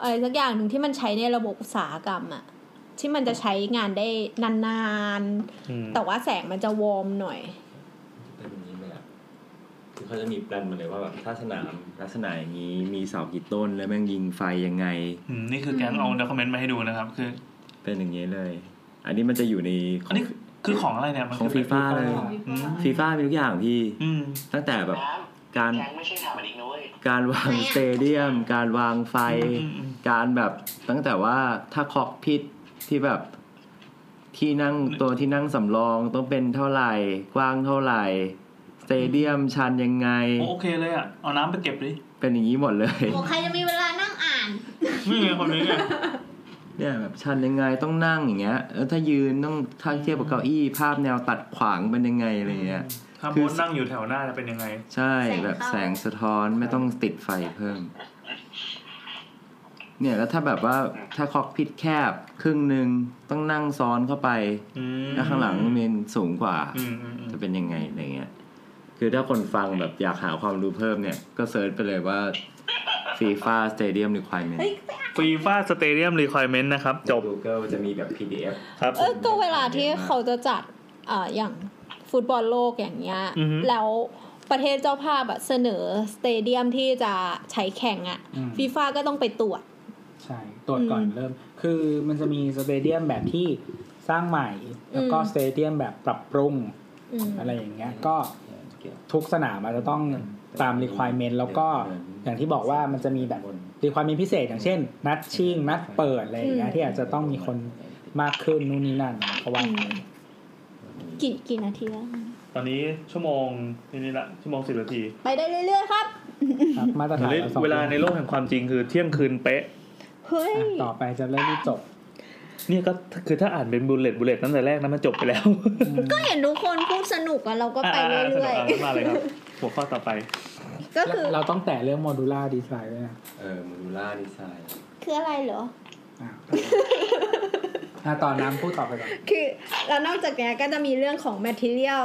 อะไรสักอย่างหนึ่งที่มันใช้ในระบบอุตสาหกรรมอะที่มันจะใช้งานได้นาน อืม ๆ แต่ว่าแสงมันจะวอร์มหน่อย เป็นอย่างนี้เลยอะคือเขาจะมีแปลนมาเลยว่าแบบถ้าสนามลักษณะอย่างนี้มีเสากี่ต้นแล้วแม่งยิงไฟยังไง อืมนี่คือแกนเอาด็อคเมนต์มาให้ดูนะครับ คือ เป็นอย่างนี้เลย อันนี้มันจะอยู่ในข อั อน ง นี้คือของอะไรเนี่ย มัน ของ คื ฟี อ ฟ่าเลย อืม ฟีฟ่ามีทุกอย่างพี่ อืม ตั้งแต่แบบ น้ การ ำแข็งไม่ใช่ถามอันนี้นะเว้ย การวางสเตเดียม การวางไฟ อืมอืมอืม การแบบตั้งแต่ว่าถ้าคอกพิทที่แบบที่นั่งตัวที่นั่งสำรองต้องเป็นเท่าไหร่ กว้างเท่าไหร่สเตเดียมชันยังไง โอ้โอเคเลยอ่ะ เอาน้ำไปเก็บดิ เป็นอย่างนี้หมดเลย โอ้ใครจะมีเวลานั่งอ่าน นี่ไงคนนี้เนี่ย เนี่ยแบบชันยังไงต้องนั่งอย่างเงี้ยแล้วถ้ายืนต้องถ้าเทียบกับเก้าอี้ ภาพแนวตัดขวางเป็นยังไงอะไรเงี้ย ถ้า คื โบ๊ อ ทนั่งอยู่แถวหน้าจะเป็นยังไง ใช่ แสง แบบ เข้า แสงสะท้อนไม่ต้องติดไฟเพิ่ม เนี่ยแล้วถ้าแบบว่าถ้าคอกพิทแคบครึ่งหนึ่งต้องนั่งซ้อนเข้าไป อืม แล้วข้างหลังเมนสูงกว่า อืมอืมอืม จะเป็นยังไงอะไรเงี้ย คือถ้าคนฟังแบบอยากหาความรู้เพิ่มเนี่ย ก็เซิร์ชไปเลยว่า ฟีฟ่าสเตเดียมหรือควายเมน เฮ้ย ฟีฟ่าสเตเดียมรีคอยเมนต์นะครับ จบ กูเกิลจะมีแบบ PDF ครับ เออก็เวลาที่เขาจะจัดเอ่ออย่างฟุตบอลโลกอย่างเงี้ย อือฮึ แล้วประเทศเจ้าภาพอะเสนอสเตเดียมที่จะใช้แข่งอะ อืม ฟีฟ่าก็ต้องไปตรวจ ใช่ตรวจก่อน อืม เริ่ม คือมันจะมีสเตเดียมแบบที่สร้างใหม่ แล้วก็ อืม สเตเดียมแบบปรับปรุง อืม อะไรอย่างเงี้ย ก็ทุกสนามอาจจะต้องตาม requirement แล้วก็อย่างที่บอกว่ามันจะมีแบบ requirement พิเศษ อย่างเช่น นัดชิง นัดเปิดอะไรอย่างเงี้ยที่อาจจะต้องมีคนมากขึ้นนู่นนี่นั่นเพราะว่า อืมกี่กี่นาทีแล้ว ตอนนี้ชั่วโมงนี่ละชั่วโมงสิบนาที ไปได้เรื่อยๆครับ ครับมาตรฐานรสอง เวลาในโลกแห่งความจริงคือเที่ยงคืนเป๊ะ เฮ้ย อ่ะต่อไปจะเริ่มที่จบ เนี่ยก็คือถ้าอ่านเป็นบุลเลตบุลเลตตั้งแต่แรกนะมันจบไปแล้ว อืม ก็เห็นทุกคนพูดสนุกอะเราก็ไปเรื่อย อ่าๆสนุกอ่ะมาเลยครับหัวข้อต่อไป ๆ ก็คือ เราต้องแตะเรื่องโมดูล่าดีไซน์ด้วยนะ เออมูดูล่าดีไซน์ คืออะไรเหรอ อ่ะอ่ะต่อน้ำพูดต่อไปก่อน คือแล้วนอกจากเนี้ยก็จะมีเรื่องของ material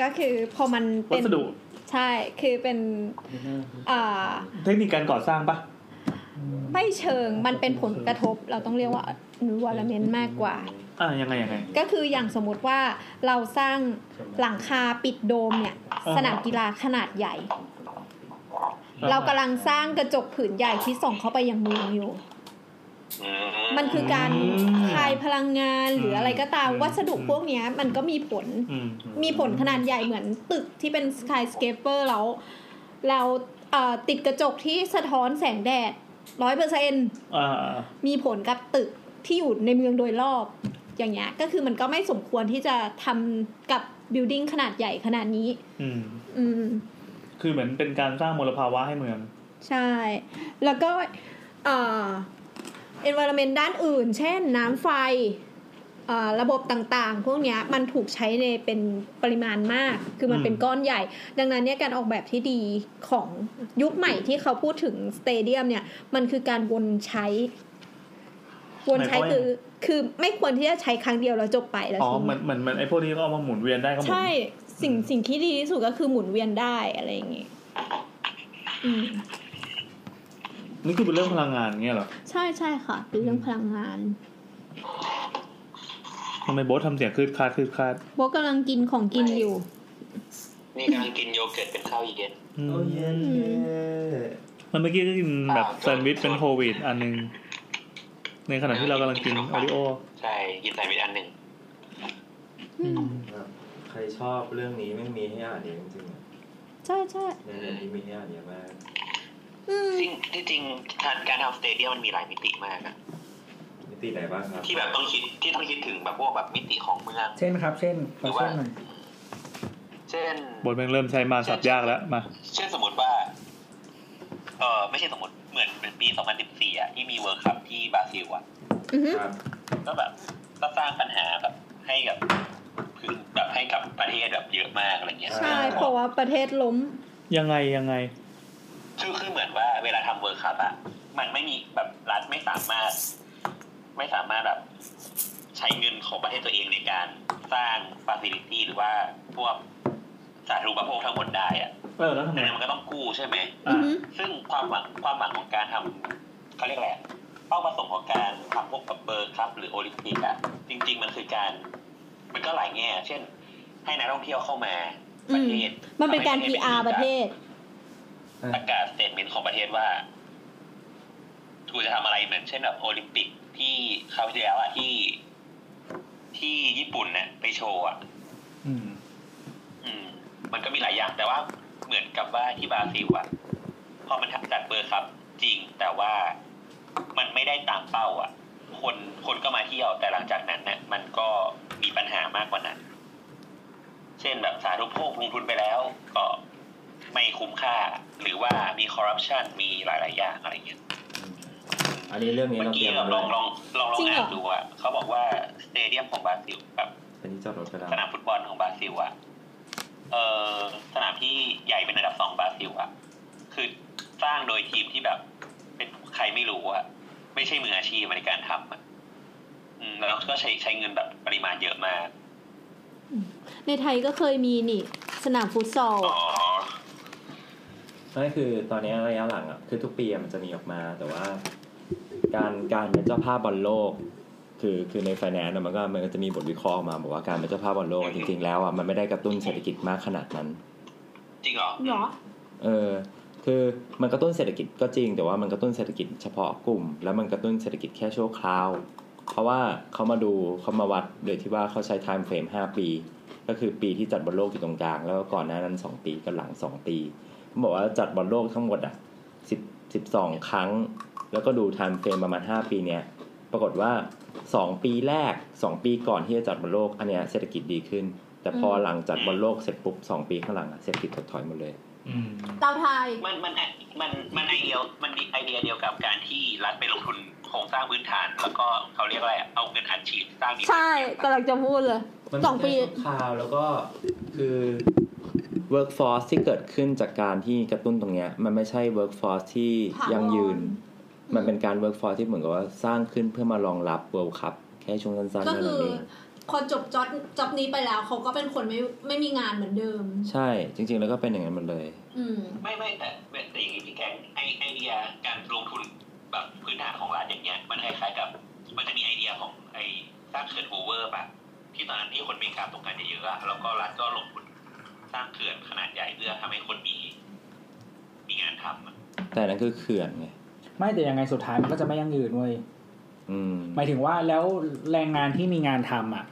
ก็คือพอมัน วั เป็น สดุ ใช่คือเป็นอ่า เทคนิคการก่อสร้างปะ ไม่เชิงมันเป็นผลกระทบ เราต้องเรียกว่า environment มากกว่า อ่ายังไงยังไง ก็คืออย่างสมมติว่าเราสร้างหลังคาปิดโดมเนี่ย อ่า สนามกีฬาขนาดใหญ่ เรากำลังสร้างกระจกผืนใหญ่ที่ส่องเข้าไปยังเมืองอยู่ อื มันคือการ อืม คายพลังงานหรืออะไรก็ตาม อืม วัสดุพวกเนี้ยมันก็มีผล อืม มีผลขนาดใหญ่เหมือนตึกที่เป็นสกายสเคเปอร์แล้วแล้วเอ่อติดกระจกที่สะท้อนแสงแดดร้อยเปอร์เซ็น อ่า มีผลกับตึกที่อยู่ในเมืองโดยรอบ อย่างเงี้ยก็คือมันก็ไม่สมควรที่จะทำกับบิลดิ้งขนาดใหญ่ขนาดนี้ อืม อืม คือเหมือนเป็นการสร้างมลภาวะให้เมือง ใช่ แล้วก็เอ่อ environment ด้านอื่น เช่นน้ำไฟเอ่อระบบต่างๆ พวกเนี้ยมันถูกใช้ในเป็นปริมาณมาก คือมัน อืม เป็นก้อนใหญ่ ดังนั้นเนี่ยการออกแบบที่ดีของยุคใหม่ที่เขาพูดถึงสเตเดียมเนี่ย มันคือการวนใช้ วนใช้คือ คือไม่ควรที่จะใช้ครั้งเดียวแล้วจบไปแล้ว อ๋อ ทิ้ง เหมือนเหมือนเหมือนไอ้พวกนี้ก็เอามาหมุนเวียนได้ก็หมุน ใช่สิ่งสิ่งที่ดีที่สุดก็คือหมุนเวียนได้อะไรอย่างงี้อืม นี่คือเป็นเรื่องพลังงานเงี้ยเหรอ ใช่ใช่ค่ะเป็นเรื่องพลังงาน ทำไมโบ๊ททำเสียงคืดคาดคืดคาด โบทกำลังกินของกินอยู่ นี่กำลังกินโยเกิร์ตเป็นข้าวเย็น อืมมันเมื่อกี้ก็กินแบบแซนด์วิชเป็นโควิด อันหนึง ในขณะที่เรากำลังกินโอริโอ ใช่กินแซนด์วิชอันหนึ่ง ใครชอบเรื่องนี้ไม่มีให้อ่านเยอะจริง ใช่ใช่ ๆเรื่องนี้มีให้อ่านเยอะมาก อืม จริงที่จริงการการทำสเตเดียมมันมีหลายมิติมากอะ มิติไหนบ้างครับ ที่แบบต้องคิดที่ต้องคิดถึงแบบพวกแบบมิติของเมือง เช่นครับ เช่นขอเช่นหน่อย เช่น บทแม่งเริ่มใช้มาสับยากแล้วมา เช่นสมมติว่า เออไม่ใช่สมมติเหมือนเหมือนปี 2014อ่ะที่มีเวิร์คคัพที่บราซิลอ่ะ อือหือ ครับ ก็แบบก็สร้างปัญหาแบบให้กับคือแบบให้กับประเทศแบบเยอะมากอะไรเงี้ย ใช่เพราะว่าประเทศล้ม ยังไงยังไง คือคือเหมือนว่าเวลาทำเวิร์คคัพอ่ะ มันไม่มีแบบรัฐไม่สามารถ ไม่สามารถแบบใช้เงินของประเทศตัวเองในการสร้างฟาซิลิตี้หรือว่าพวกสาธารณูปโภคทั้งหมดได้อ่ะ เออแล้วทำ ดังไงนั้นมันก็ต้องกู้ใช่ไหม อือหือ ซึ่งความหวังความหวังของการทำเขาเรียกอะไรอะเป้าประสงค์ของการทำพวกแบบเบอร์ครับ หรือโอลิมปิกอะจริง ๆ มันคือการ มันก็หลายแง่ เช่น ให้นักท่องเที่ยวเข้ามาป อื ระ ม เทศ มันเป็นการ ทำให้ PR ประเทศ ประกาศสเตทเมนต์ของประเทศว่ากูจะทำอะไรเหมือนเช่นแบบโอลิมปิกที่คราวที่แล้วอะที่ ที่ญี่ปุ่นเนี่ยไปโชว์อะ อืม อืมมันก็มีหลายอย่างแต่ว่าเหมือนกับว่าที่บราซิลอะพอมันทำจัดเบอร์ครับ จริงแต่ว่ามันไม่ได้ตามเป้าอะคนคนก็มาเที่ยวแต่หลังจากนั้นเนี่ยมันก็มีปัญหามากกว่านั้น เช่นแบบสาธุโภคลงทุนไปแล้วก็ไม่คุ้มค่า หรือว่ามีคอร์รัปชันมีหลาย ๆ อย่างอะไรเงี้ย อันนี้เรื่องนี้ เมื่อ เราเต กี้ รียม แบบล ไว้ องลองลองลอง จริงเหรอ อ่านดูอะเขาบอกว่าสเตเดียมของบราซิลแบบ อันนี้จอดรถไปแล้ว สนามฟุตบอลของบราซิลอะเออสนามที่ใหญ่เป็นอันดับสองบราซิลอะคือสร้างโดยทีมที่แบบ เป็นใครไม่รู้อะไม่ใช่มืออาชีพในการทำอะอืมแล้วก็ใช้ใช้เงินแบบปริมาณเยอะมาก ในไทยก็เคยมีนี่ สนามฟุตซอล อ๋อ นั่นคือตอนนี้ระยะหลังอ่ะคือทุกปีอะมันจะมีออกมา แต่ว่า การการเป็นเจ้าภาพบอลโลก คือคือในไฟแนนซ์มันก็มันก็จะมีบทวิเคราะห์ออกมาบอกว่าการเป็นเจ้าภาพบอลโลกอะจริงๆแล้วอ่ะมันไม่ได้กระตุ้นเศรษฐกิจมากขนาดนั้น จริงเหรอ เหรอ เออคือมันกระตุ้นเศรษฐกิจก็จริง แต่ว่ามันกระตุ้นเศรษฐกิจเฉพาะกลุ่ม แล้วมันกระตุ้นเศรษฐกิจแค่ชั่วคราว เพราะว่าเขามาดูเขามาวัดโดยที่ว่าเขาใช้ time frame 5 ปี ก็คือปีที่จัดบอลโลกอยู่ตรงกลาง แล้วก็ก่อนหน้านั้น 2 ปีกับหลัง 2 ปีเขาบอกว่าจัดบอลโลกทั้งหมดอ่ะ10 12 ครั้ง แล้วก็ดู time frame ประมาณ 5 ปีเนี้ยปรากฏว่า 2 ปีแรก 2 ปีก่อนที่จะจัดบอลโลกอันเนี้ยเศรษฐกิจดีขึ้น แต่พอหลังจัดบอลโลกเสร็จปุ๊บสองปีข้างหลังอะเศรษฐกิจถดถอยหมดเลย อืม เตาไทย มันมันมันมันไอเดียมันมีไอเดียเดียวกับการที่รัฐไปลงทุนโครงสร้างพื้นฐาน แล้วก็เขาเรียกอะไรอะเอาเงินอัดฉีดสร้างดี ใช่กำลังจะพูดเลย มัน สองปี เป็นข่าวแล้วก็คือ workforce ที่เกิดขึ้นจากการที่กระตุ้นตรงเนี้ย มันไม่ใช่ workforce ที่ ถาวร ยังยืน มันเป็นการ workforce ที่เหมือนกับว่าสร้างขึ้นเพื่อมารองรับ world cup แค่ช่วงสั้นๆ ก็ เท่า คื นั้ อน เอง คนจบจ็อบจ็อบนี้ไปแล้วเขาก็เป็นคนไม่ไม่มีงานเหมือนเดิม ใช่จริง ๆ แล้วก็เป็นอย่างนั้นหมดเลย อืม ไม่ไม่แต่แต่อย่างนี้พี่แกงไอไอเดียการลงทุนแบบพื้นฐานของรัฐอย่างเงี้ยมันคล้ายๆกับ มันจะมีไอเดียของไอสร้างเขื่อนโอเวอร์ป่ะที่ตอนนั้นที่คนมีการตกงานเยอะๆอะแล้วก็รัฐก็ลงทุนสร้างเขื่อนขนาดใหญ่เพื่อทำให้คนมี มีงานทำอะ แต่นั่นคือเขื่อนไง ไม่แต่ยังไงสุดท้ายมันก็จะไม่ยั่งยืนเว้ย อืม หมายถึงว่าแล้วแรงงานที่มีงานทำอ่ะ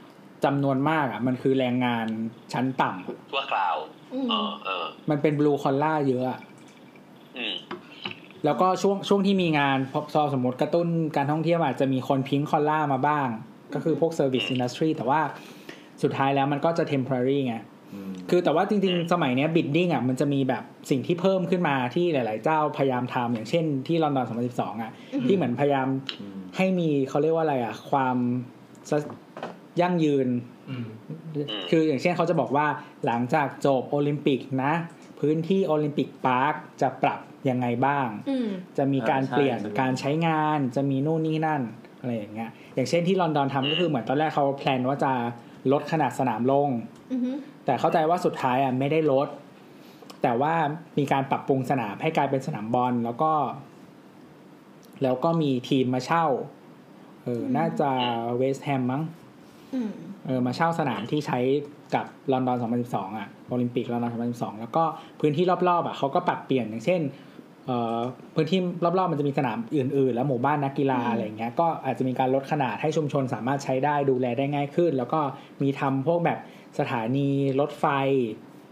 จำนวนมากอ่ะ มันคือแรงงานชั้นต่ำอะ ชั่วคราว อืม เออเออ มันเป็นบลูคอลล่าเยอะอะ อืม แล้วก็ช่วงช่วงที่มีงานพอพอสมมติกระตุ้นการท่องเที่ยวอาจจะมีคนพิงคอลล่ามาบ้าง ก็คือพวกเซอร์วิสอินดัสทรีแต่ว่าสุดท้ายแล้วมันก็จะเทม p o r a r y ไง อืม คือแต่ว่าจริงๆ สมัยเนี้ยบิดดิ้งอ่ะมันจะมีแบบสิ่งที่เพิ่มขึ้นมาที่หลาย ๆ เจ้าพยายามทำอย่างเช่นที่ลอนดอน 2012 อ่ะ ที่เหมือนพยายาม ม ให้มีเขาเรียกว่าอะไรอ่ะ ความสะยั่งยืน อืม ม คืออย่างเช่นเขาจะบอกว่าหลังจากจบโอลิมปิกนะ พื้นที่โอลิมปิกพาร์คจะปรับยังไงบ้าง อืม จะมีการเปลี่ยนการใช้งานจะมีนู่นนี่นั่นอะไรอย่างเงี้ยอย่างเช่นที่ลอนดอนทำก็คือเหมือนตอนแรกเขาแพลนว่าจะลดขนาดสนามลง อือฮึ แต่เข้าใจว่าสุดท้ายอ่ะไม่ได้ลด แต่ว่ามีการปรับปรุงสนามให้กลายเป็นสนามบอลแล้วก็ แล้วก็มีทีมมาเช่าเออน่าจะเวสต์แฮมมั้ง อืม เออมาเช่าสนามที่ใช้กับลอนดอน 2012 อ่ะโอลิมปิกลอนดอน 2012 แล้วก็พื้นที่รอบๆอ่ะเขาก็ปรับเปลี่ยนอย่างเช่นเอ่อพื้นที่รอบๆมันจะมีสนามอื่นๆ แล้วหมู่บ้านนักกีฬาอะไรอย่างเงี้ยก็อาจจะมีการลดขนาดให้ชุมชนสามารถใช้ได้ดูแลได้ง่ายขึ้น แล้วก็มีทำพวกแบบ สถานีรถไฟ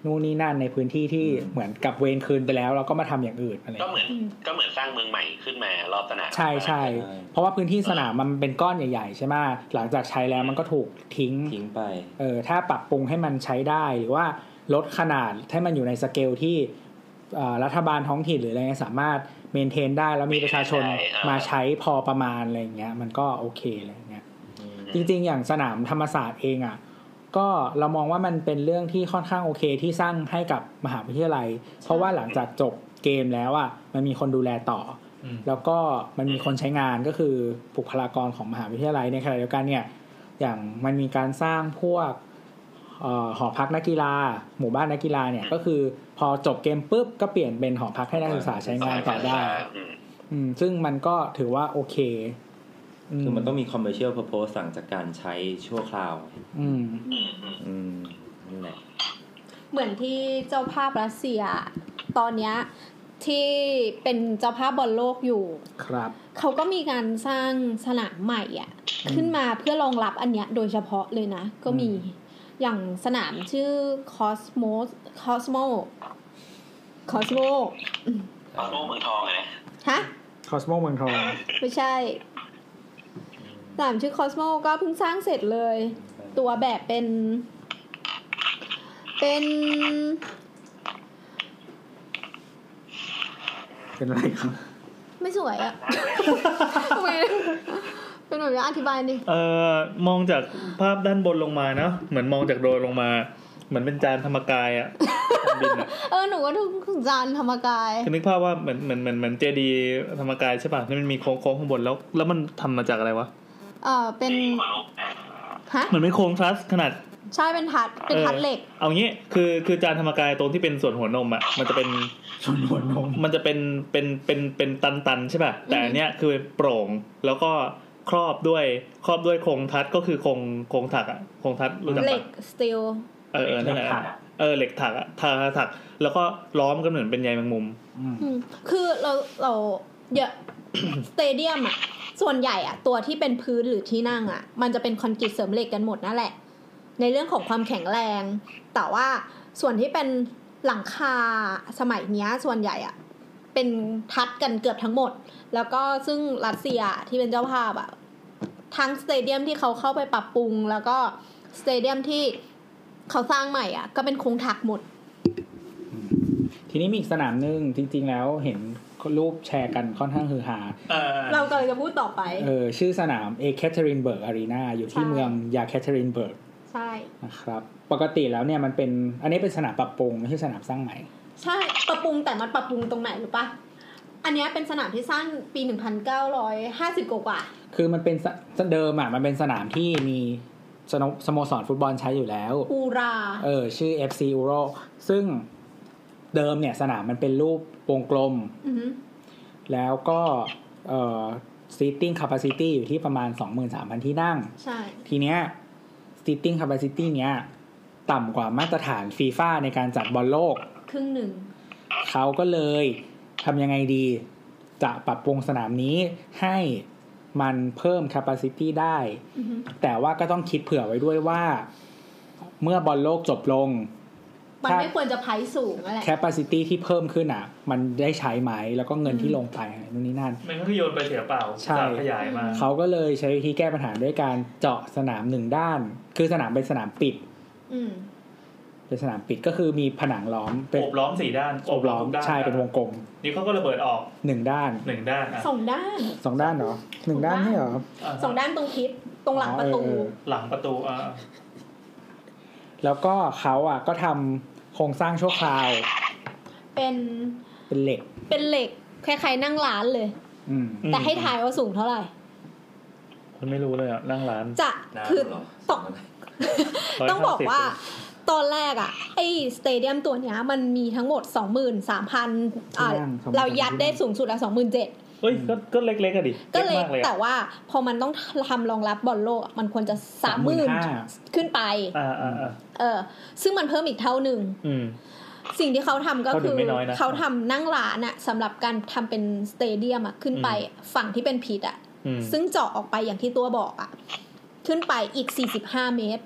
นู่นนี่นั่นในพื้นที่ที่เหมือนกับเวรคืนไปแล้ว เราก็มาทำอย่างอื่นอะไร ก็เหมือนก็เหมือนสร้างเมืองใหม่ขึ้นมารอบสนาม ใช่ใช่เพราะว่าพื้นที่สนามมันเป็นก้อนใหญ่ ๆ ใช่ไหมหลังจากใช้แล้วมันก็ถูกทิ้ง ทิ้งไป เออถ้าปรับปรุงให้มันใช้ได้หรือว่าลดขนาดให้มันอยู่ในสเกลที่เอ่อรัฐบาลท้องถิ่นหรืออะไรเงี้ยสามารถเมนเทนได้แล้วมีประชาชน ได้อ่าม มาใช้พอประมาณอะไรอย่างเงี้ยมันก็โอเคอะไรอย่างเงี้ย จริงๆ อย่างสนามธรรมศาสตร์เองอ่ะ ก็เรามองว่ามันเป็นเรื่องที่ค่อนข้างโอเคที่สร้างให้กับมหาวิทยาลัย เพราะว่าหลังจากจบเกมแล้วอ่ะมันมีคนดูแลต่อ อืม แล้วก็มันมีคนใช้งานก็คือบุคลากรของมหาวิทยาลัยในขณะเดียวกันเนี่ย อย่างมันมีการสร้างพวกเอ่อหอพักนักกีฬา หมู่บ้านนักกีฬาเนี่ยก็คือพอจบเกมปุ๊บก็เปลี่ยนเป็นหอพักให้นักศึกษาใช้งานต่อได้ อืม อืมซึ่งมันก็ถือว่าโอเค คือมันต้องมี commercial purpose หลังจากการใช้ชั่วคราว อืม อืมอืม อืมนั่นแหละ เหมือนที่เจ้าภาพรัสเซีย ตอนเนี้ยที่เป็นเจ้าภาพบอลโลกอยู่ ครับ เขาก็มีการสร้างสนามใหม่อ่ะ ขึ้นมาเพื่อรองรับอันเนี้ยโดยเฉพาะเลยนะ ก็มีอย่างสนามชื่อ Cosmos Cosmo Cosmo เอาโลกเมืองทองอะนะ ฮะ คอสโมเมืองทอง ไม่ใช่ สนามชื่อ Cosmo ก็เพิ่งสร้างเสร็จเลย ตัวแบบเป็น เป็น เป็นอะไรครับ ไม่สวย อะ ทำไมเป็นแบบนี้อธิบายดิ เอ่อมองจากภาพด้านบนลงมาเนาะเหมือนมองจากโดรนลงมา เหมือนเป็นจานธรรมกายอะ บินอะ เออหนูก็ถึงจานธรรมกาย คือนึกภาพว่าเหมือนเหมือนเหมือนเหมือนเจดีธรรมกายใช่ป่ะที่มันมีโค้งโค้งข้างบนแล้ว แล้วมันทำมาจากอะไรวะ เออเป็น ฮะ เหมือนเป็นโครงทรัสขนาด ใช่เป็นทัดเป็นทัดเหล็ก เอางี้คือคือจานธรรมกายตรงที่เป็นส่วนหัวนมอ่ะมันจะเป็น ส่วนหัวนม มันจะเป็นเป็นเป็นเป็นตันตันๆใช่ป่ะแต่อันเนี้ยคือโปร่งแล้วก็ครอบด้วยครอบด้วยโครงทัดก็คือโครงโครงถักอ่ะโครงทัดรู้จัก เหล็ ปะ กสตีล เออเออนั่นแหละ ค่ะ เออเหล็กถักอ่ะถักถักแล้วก็ล้อมกันเหมือนเป็นใยแมงมุม อืม อืมคือเราเราเยอะ สเตเดียมอ่ะ ส่วนใหญ่อ่ะ ตัวที่เป็นพื้นหรือที่นั่งอ่ะ มันจะเป็นคอนกรีตเสริมเหล็กกันหมดนั่นแหละ ในเรื่องของความแข็งแรง แต่ว่าส่วนที่เป็นหลังคาสมัยเนี้ย ส่วนใหญ่อ่ะ เป็นทัดกันเกือบทั้งหมด แล้วก็ซึ่งรัสเซียที่เป็นเจ้าภาพอ่ะ ทั้งสเตเดียมที่เขาเข้าไปปรับปรุง แล้วก็สเตเดียมที่เขาสร้างใหม่อ่ะ ก็เป็นโครงถักหมด ทีนี้มีอีกสนามหนึ่งจริง ๆ แล้วเห็นรูปแชร์กันค่อนข้างฮือฮา เออ เรากำลังจะพูดต่อไป เออชื่อสนามเอแคเทรินเบิร์กอารีนาอยู่ที่ ใช่ เมืองยาแคเทรินเบิร์ก ใช่ นะครับปกติแล้วเนี่ยมันเป็นอันนี้เป็นสนามปรับปรุงไม่ใช่สนามสร้างใหม่ ใช่ปรับปรุงแต่มันปรับปรุงตรงไหนหรือปะอันเนี้ยเป็นสนามที่สร้างปี 1950 กว่ากว่า คือมันเป็นสเดิมอ่ะมันเป็นสนามที่มีสโนสโมสรฟุตบอลใช้อยู่แล้ว อูรา เออชื่อ FC u r o ซึ่งเดิมเนี่ยสนามมันเป็นรูปวงกลม อือหือ แล้วก็เอ่อ seating capacity อยู่ที่ประมาณ 23,000 ที่นั่ง ใช่ ทีเนี้ย seating capacity เนี้ยต่ำกว่ามาตรฐานฟีฟ่าในการจัดบอลโลก ครึ่งหนึ่ง เขาก็เลยทำยังไงดี จะปรับปรุงสนามนี้ให้มันเพิ่ม capacity ได้ อือหือ แต่ว่าก็ต้องคิดเผื่อไว้ด้วยว่า เมื่อบอลโลกจบลง มัน ครับ ไม่ควรจะไพรส์สูงนั่นแหละ capacity ที่เพิ่มขึ้นอ่ะ มันได้ใช้ไหมแล้วก็เงินที่ อืม ลงไปนู่นนี่นั่น มันก็คือโยนไปเสียเปล่า ใช่ ขยายมา เขาก็เลยใช้วิธีแก้ปัญหาด้วยการเจาะสนามหนึ่งด้าน คือสนามเป็นสนามปิด อืม เป็นสนามปิดก็คือมีผนังล้อมเป็น โอบล้อมสี่ด้าน โอบล้อม ทุกด้าน ใช่เป็นวงกลม นี่เขาก็ระเบิดออก หนึ่งด้าน หนึ่งด้านอ่ะ สองด้าน สองด้านเหรอหนึ่งด้านใช่เหรอ อ่ะ สองด้านตรงทิศตรงหลังประตู อ๋อเออเออ หลังประตูอ่ะ แล้วก็เขาอ่ะก็ทำโครงสร้างชั่วคราว เป็น เป็นเหล็ก เป็นเหล็กคล้ายๆนั่งร้านเลย อืม อืม แต่ให้ทายว่าสูงเท่าไหร่ ไม่รู้เลยอ่ะนั่งร้าน จะ น้ำ คือ เหรอ ตก 150 ต้องบอกว่าตอนแรกอะไอสเตเดียมตัวเนี้ยมันมีทั้งหมด 23,000อ่าเรายัดได้สูงสุดละ27,000 เอ้ยก็ก็เล็กๆอะดิ ก็เลย มากเลย แต่ อะ ว่าพอมันต้องทำรองรับบอลโลกอะมันควรจะ ห้า 30,000 ขึ้นไป อ่าอ่าอ่า เออซึ่งมันเพิ่มอีกเท่าหนึ่ง อืม สิ่งที่เขาทำก็ เท่าถึ คื ง อ ไม่น้อยนะ เขาทำนั่งร้านอะสำหรับการทำเป็นสเตเดียมอะขึ้นไป อืม ฝั่งที่เป็นพิษอะ อืม ซึ่งเจาะออกไปอย่างที่ตัวบอกอะขึ้นไปอีก 45 เมตร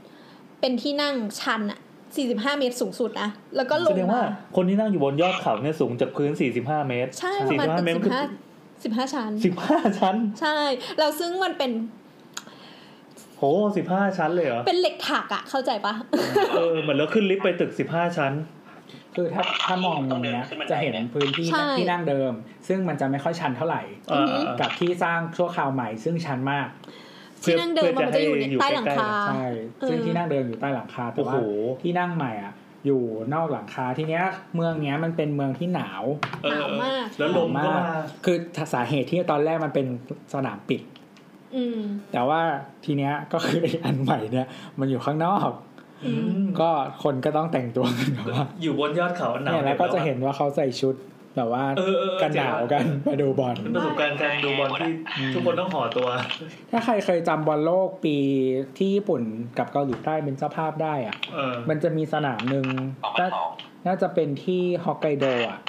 เป็นที่นั่งชันอะ45 เมตรสูงสุดนะ แล้วก็ล แส ง ดง มา ว่าคนที่นั่งอยู่บนยอดเขาเนี่ยสูงจากพื้น 45 เมตร ใช่ประมาณ 45เม เกื ตร อบ คือ 15 15 ชั้น 15 ชั้น ใช่แล้วซึ่งมันเป็น โห15 ชั้นเลยเหรอ เป็นเหล็กถักอะเข้าใจปะ เออเหมือนเราขึ้นลิฟต์ไปตึก 15 ชั้น คือถ้าถ้ามองมุมเนี้ยจะเห็นพื้นที่ ใช่ ที่นั่งเดิม ซึ่งมันจะไม่ค่อยชันเท่าไหร่ อ่าๆ กับที่สร้างชั่วคราวใหม่ซึ่งชันมาก ที่นั่งเดิมมันจะอยู่ใน เพื่อจะให้อยู่ ใต้หลัง ใกล้ๆ คา ใช่ เออ ซึ่งที่นั่งเดิมอยู่ใต้หลังคาแต่ โอ้โห ว่าที่นั่งใหม่อ่ะ อยู่นอกหลังคาทีเนี้ยเมืองเนี้ยมันเป็นเมืองที่หนาว เออ หนาวมาก แล้วลมก็ หนาว มา กคือสาเหตุที่ตอนแรกมันเป็นสนามปิด อืม แต่ว่าทีเนี้ยก็คือไอ้อันใหม่เนี้ยมันอยู่ข้างนอก อืม ก็คนก็ต้องแต่งตัวกันแบบว่า อยู่บนยอดเขาอันหนาว เนี่ยแล้วก็จะเห็นว่าเขาใส่ชุดแบบว่า เออเออเออ กันหนาวกันมาดูบอล เป็นประสบการณ์การดูบอลที่ อืม ทุกคนต้องห่อตัว ถ้าใครเคยจำบอลโลกปีที่ญี่ปุ่นกับเกาหลีใต้เป็นเจ้าภาพได้อ่ะ เออ มันจะมีสนามหนึ่ง สองพั น่าน สอง น่าจะเป็นที่ฮอกไกโดอ่ะ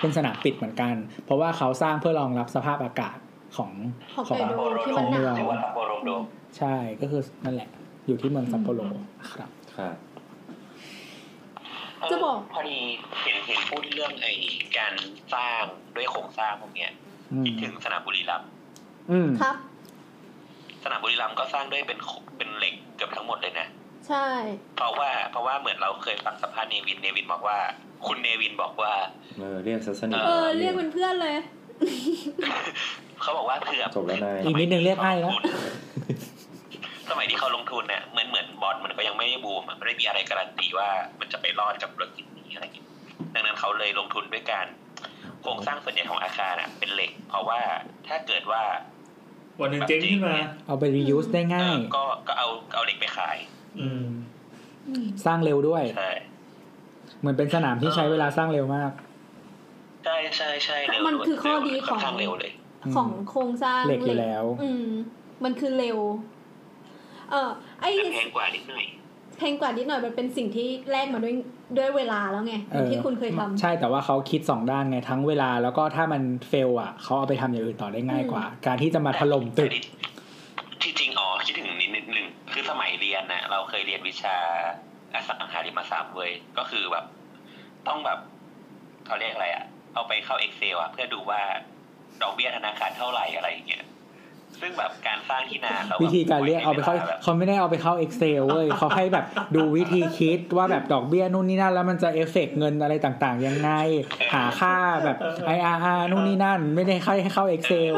เป็นสนามปิดเหมือนกัน เพราะว่าเขาสร้างเพื่อรองรับสภาพอากาศของ ฮอก ขอ ไก ง โดที่มันหนาว หรือว่าซัปโปโรโด ใช่ก็คือนั่นแหละ อยู่ที่เมืองซัปโปโรครับ ค่ะ เ จะบอก พอดีเห็นเห็นพูดเรื่องไอ้การสร้างด้วยโครงสร้างพวกเนี้ย อืม ถึงสนามบุรีรัมย์ อืม ครับ สนามบุรีรัมย์ก็สร้างด้วยเป็นโคเป็นเหล็กเกือบทั้งหมดเลยนะ ใช่ เพราะว่าเพราะว่าเหมือนเราเคยฟังสัมภาษณ์เนวินเนวินบอกว่า คุณเนวินบอกว่า เออเรียกซะสนิท เอ เออเรียกเป็นเพื่อนเลย เขาบอกว่าเผื่อ จบแล้วนาย อีกนิดนึงเรียกไอ้แล้ว สมัยที่เขาลงทุนเนี่ยเหมือนเหมือนบอลมันก็ยังไม่ได้บูมอะไม่ได้มีอะไรการันตีว่ามันจะไปรอดกับธุรกิจนี้อะไรอย่างเงี้ยดังนั้นเขาเลยลงทุนด้วยการโครงสร้างส่วนใหญ่ของอาคารอะเป็นเหล็ก เพราะว่าถ้าเกิดว่า วันหนึงเจ๊งขึ้นมา เอาไป reuse ได้ง่าย เออก็ก็เอาก็เอาเหล็กไปขาย อืม สร้างเร็วด้วย ใช่ เหมือนเป็นสนามที่ใช้เวลาสร้างเร็วมาก ใช่ใช่ใช่เร็ว มันคือข้อดี เร็ว ขค่องนข้างเร็วเลย ของโครงสร้าง เหล็กอยู่แล้ว อืม มันคือเร็ว เออไอ แพงกว่านิดหน่อย แพงกว่านิดหน่อยมันเป็นสิ่งที่แลกมาด้วยด้วยเวลาแล้วไง เออ ที่คุณเคยทำ ใช่แต่ว่าเขาคิดสองด้านไงทั้งเวลาแล้วก็ถ้ามันเฟลอ่ะเขาเอาไปทำอย่างอื่นต่อได้ง่ายกว่า การที่จะมาถล่มตึก แต่ที่ที่จริงอ๋อคิดถึงนิดนิดนึงคือสมัยเรียนนะเราเคยเรียนวิชาอสังหาริมทรัพย์เว้ยก็คือแบบ ต้องแบบเขาเรียกอะไรอะเอาไปเข้า Excel อะเพื่อดูว่าดอกเบี้ยธนาคารเท่าไหร่อะไรอย่างเงี้ยซึ่งแบบการสร้างที่นาเแบบ วิธีการเรียกเอาไปเข้า แบบ เขาไม่ได้เอาไปเข้า Excel เว้ยเขาให้แบบดูวิธีคิดว่าแบบดอกเบี้ยนู่นนี่นั่น แล้วมันจะเอฟเฟกต์เงินอะไรต่างๆ ยังไง หาค่าแบบ IRR นู่นนี่นั่น ไม่ได้ให้ให้เข้า Excel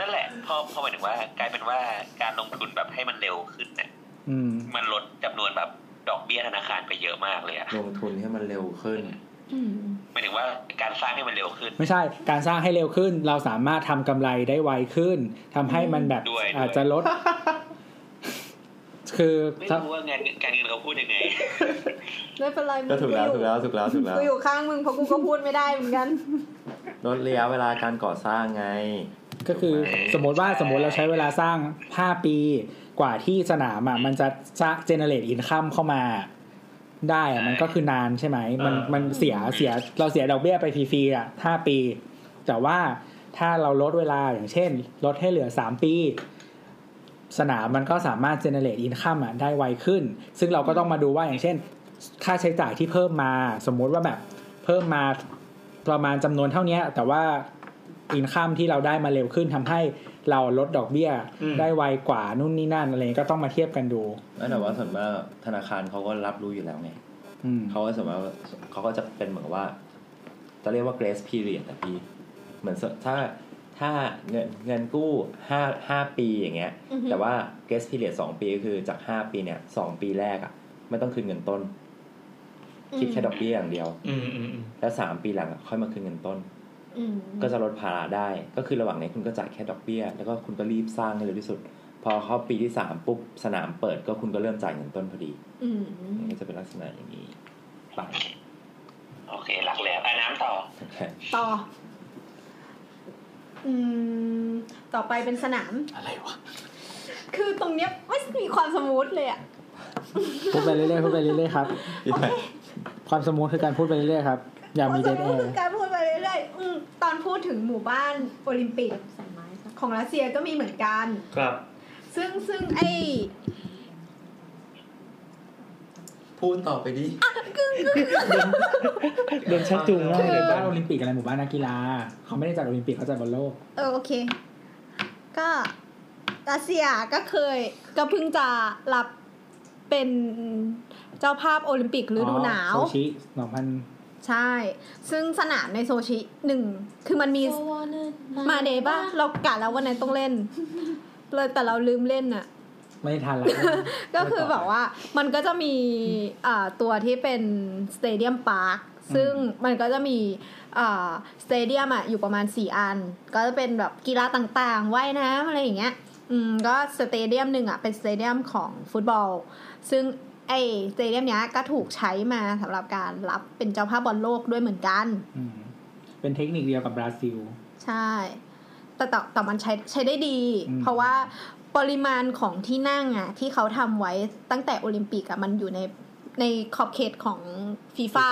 นั่นแหละพอพอหมายถึงว่ากลายเป็นว่าการลงทุนแบบให้มันเร็วขึ้นเนี่ย อืม มันลดจำนวนแบบดอกเบี้ยธนาคารไปเยอะมากเลยอะ ลงทุนให้มันเร็วขึ้น หมายถึงว่าการสร้างให้มันเร็วขึ้น ไม่ใช่การสร้างให้เร็วขึ้น เราสามารถทำกำไรได้ไวขึ้นทำให้มันแบบ ด้วย อาจจะล ด คือ ไม่รู้ว่างานการเงินเขาพูดยังไง ไม่เป็นไร ก็ถูกแล้ว อยู่ ถูกแล้วถูกแล้วถูกแล้ว กูอยู่ข้างมึงเพราะกูก็พูดไม่ได้เหมือนกัน ลดระยะเวลาการก่อสร้างไง ก็คือสมมติว่าสมมติเราใช้เวลาสร้าง 5 ปี กว่าที่สนามอ่ะมันจะสร้างเจเนเรตอินคัมเข้ามา ได้อะมันก็คือนานใช่ไหมมัน อ่ามั มันเสียเสียเราเสียดอกเบี้ยไปฟรีๆอ่ะห้าปี แต่ว่าถ้าเราลดเวลาอย่างเช่น ลดให้เหลือ 3 ปี สนามมันก็สามารถเจเนเรตอินคัมอ่ะได้ไวขึ้น ซึ่งเราก็ต้องมาดูว่าอย่างเช่น ค่าใช้จ่ายที่เพิ่มมา สมมุติว่าแบบเพิ่มมาประมาณจำนวนเท่าเนี้ย แต่ว่าอินคัมที่เราได้มาเร็วขึ้นทำให้เราลดดอกเบี้ย อืม ได้ไวกว่านู่นนี่นั่นอะไรก็ต้องมาเทียบกันดู แต่ว่าส่วนมากธนาคารเขาก็รับรู้อยู่แล้วไง อืม เขาก็สมมติว่าเขาก็จะเป็นเหมือนว่า จะเรียกว่า grace period อะพี่ เหมือนสถ้าถ้าเงินเงินกู้ห้าห้าปีอย่างเงี้ย อือฮึ แต่ว่า grace period สองปีก็คือจากห้าปีเนี่ยสองปีแรกอะไม่ต้องคืนเงินต้น คิดแค่ดอกเบี้ยอย่างเดียว อืมอืมอืม แล้วสามปีหลังอะค่อยมาคืนเงินต้น ก็จะลดภาระได้ ก็คือระหว่างนี้คุณก็จ่ายแค่ดอกเบี้ย แล้วก็คุณก็รีบสร้างให้เร็วที่สุด พอเข้าปีที่สามปุ๊บสนามเปิดก็คุณก็เริ่มจ่ายเงินต้นพอดีมันก็จะเป็นลักษณะอย่างนี้ไป โอเค หลักแหลมอ่ะน้ำต่อ ต่อ อืม ต่อไปเป็นสนาม อะไรวะ คือตรงเนี้ยไม่มีความสมูทเลยอะ พูดไปเรื่อยๆพูดไปเรื่อยๆครับ ความสมูทคือการพูดไปเรื่อยๆครับ อย่า ความ มี ส เดทแอ มูท ร์ คือการพูดไปเรื่อยๆอืมตอนพูดถึงหมู่บ้านโอลิมปิกของรัสเซียก็มีเหมือนกัน ครับ ซึ่งซึ่งไอ พูดต่อไปดิ เดินชักจูงมาก คือ เลยบ้านโอลิมปิกอะไรหมู่บ้านนักกีฬา เขาไม่ได้จัดโอลิมปิกเขาจัดบอลโลก เออโอเค ก็รัสเซียก็เคยก็เพิ่งจะรับเป็นเจ้าภาพโอลิมปิกฤดูหนาว อ๋อซูชิสองพัน ใช่ ซึ่งสนามในโซชิหนึ่ง คือมันมีมาเดย์ป่ะ เรากะแล้ววันนั้นต้องเล่น เลยแต่เราลืมเล่นน่ะ ไม่ทันแล้ว ก็คือแบบว่ามันก็จะมีอ่าตัวที่เป็นสเตเดียมพาร์คซึ่งมันก็จะมีสเตเดียมอ่ะอยู่ประมาณ 4 อัน ก็จะเป็นแบบกีฬาต่างๆว่ายน้ำอะไรอย่างเงี้ยอืมก็สเตเดียมหนึ่งอ่ะเป็นสเตเดียมของฟุตบอล ซึ่งไอสเตเดียมเนี้ยก็ถูกใช้มาสำหรับการรับเป็นเจ้าภาพบอลโลกด้วยเหมือนกัน อืมเป็นเทคนิคเดียวกับบราซิล ใช่ แต่แต่แต่มันใช้ใช้ได้ดี อืม เพราะว่าปริมาณของที่นั่งอ่ะ ที่เขาทำไว้ตั้งแต่โอลิมปิกอ่ะ มันอยู่ในในขอบเขตของฟีฟ่า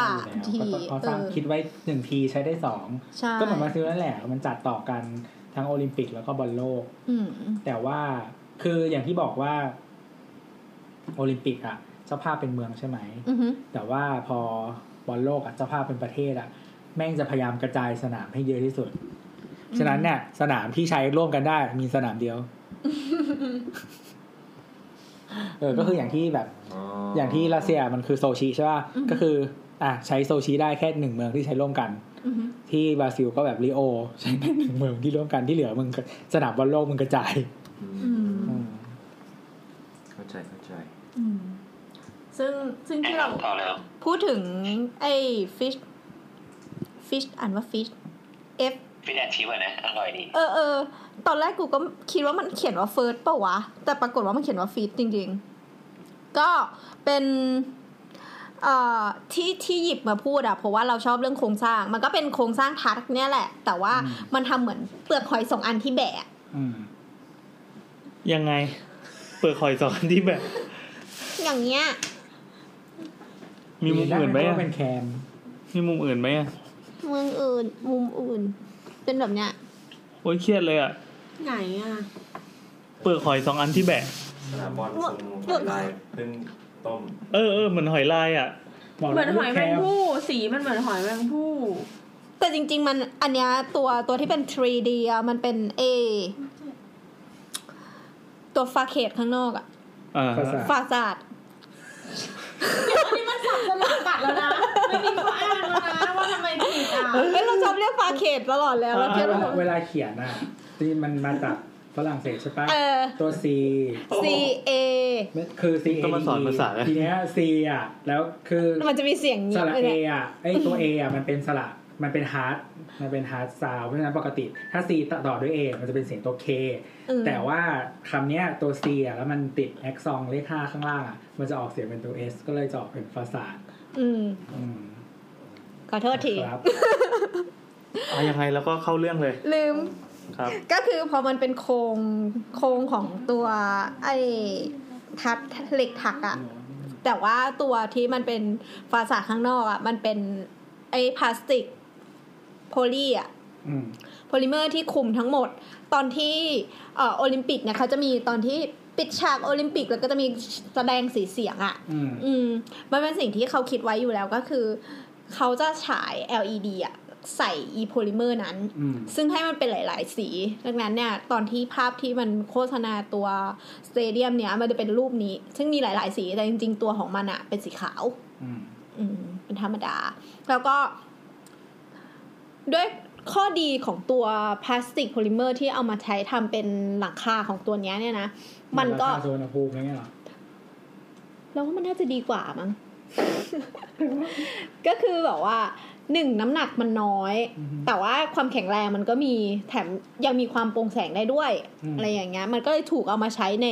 ที่ ที ตั้งอยู่แล้วเขาสเอร้าง อ คิดไว้หนึ่งทีใช้ได้สอง ใช่ ก็เหมือนบราซิลนั่นแหละ มันจัดต่อกันทั้งโอลิมปิกแล้วก็บอลโลก อืม แต่ว่าคืออย่างที่บอกว่า โอลิมปิกอ่ะเจ้าภาพเป็นเมืองใช่ไหม อือฮึ แต่ว่าพอบอลโลกอะเจ้าภาพเป็นประเทศอะแม่งจะพยายามกระจายสนามให้เยอะที่สุด ฉะนั้นเนี่ยสนามที่ใช้ร่วมกันได้มีสนามเดียว เออก็คืออย่างที่แบบ อย่างที่รัสเซียมันคือโซชิใช่ป่ะก็คือ อ่ะใช้โซชิได้แค่หนึ่งเมืองที่ใช้ร่วมกัน อือฮึ ที่บราซิลก็แบบริโอ ใช้แค่หนึ่งเมืองที่ร่วมกันที่เหลือมึงก็สนามบอลโลกมึงกระจาย อืม อืม อืม เข้าใจเข้าใจ อืมซึ่งซึ่งที่เรา ต่อแล้ว พูดถึงไอ้ฟิชฟิชอ่านว่าฟิช F พี่แดดชิวอะนะ อร่อยดี เออเออตอนแรกกูก็คิดว่ามันเขียนว่าเฟิร์สเปล่าวะ แต่ปรากฏว่ามันเขียนว่าฟีดจริง ๆ ก็เป็นเอ่อที่ที่หยิบมาพูดอะเพราะว่าเราชอบเรื่องโครงสร้าง มันก็เป็นโครงสร้างทักเนี่ยแหละ แต่ว่า อืม มันทำเหมือนเปลือกหอยสองอันที่แบะอะ อืม ยังไง เปิดคอยสอนที่แบบ อย่างเงี้ย มีมุมอื่นไหม ด้ อะ เป็นแคม มีมุมอื่นไหมอะ เมืองอื่นมุมอื่น เป็นแบบเนี้ย โอ้ยเครียดเลยอะ ไหนอ่ะ เปิดหอยสองอันที่แบะ สนามบอล หมึกหมึก ลายพึ่งต้ม เออเออเหมือนหอยลายอะ บอก เหมือนหอยแม แค ง ม ผู้ สีมันเหมือนหอยแมงผู้ แต่จริง ๆ มันอันเนี้ยตัวตัวที่เป็น 3D อะมันเป็น A ตัวฟาเคตข้างนอกอะ อ่า ภาษา ฟาซาด นี่มันสับสลับกัดแล้วนะไม่มีข้ออ้างแล้วนะว่าทำไมผิดอ่ะ เอ้ยเราชอบเรียกฟาเคตตลอดแล้วเรา เว เรียก ลาเวลาเขียนอ่ะที่มันมาจากฝรั่งเศสใช่ปะ เออ ตัว C C A คือ C A ต้องมาสอนภาษานะ ทีเนี้ย C อ่ะ แล้วคือ มันจะมีเสียง ส เงี้ย ระ เลย A เนี่ย อ่ะไอตัว A อ่ะมันเป็นสระมันเป็นฮาร์ดมันเป็นฮาร์ดซาวเพราะฉะนั้นปกติ ถ้า C ต่อด้วย A มันจะเป็นเสียงตัว K เออ แต่ว่าคำเนี้ยตัว C อ่ะแล้วมันติดแอคซองเลขห้าข้างล่างอ่ะมันจะออกเสียงเป็นตัว S ก็เลยจะออกเป็นฟาษาด อืม อืม ขอโทษที ครับ อ่ะยังไงแล้วก็เข้าเรื่องเลย ลืม ครับ ก็คือพอมันเป็นโครงโครงของตัวไอ้ทัดเหล็กถักอะแต่ว่าตัวที่มันเป็นฟาสาดข้างนอกอะมันเป็นไอ้พลาสติกโพลีอะ อืม โพลิเมอร์ที่คลุมทั้งหมด ตอนที่เอ่อโอลิมปิกเนี่ยเขาจะมีตอนที่ปิดฉากโอลิมปิกแล้วก็จะมีแสดงสีเสียงอะ อืม อืมมันเป็นสิ่งที่เขาคิดไว้อยู่แล้วก็คือ เขาจะฉาย LED อะใส่อีโพลิเมอร์นั้น อืม ซึ่งให้มันเป็นหลาย ๆ สี ดังนั้นเนี่ย ตอนที่ภาพที่มันโฆษณาตัวสเตเดียมเนี่ย มันจะเป็นรูปนี้ ซึ่งมีหลาย ๆ สี แต่จริง ๆ ตัวของมันอะเป็นสีขาว อืม อืม เป็นธรรมดา แล้วก็ ด้วยข้อดีของตัวพลาสติกโพลิเมอร์ที่เอามาใช้ทำเป็นหลังคาของตัวเนี้ยเนี่ยนะ มันก็ ราคาสุวรรณภูมิอะไรเงี้ยเหรอ เราว่ามันน่าจะดีกว่ามั้ง ก็คือแบบว่าหนึ่งน้ำหนักมันน้อย อือฮึ แต่ว่าความแข็งแรงมันก็มีแถมยังมีความโปร่งแสงได้ด้วย อืม อะไรอย่างเงี้ย มันก็เลยถูกเอามาใช้ใน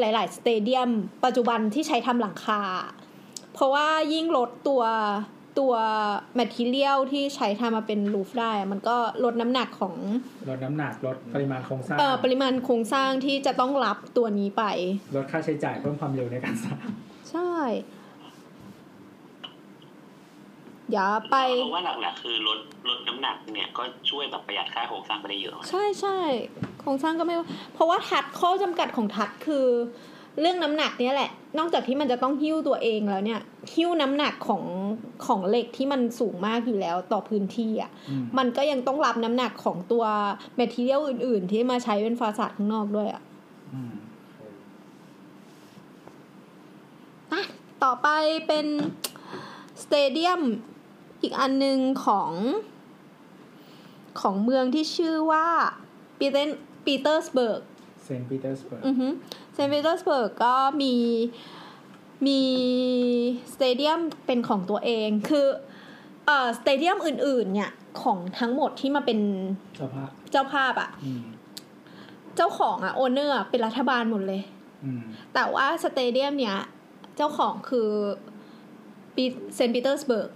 หลาย ๆ สเตเดียม ปัจจุบันที่ใช้ทำหลังคา เพราะว่ายิ่งลดตัวตัวแมทเทียลที่ใช้ทำมาเป็นรูฟได้อะมันก็ลดน้ำหนักของ ลดน้ำหนักลดปริมาณโครงสร้าง เอ่อปริมาณโครงสร้างที่จะต้องรับตัวนี้ไป ลดค่าใช้จ่ายเพิ่มความเร็วในการสร้าง ใช่อย่าไป เพราะว่าหลักๆคือลดลดน้ำหนักเนี่ยก็ช่วยแบบประหยัดค่าโครงสร้างไปได้เยอะนะ ใช่ใช่โครงสร้างก็ไม่ว่าเพราะว่าทัดข้อจำกัดของทัดคือ เรื่องน้ำหนักเนี่ยแหละ นอกจากที่มันจะต้องหิ้วตัวเองแล้วเนี่ยหิ้วน้ำหนักของของเหล็กที่มันสูงมากอยู่แล้วต่อพื้นที่อ่ะ อืม มันก็ยังต้องรับน้ำหนักของตัวแมทเทียลอื่น ๆ ที่มาใช้เป็นฟาสาดข้างนอกด้วยอ่ะ อืม อ่ะต่อไปเป็นสเตเดียมอีกอันหนึงของของเมืองที่ชื่อว่าปีเตนปีเตอร์สเบิร์ก เซนต์ปีเตอร์สเบิร์ก อือฮึเซนต์ปีเตอร์สเบิร์กก็มีมีสเตเดียมเป็นของตัวเองคือเอ่อสเตเดียมอื่นๆเนี่ยของทั้งหมดที่มาเป็น สภาพ เจ้าภาพอะ อืม เจ้าของอะโอเนอร์เป็นรัฐบาลหมดเลย อืม แต่ว่าสเตเดียมเนี่ยเจ้าของคือปีเซนต์ปีเตอร์สเบิร์ก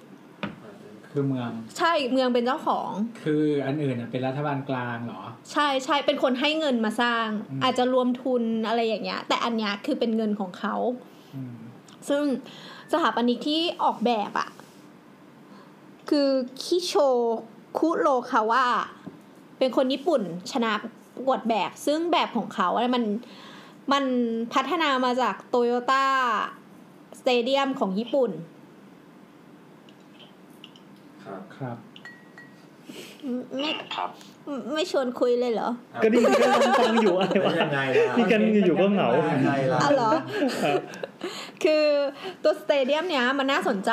คือเมือง ใช่เมืองเป็นเจ้าของ คืออันอื่นน่ะเป็นรัฐบาลกลางเหรอ ใช่ใช่เป็นคนให้เงินมาสร้าง อืม อาจจะรวมทุนอะไรอย่างเงี้ยแต่อันเนี้ยคือเป็นเงินของเขา อืม ซึ่งสถาปนิกที่ออกแบบอะคือคิโชคุโรคาวะเป็นคนญี่ปุ่นชนะประกวดแบบ ซึ่งแบบของเขาอะมันมันพัฒนามาจากโตโยต้าสเตเดียมของญี่ปุ่น ครับ ครับ ไม่ ครับ ไม่ชวนคุยเลยเหรอ ก็ดีก็ลองฟังอยู่อะไรวะ ยังไงล่ะ พี่กันอยู่ๆก็เหงา ยังไงล่ะ อ๋อเหรอ คือตัวสเตเดียมเนี้ยมันน่าสนใจ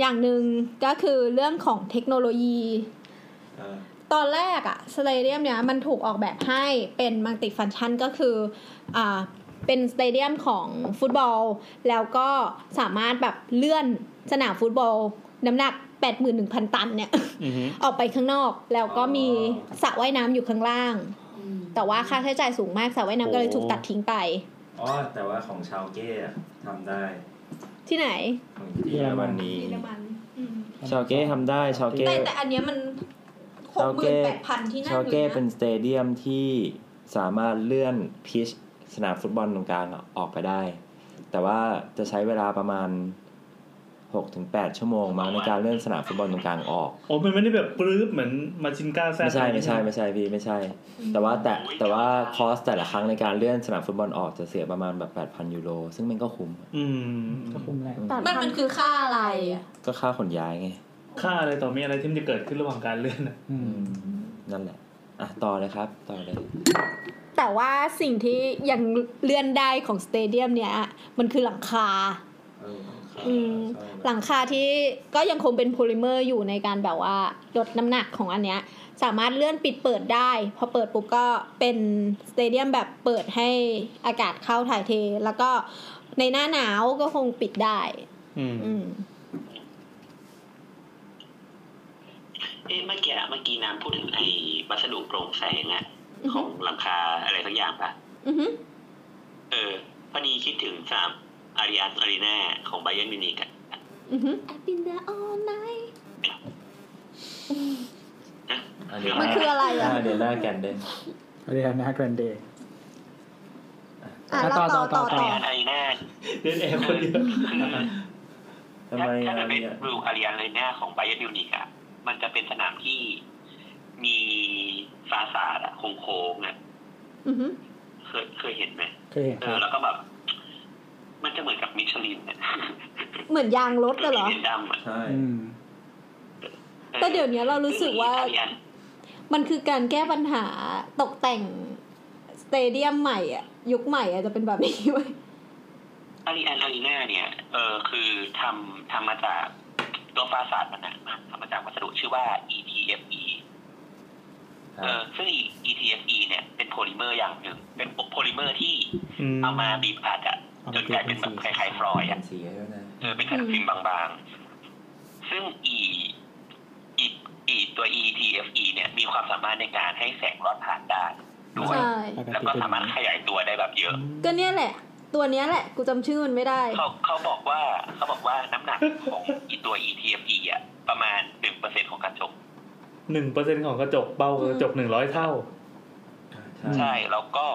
อย่างหนึ่งก็คือเรื่องของเทคโนโลยี อ่า ตอนแรกอะสเตเดียมเนี้ยมันถูกออกแบบให้เป็นมัลติฟังก์ชันก็คืออ่าเป็นสเตเดียมของฟุตบอล แล้วก็สามารถแบบเลื่อนสนามฟุตบอล น้ำหนัก 81,000 ตันเนี่ย อือฮึ ออกไปข้างนอก แล้วก็มีสระว่ายน้ำอยู่ข้างล่าง แต่ว่าค่าใช้จ่ายสูงมากสระว่ายน้ำก็เลยถูกตัดทิ้งไป อ อ๋อ แต่ว่าของชาวเก้อะทำได้ ที่ไหน ของเยอรมนี เยอรมันอืม ชาวเก้ทำได้ชาวเก้ แต่แต่อันเนี้ยมันหก ชาว หมื่ เก้ นแปดพันที่นั่ง ชาว อยู่ เก้เป็น นะ สเตเดียมที่สามารถเลื่อนพิชสนามฟุตบอลตรงกลางออกไปได้ แต่ว่าจะใช้เวลาประมาณ 6-8 ชั่วโมงมั้งในการเลื่อนสนามฟุตบอลตรงกลางออก โอ้มันไม่ได้แบบปลื้มเหมือนมาชินก้าแซ่บ ไม่ใช่ไม่ใช่ไม่ใช่พี่ไม่ใช่ แต่ว่าแต่แต่ว่าคอสแต่ละครั้งในการเลื่อนสนามฟุตบอลออกจะเสียประมาณแบบ 8,000 ยูโร ซึ่งมันก็คุ้ม อืม ก็คุ้มแหละ แต่ มันมันคือค่าอะไรอ่ะ ก็ค่าขนย้ายไง ค่าอะไรต่อมีอะไรที่มันจะเกิดขึ้นระหว่างการเลื่อนอะ อื อื ม มนั่นแหละ อ่ะ ต่อเลยครับ ต่อเลย แต่ว่าสิ่งที่ยังเลื่อนได้ของสเตเดียมเนี่ยอะมันคือหลังคา อืมหลังคาที่ก็ยังคงเป็นโพลิเมอร์อยู่ในการแบบว่าลดน้ำหนักของอันเนี้ย สามารถเลื่อนปิดเปิดได้ พอเปิดปุ๊บก็เป็นสเตเดียมแบบเปิดให้อากาศเข้าถ่ายเท แล้วก็ในหน้าหนาวก็คงปิดได้ อืม อืม เอ๊ะเมื่อกี้อะเมื่อกี้น้ำพูดถึงไอ้วัสดุโปร่งแสงอะ อือขฮึองหลังคาอะไรสักอย่างปะ อือหือ เออพอดีคิดถึงสนามอาริอันอารีนาของไบเยนมินิกอะ อือหือ I've been there all night อันนี้ มันคืออะไร ห อะ น้าเดล่าแกนเดน เรียนนะแกรนเดย์ อ่ะ อ่ะ เรา ต่ ต่ อ อ ต่ ต่ อ อ ต่อ อาริอันต่ออารีนา เล่นแอร์คนเดียว ทำไม ถ้า อะไรมันเป็น อ่ะ บลูอารีอันอารีนาของไบเยนมิวนิกอะมันจะเป็นสนามที่มีฟาสาดอะโค้งๆอะ อือหือ เคยเคยเห็นไหม เคยเห็น เอ ครั อบ แล้วก็แบบ มันจะเหมือนกับมิชลินอะ เหมือนยางรถเลยเหรอ มิชลินดำอะ ใช่ อืม ออ แต่เดี๋ยวนี้เรารู้สึกว่า อริอัน มันคือการแก้ปัญหาตกแต่งสเตเดียมใหม่อ่ะ ยุคใหม่อ่ะจะเป็นแบบนี้ไว้ย อารีแอนอารีนาเนี่ย เออคือทำทำมาจากตัวฟาสาดมันนะมันทำมาจากวัสดุชื่อว่า ETFE ค เอ รับ อซึ่ง ETFE เนี่ยเป็นโพลิเมอร์อย่างหนึ่ง เป็นโพลิเมอร์ที่ อืม เอามาบีบอัดอะจนกลายเป็นแบบคล้ายๆฟลอยด์ เห็ อะ นสีแล้วนะ เออเป็นแผ่นพิมพ์บางๆ ซึ่ง E E E ตัว ETFE เนี่ยมีความสามารถในการให้แสงรอดผ่านได้ด้วย ใช่ ปก แล้วก็ติเป็น สามารถขยายตัวได้แบบเยอะ ก็เนี่ยแหละ ตัวเนี้ยแหละ กูจำชื่อมันไม่ได้ เขาเขาบอกว่าเขาบอกว่าน้ำหนักของอีตัว ETFE อ่ะประมาณหนึ่งเปอร์เซ็นของกระจก หนึ่งเปอร์เซ็นของกระจกเบากว่ากระจกหนึ่งร้อยเท่า ใช่ ใช่ แล้วก็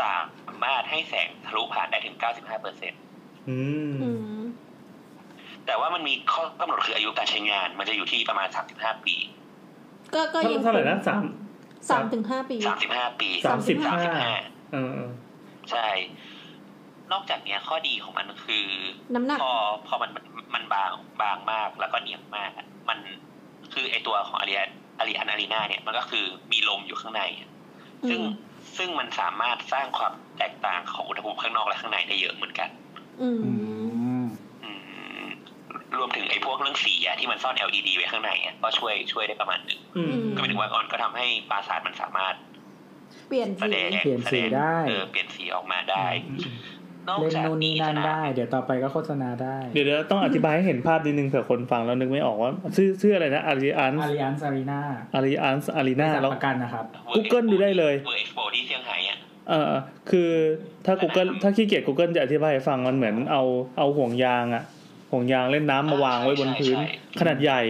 สามารถให้แสงทะลุผ่านได้ถึง 95เปอร์เซ็น อืม อืม แต่ว่ามันมีข้อกำหนดคืออายุการใช้งาน มันจะอยู่ที่ประมาณ 35 ปี ก็ก็ เท่า ยัง เท่าไหร่นะสาม สามถึงห้าปี 35 ปี สามสิบห้า 35 เออ ใช่ นอกจากเนี้ยข้อดีของมันคือ น้ำหนัก พอพอมันมันบางบางมากแล้วก็เหนียบมากอะมันคือไอตัวของอาริอาริอานารีนาเนี่ยมันก็คือมีลมอยู่ข้างในอะ อืม ซึ่งซึ่งมันสามารถสร้างความแตกต่างของอุณหภูมิข้างนอกและข้างในได้เยอะเหมือนกัน อืม อืม อืมรวมถึงไอพวกเรื่องสีอะที่มันซ่อน LED ไว้ข้างในอะก็ช่วยช่วยได้ประมาณหนึง อืม ก็หมายถึงว่าออนก็ทำให้ปราสาทมันสามารถ เปลี่ยน แส สี ดง เปลี่ยน แส สี ง ได้ เออเปลี่ยนสีออกมาได้นอก เล่น จาก นู่นนี่นั่น สาม ได้ เดี๋ยวต่อไปก็โฆษณาได้ เดี๋ยวเดี๋ยวต้องอธิบายให้เห็นภาพนิดนึงเผื่อคนฟังแล้วนึกไม่ออกว่าชื่อชื่ออะไรนะอาริอัน อาริอันซารีนา อาริอันอารีนา จัด แล้ว ประกันนะครับ World Google ดูได้เลย Expo เวอร์เอ็กซ์โปที่เซี่ยงไฮ้อะ เออคือถ้า Google ถ้าขี้เกียจ Google จะอธิบายให้ฟังมันเหมือนเอาเอาห่วงยางอะห่วงยางเล่นน้ำมาวางไว้บนพื้น ใช่ใช่ ขนาดใหญ่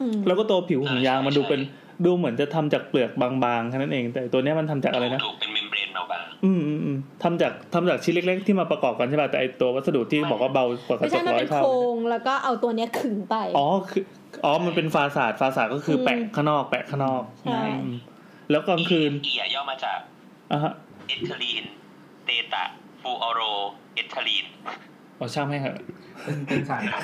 อืม แล้วก็ตัวผิวห่วงยางมันดูเป็นดูเหมือนจะทำจากเปลือกบางๆแค่นั้นเอง แต่ตัวเนี้ยมันทำจากอะไรนะ ถูกเป็นเมมเบรนเราบ้าง อืมอืมอืมทำจากทำจากชิ้นเล็ก ๆ ที่มาประกอบกันใช่ป่ะแต่ไอตัววัสดุที่บอกว่าเบากว่าก ไม่ ระจ ใช่ ก มัน ร้อยเป็น เท่า โครงแล้วก็เอาตัวเนี้ยขึงไป อ๋อคืออ๋อมันเป็นฟาสาดฟาสาดก็คืออ ม แปะข้างนอกแปะข้างนอก ใช่ อืมแล้วกลางคืน EFE อ่ะย่อมาจาก อ่ะฮะ เอทิลีนเตตาฟูออโรเอทิลีน อ๋อช่างแม่งเหอะ เป็นเป็นสารส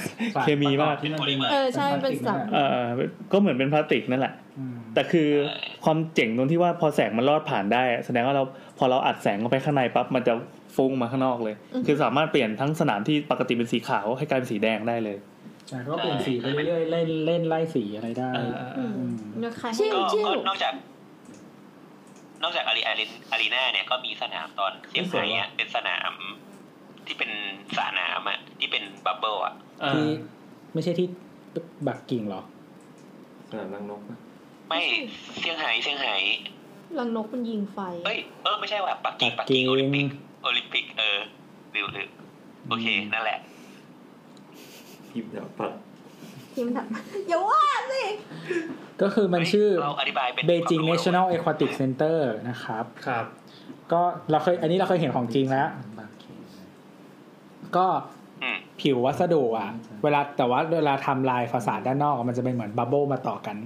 าร เคมีมาก ประอบที่นป็น เออใช่เป็นสาร เออก็เหมือนเป็นพลาสติกนั่นแหละ อืม แต่คือ ใช่ ความเจ๋งตรงที่ว่าพอแสงมันลอดผ่านได้อะแสดงว่าเราพอเราอัดแสงเข้าไปข้างในปั๊บมันจะฟุ้งมาข้างนอกเลย อืม คือสามารถเปลี่ยนทั้งสนามที่ปกติเป็นสีขาวให้กลายเป็นสีแดงได้เลย แต่ก็เปลี่ยนสีไปเรื่อยๆเล่นเล่นไล่สีอะไรได้ เออเออเออ ม นะคะชิว ก็ ชิว ก็นอกจาก นอกจากอารีอารีอารีนาเนี่ยก็มีสนามตอนเซี่ยงไฮ้อ่ะเป็นสนามที่เป็นสระน้ำอ่ะที่เป็นบับเบิลอ่ะ อ่า ที่ไม่ใช่ที่บักกิ่งเหรอ สนามรังนกปะ ไม่เซี่ยงไฮ้เซี่ยงไฮ้ ลังนกมันยิงไฟ เอ้ยเออไม่ใช่ว่ะปักกิ่ง ปั ปั ก ก กิ่ กิ่ ง งโอลิมปิก โอลิมปิกเออหรือหรือโอเค นั่นแหละ พิมพ์แล้วปัด ทีมถัดมา อย่าว่าสิ ก็คือมันชื่อ เราอธิบายเป็น Beijing National Aquatic Center นะครับ ครับ ก็เราเคยอันนี้เราเคยเห็นของจริงแล้ว ก็ อืม ผิววัสดุอ่ะ เวลาแต่ว่าเวลาทำลายฟาสาดด้านนอกอะมันจะเป็นเหมือนบับเบิลมาต่อกัน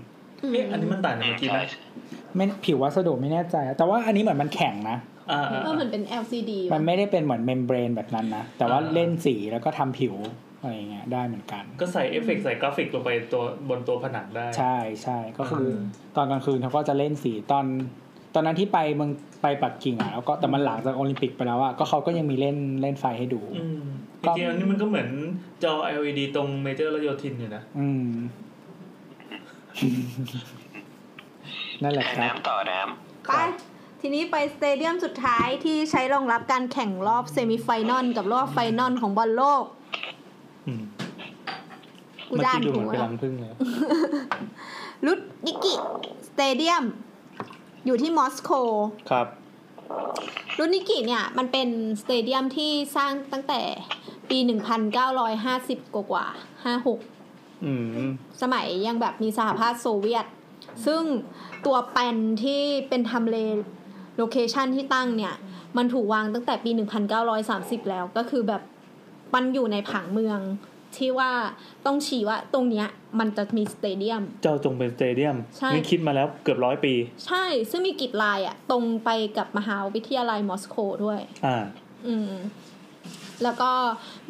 เอ๊ะอันนี้มันต่างจากเมื่อกี้ไหม ใช่ ไม่ผิววัสดุไม่แน่ใจอะแต่ว่าอันนี้เหมือนมันแข็งนะ อ่าอ่า ก็เหมือนเป็น LCD มันไม่ได้เป็นเหมือนเมมเบรนแบบนั้นนะ แต่ว่าเล่นสีแล้วก็ทำผิวอะไรอย่างเงี้ยได้เหมือนกัน ก็ใส่เอฟเฟกต์ใส่กราฟิกลงไปตัวบนตัวผนังได้ ใช่ใช่ก็คืออตอนกลางคืนเขาก็จะเล่นสีตอน ตอนนั้นที่ไปเมืองไปปักกิ่งอ่ะแล้วก็แต่มันหลังจากโอลิมปิกไปแล้วอ่ะก็เขาก็ยังมีเล่นเล่นไฟให้ดู อืมจ ก็ ริงๆอันนี้มันก็เหมือนจอ LED ตรงเมเจอร์รโยธินอยู่นะ อืม นั่นแหละครับ น้ำต่อน้ ไป ทีนี้ไปสเตเดียมสุดท้ายที่ใช้รองรับการแข่งรอบเซมิไฟนอลกับรอบไฟนอลของบอลโลก อืม กู เมื่อ ด้าน กี้ดูเห หั มือน ว เป็นรังพึ่งเลย ลุดนิกิสเตเดียม อยู่ที่มอสโก ครับ รุนิกิเนี่ยมันเป็นสเตเดียมที่สร้างตั้งแต่ปี 1950 กว่ากว่า56 อืม สมัยยังแบบมีสหภาพโซเวียต ซึ่งตัวแปลนที่เป็นทำเลโลเคชันที่ตั้งเนี่ย มันถูกวางตั้งแต่ปี 1930 แล้วก็คือแบบมันอยู่ในผังเมืองที่ว่าต้องชี้ว่าตรงเนี้ยมันจะมีสเตเดียม เจ้าจงเป็นสเตเดียม ใช่ นี่คิดมาแล้วเกือบร้อยปี ใช่ ซึ่งมีกิจลายอะตรงไปกับมหาวิทยาลัยมอสโกด้วย อ่า อืม แล้วก็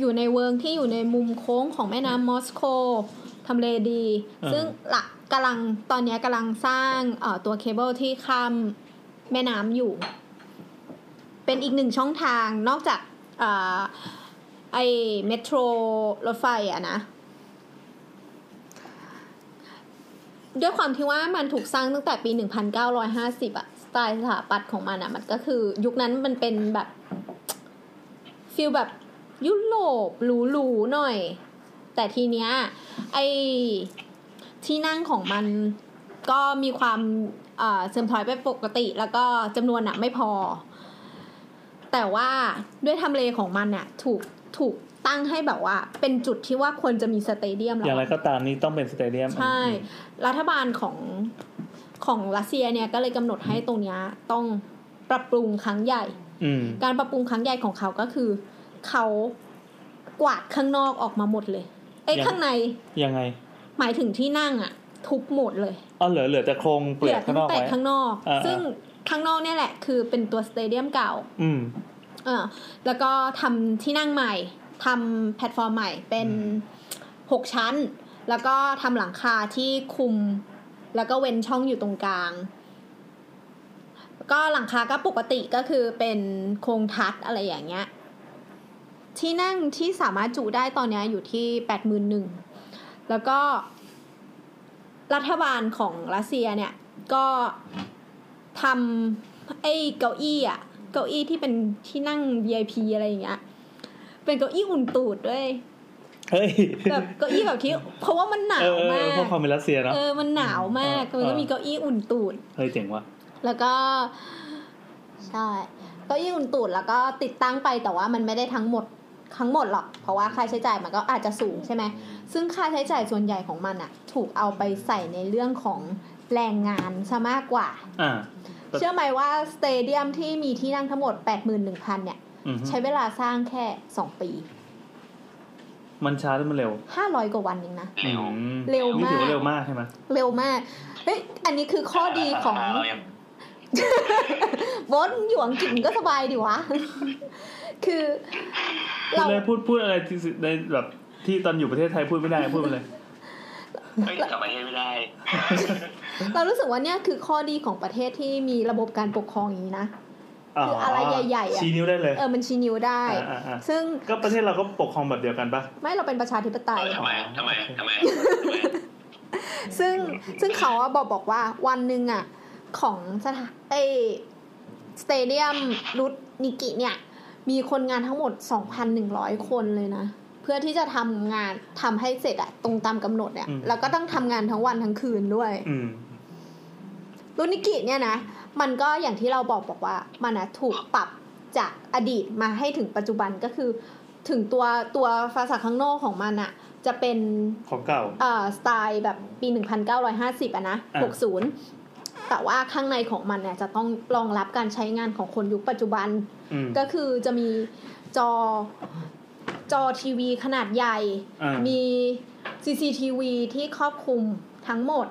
อยู่ในเวิร์งที่อยู่ในมุมโค้งของแม่น้ำมอสโกทำเลดี อ่า ซึ่งหลักกำลังตอนเนี้ยกำลังสร้างเอ่อตัวเคเบิลที่ข้ามแม่น้ำอยู่ เป็นอีกหนึ่งช่องทางนอกจากเอ่อไอเมโทรรถไฟอะนะ ด้วยความที่ว่ามันถูกสร้างตั้งแต่ปี 1950อะสไตล์สถาปัตย์ของมันอะมันก็คือยุคนั้นมันเป็นแบบ ฟิลแบบยุโรปหรูๆหน่อย แต่ทีเนี้ยไอที่นั่งของมันก็มีความเอ่อเสื่อมถอยไปปกติ แล้วก็จำนวนอะไม่พอ แต่ว่าด้วยทำเลของมันเนี่ยถูกถูกตั้งให้แบบว่า เป็นจุดที่ว่าควรจะมีสเตเดียม อ แล้ ย่าง ว ไรก็ตามนี่ต้องเป็นสเตเดียม ใช่ รัฐบาลของของรัสเซียเนี่ยก็เลยกำหนดให้ตรงเนี้ยต้องปรับปรุงครั้งใหญ่ อืม การปรับปรุงครั้งใหญ่ของเขาก็คือ เขากวาดข้างนอกออกมาหมดเลย เอ้ย ยัง ข้างใน ยังไง หมายถึงที่นั่งอะทุบหมดเลย อ๋อเหลือเหลือแต่โครงเปลือกข้างนอก แต่ ไว้ ข้างนอก อ่าๆ ซึ่งข้างนอกเนี่ยแหละ คือเป็นตัวสเตเดียมเก่า อืม เออแล้วก็ทำที่นั่งใหม่ทำแพลตฟอร์มใหม่เป็นหกชั้น แล้วก็ทำหลังคาที่คุม แล้วก็เว้นช่องอยู่ตรงกลาง ก็หลังคาก็ปกติก็คือเป็นโครงทัดอะไรอย่างเงี้ย ที่นั่งที่สามารถจุได้ตอนเนี้ยอยู่ที่แปดหมื่นหนึ่งแล้วก็ รัฐบาลของรัสเซียเนี่ยก็ทำไอ้เก้าอี้อ่ะ เก้าอี้ที่เป็นที่นั่ง VIP อะไรอย่างเงี้ย เป็นเก้าอี้อุ่นตูดด้วย เฮ้ย แบบเก้าอี้แบบที่ เพราะว่ามันหนา เออ ว เออ มา เออก เพราะความเป็นรัสเซียเนาะ เออ มันหนาวมาก เออ มัเอนก็อ มีเก้าอี้อุ่นตูด เฮ้ยเจ๋งว่ะ แล้วก็ ใช่เก้าอี้อุ่นตูดแล้วก็ติดตั้งไปแต่ว่ามันไม่ได้ทั้งหมดทั้งหมดหรอก เพราะว่าค่าใช้จ่ายมันก็อาจจะสูงใช่ไหม ซึ่งค่าใช้จ่ายส่วนใหญ่ของมันอะถูกเอาไปใส่ในเรื่องของแรงงานซะมากกว่า อ่า เชื่อไหมว่าสเตเดียมที่มีที่นั่งทั้งหมด 81,000 เนี่ย อืม ใช้เวลาสร้างแค่ 2 ปี มันช้าหรือมันเร็ว 500 กว่าวันเองนะ ำเร็ว อื เร็ว นี่ถือ มาก ว่าเร็วมากใช่ไหม เร็วมาก เฮ้ย อันนี้คือข้อดีของ เรายัง บนอยู่อังกฤษก็สบายดีวะ คือ พูด เรา เลยพูดพูดอะไรที่ในแบบที่ตอนอยู่ประเทศไทยพูดไม่ได้พูดไปเลย เฮ้ยทำไมให้ไม่ได้ เรารู้สึกว่าเนี่ยคือข้อดีของประเทศที่มีระบบการปกครองอย่างนี้นะ คืออะไรใหญ่ๆอะ ชี้นิ้วได้เลย เออ มันชี้นิ้วได้ อ่าอ่าอ่า ซึ่ง ก็ประเทศเราก็ปกครองแบบเดียวกันปะ ไม่เราเป็นประชาธิปไตย ทำไม ทำไม ทำไม ซึ่งซึ่งเขาอะบอกบอกว่าวันหนึ่งอะของสถานไอสเตเดียมรุดนิกิเนี่ย มีคนงานทั้งหมด 2,100 คนเลยนะ เพื่อที่จะทำงานทำให้เสร็จอะตรงตามกำหนดเนี่ย อืม แล้วก็ต้องทำงานทั้งวันทั้งคืนด้วย อืม รุนิกิเนี่ยนะ มันก็อย่างที่เราบอกบอกว่า มันนะถูกปรับ จากอดีตมาให้ถึงปัจจุบันก็คือ ถึงตัวตัวฟาสาข้างนอกของมันอะจะเป็น ของเก่า เอ่อสไตล์แบบปี 1950อะนะ อ่ะ 60 แต่ว่าข้างในของมันเนี่ยจะต้องรองรับการใช้งานของคนยุคปัจจุบัน อืม ก็คือจะมีจอจอทีวีขนาดใหญ่ อ่ามี มี CCTV ที่ครอบคลุมทั้งหมด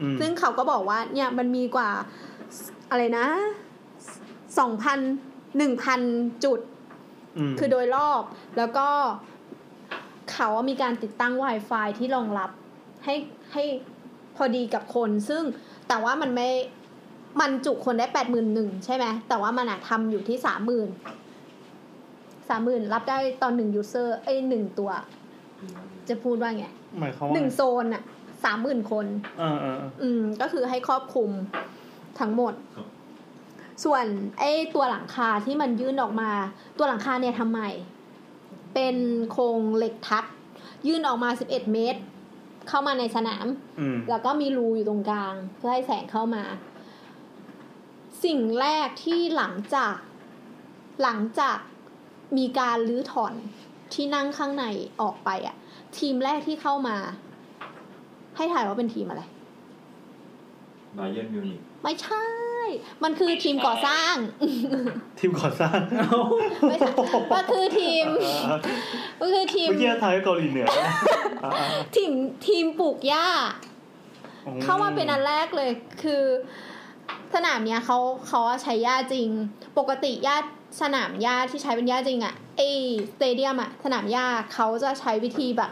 อืม ซึ่งเขาก็บอกว่าเนี่ยมันมีกว่าอะไรนะ 2,000 1,000 จุด ม คือโดยรอบแล้วก็เขาอะมีการติดตั้ง Wi-Fi ที่รองรับให้ให้พอดีกับคน ซึ่งแต่ว่ามันไม่มันจุคนได้แปดหมื่นหนึ่งใช่ไหมแต่ว่ามันอะทำอยู่ที่สามหมื่นสามหมื่นรับได้ตอนหนึ่งยูเซอร์ไอยหนึ่งตัว จะพูดว่าไง หมายความว่า หนึ่งโซนอะสามหมื่นคน อ่าอ่าอ่า อืมก็คือให้ครอบคลุมทั้งหมด ครับ ส่วนไอ้ตัวหลังคาที่มันยื่นออกมา ตัวหลังคาเนี่ยทำใหม่ เป็นโครงเหล็กทัด ยื่นออกมา 11 เมตร เข้ามาในสนาม อืม แล้วก็มีรูอยู่ตรงกลาง เพื่อให้แสงเข้ามา สิ่งแรกที่หลังจาก หลังจากมีการรื้อถอนที่นั่งข้างในออกไปอะทีมแรกที่เข้ามา ให้ถ่ายว่าเป็นทีมอะไร บาเยิร์นมิวนิก ไม่ใช่ มันคือทีมก่อสร้าง ทีมก่อส ร้าง ไม่ใช่มันคือทีม อ่า มันคือทีม เมื่อกี้ไทยเกาหลีเหนืออ่าอ่า ทีม ทีมปลูกหญ้า อื เข้ามาเป็นอันแรกเลย คือ สนามเนี้ยเขาเขาใช้หญ้าจริง ปกติหญ้าสนามหญ้าที่ใช้เป็นหญ้าจริงอะไอสเตเดียมอะสนามหญ้าเขาจะใช้วิธีแบบ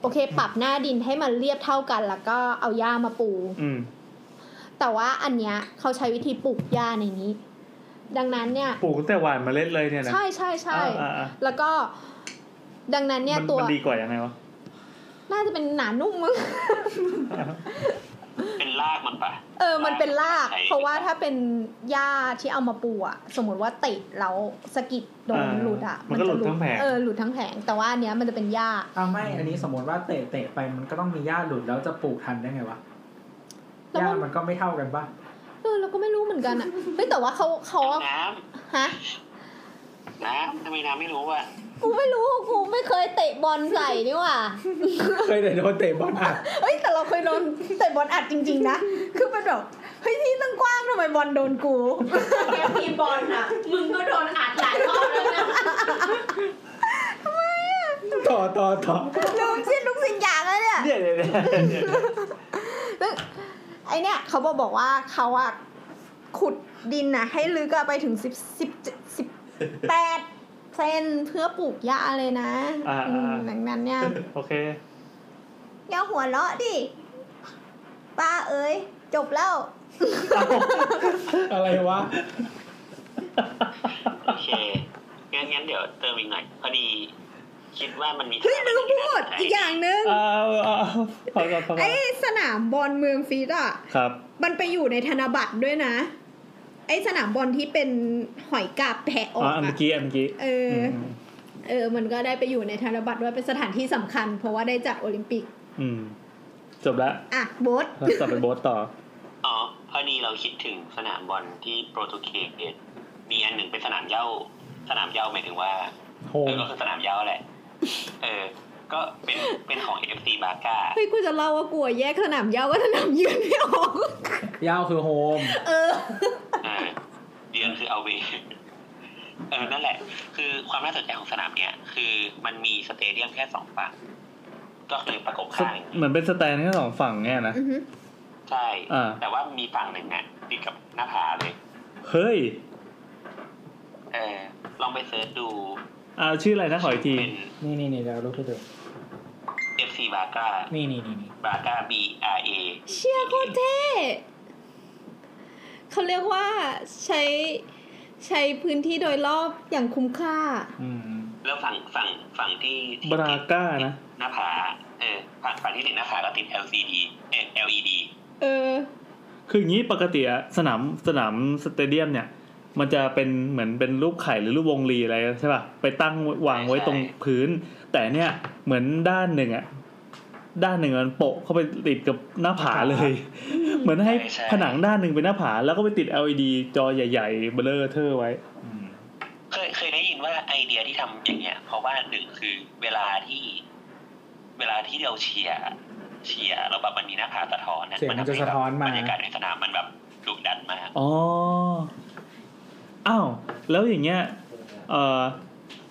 โอเค ปรับหน้าดินให้มันเรียบเท่ากัน แล้วก็เอาหญ้ามาปู อืม แต่ว่าอันเนี้ยเขาใช้วิธีปลูกหญ้าในนี้ ดังนั้นเนี่ย ปลูกตั้งแต่หวานเมล็ดเลยเนี่ยนะ ใช่ใช่ใช่ อ่าอ่าอ่า แล้วก็ดังนั้นเนี่ย มั ตัว มันดีกว่ายังไงวะ น่าจะเป็นหนานุ่มมั้ง เป็นลากมันปะ เออ มันเป็นราก ใช่ เพราะว่าถ้าเป็นหญ้าที่เอามาปูอะสมมติว่าเตะแล้วสะกิดโดน อ่า หลุดอะ มันก็ จะ หลุดทั้งแผง เออหลุดทั้งแผง แต่ว่าอันเนี้ยมันจะเป็นหญ้า เอาไม่ อันนี้สมมติว่าเตะเตะไปมันก็ต้องมีหญ้าหลุดแล้วจะปลูกทันได้ไงวะ แล้ว หญ้า มัน มันก็ไม่เท่ากันปะ เออเราก็ไม่รู้เหมือนกันอะเฮ้ยแต่ว่าเขาเขา น้ ฮะ ำน้ำทำไมน้ำไม่รู้ว่า กูไม่รู้กูไม่เคยเตะบอลใส่นี่หว่า เคยแต่โดนเตะบอลอัด เอ้ยแต่เราเคยโดนเตะบอลอัดจริง ๆ นะ คือมันแบบเฮ้ยที่ตั้งกว้างทำไมบอลโดนกู แกพีบอลอ่ะ มึงก็โดนอัดหลายรอบแล้วนะ ต่อต่อต่อ ลืมสิ้นทุกสิ่งอย่างแล้วเนี่ย เนี่ยเนี่ยเนี่ยเนี่ย ไอเนี่ยเขาบอกบอกว่าเขาอะขุดดินนะให้ลึกอะไปถึงสิบสิบสิบแปดเซนเพื่อปลูกหญ้าเลยนะ อ่า อื อ่าม ดังนั้นเนี่ย โอเค อย่าหัวเราะดิ ป้าเอ๋ย จบแล้ว อะไรวะ โอเคงั้นงั้นเดี๋ยวเติมอีกหน่อยพอดี คิดว่ามันมี เฮ้ยลืมพูด อีกอย่างหนึ่ง อ้าวอ้าวพอก่อนพอก่อ ไอ้ น สนามบอลเมืองฟีดอะ ครับ มันไปอยู่ในธนบัตรด้วยนะ ไอ้สนามบอลที่เป็นหอยกาบแผะออ อ๋อก อัน อะ เมื่อกี้อันเมื่อกี้ เออ ม เออ มันก็ได้ไปอยู่ในธนบัตรด้วยเป็นสถานที่สำคัญ เพราะว่าได้จัดโอลิมปิก อืม จบแล้ว อ่ะโบท เรากลับไปโบสต่อ อ๋อพอดีเราคิดถึงสนามบอลที่โปรตุเกสมีอันหนึ่งเป็นสนามเหย้าสนามเหย้าหมายถึงว่า โห เออก็คือสนามเหย้าแหละ เออ ก็เป็น เป็นของ FC บาก้า เฮ้ยกูจะเล่าว่ากลัวแยกสนามเหย้ากับสนามยืนไม่ออก ยาวคือโฮม เออ เออเดือนคือเอาเว เออ นั่นแหละ คือความน่าสนใจของสนามเนี้ย คือมันมีสเตเดียมแค่สองฝั่ง ก็คือประกบข้าง เหมือนเป็นสแตนแค่สองฝั่งเนี่ยนะ อือหือ ใช่ อ่า แต่ว่ามีฝั่งหนึ่งอ่ะติดกับหน้าผาเลย เฮ้ย เออ ลองไปเซิร์ชดู เอาชื่ออะไรนะขออีกที เป็น นี่นี่นี่แล้วรูปที่ดู FC บาก้า นี่นี่นี่นี่ บาก้า B R A เชี่ยโคตรเท่เขาเรียกว่าใช้ใช้พื้นที่โดยรอบอย่างคุ้มค่า อืม แล้วฝั่ง ฝั่ง ฝั่งที่ที่ บรา ติด ก้านะ หน้าผา เออฝั่งฝั่งที่ติดหน้าผาก็ติด LCD เออ LED เออ คืออย่างนี้ปกติอะสนามสนามสเตเดียมเนี่ย มันจะเป็นเหมือนเป็นรูปไข่หรือรูปวงรีอะไรใช่ป่ะ ไปตั้งวางไว้ ใช่ ตรงพื้น แต่เนี่ยเหมือนด้านหนึ่งอะด้านหนึ่งมันโปะเข้าไปติดกับหน้าผาเลย เหมือนให้ผนังด้านหนึ่งเป็นหน้าผา แล้วก็ไปติด LED จอใหญ่ ๆ เบลอเทอร์ไว้ ไอเดียที่ทำอย่างเงี้ย เพราะว่าหนึ่งคือเวลาที่ เวลาที่เราเชียร์เชียร์เราแบบมันมีหน้าผาสะท้อนนะ เสียงมันจะ ทำให้ สะท้อนมา บรรยากาศในสนามมันแบบดุดันมาก อ๋อ อ้าว แล้วอย่างเงี้ย เออ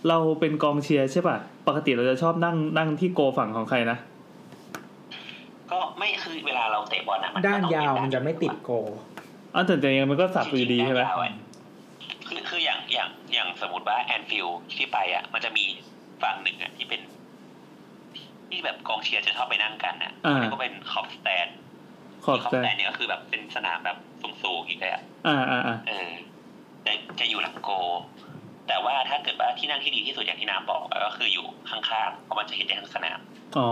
เราเป็นกองเชียร์ใช่ป่ะ ปกติเราจะชอบนั่งนั่งที่โกฝั่งของใครนะ ก็ไม่คือเวลาเราเตะบอลนะมัก็ ด้าน ต้อง ยาว เป็ มันจะไม่ติดโก อ้าวแต่แต่ยังไงมันก็สับอยู่ดีใช่ไหม จริงๆด้านยาวอะคือคืออย่างอย่างอย่างสมมติว่าแอนฟิลที่ไปอ่ะ มันจะมีฝั่งหนึ่งอ่ะที่เป็น ที่แบบกองเชียร์จะชอบไปนั่งกันอ่ะ อ่า แล้วก็เป็นขอบสแตน ขอบสใจแตนเนี่ยก็คือแบบเป็นสนามแบบสูงๆอีกเลยอ่ะ อ่าอ่าอ่า เออจะจะอยู่หลังโก แต่ว่าถ้าเกิดว่าที่นั่งที่ดีที่สุดอย่างที่น้ำบอกอะก็คืออยู่ข้างๆเพราะมันจะเห็นได้ทั้งสนาม อ๋อ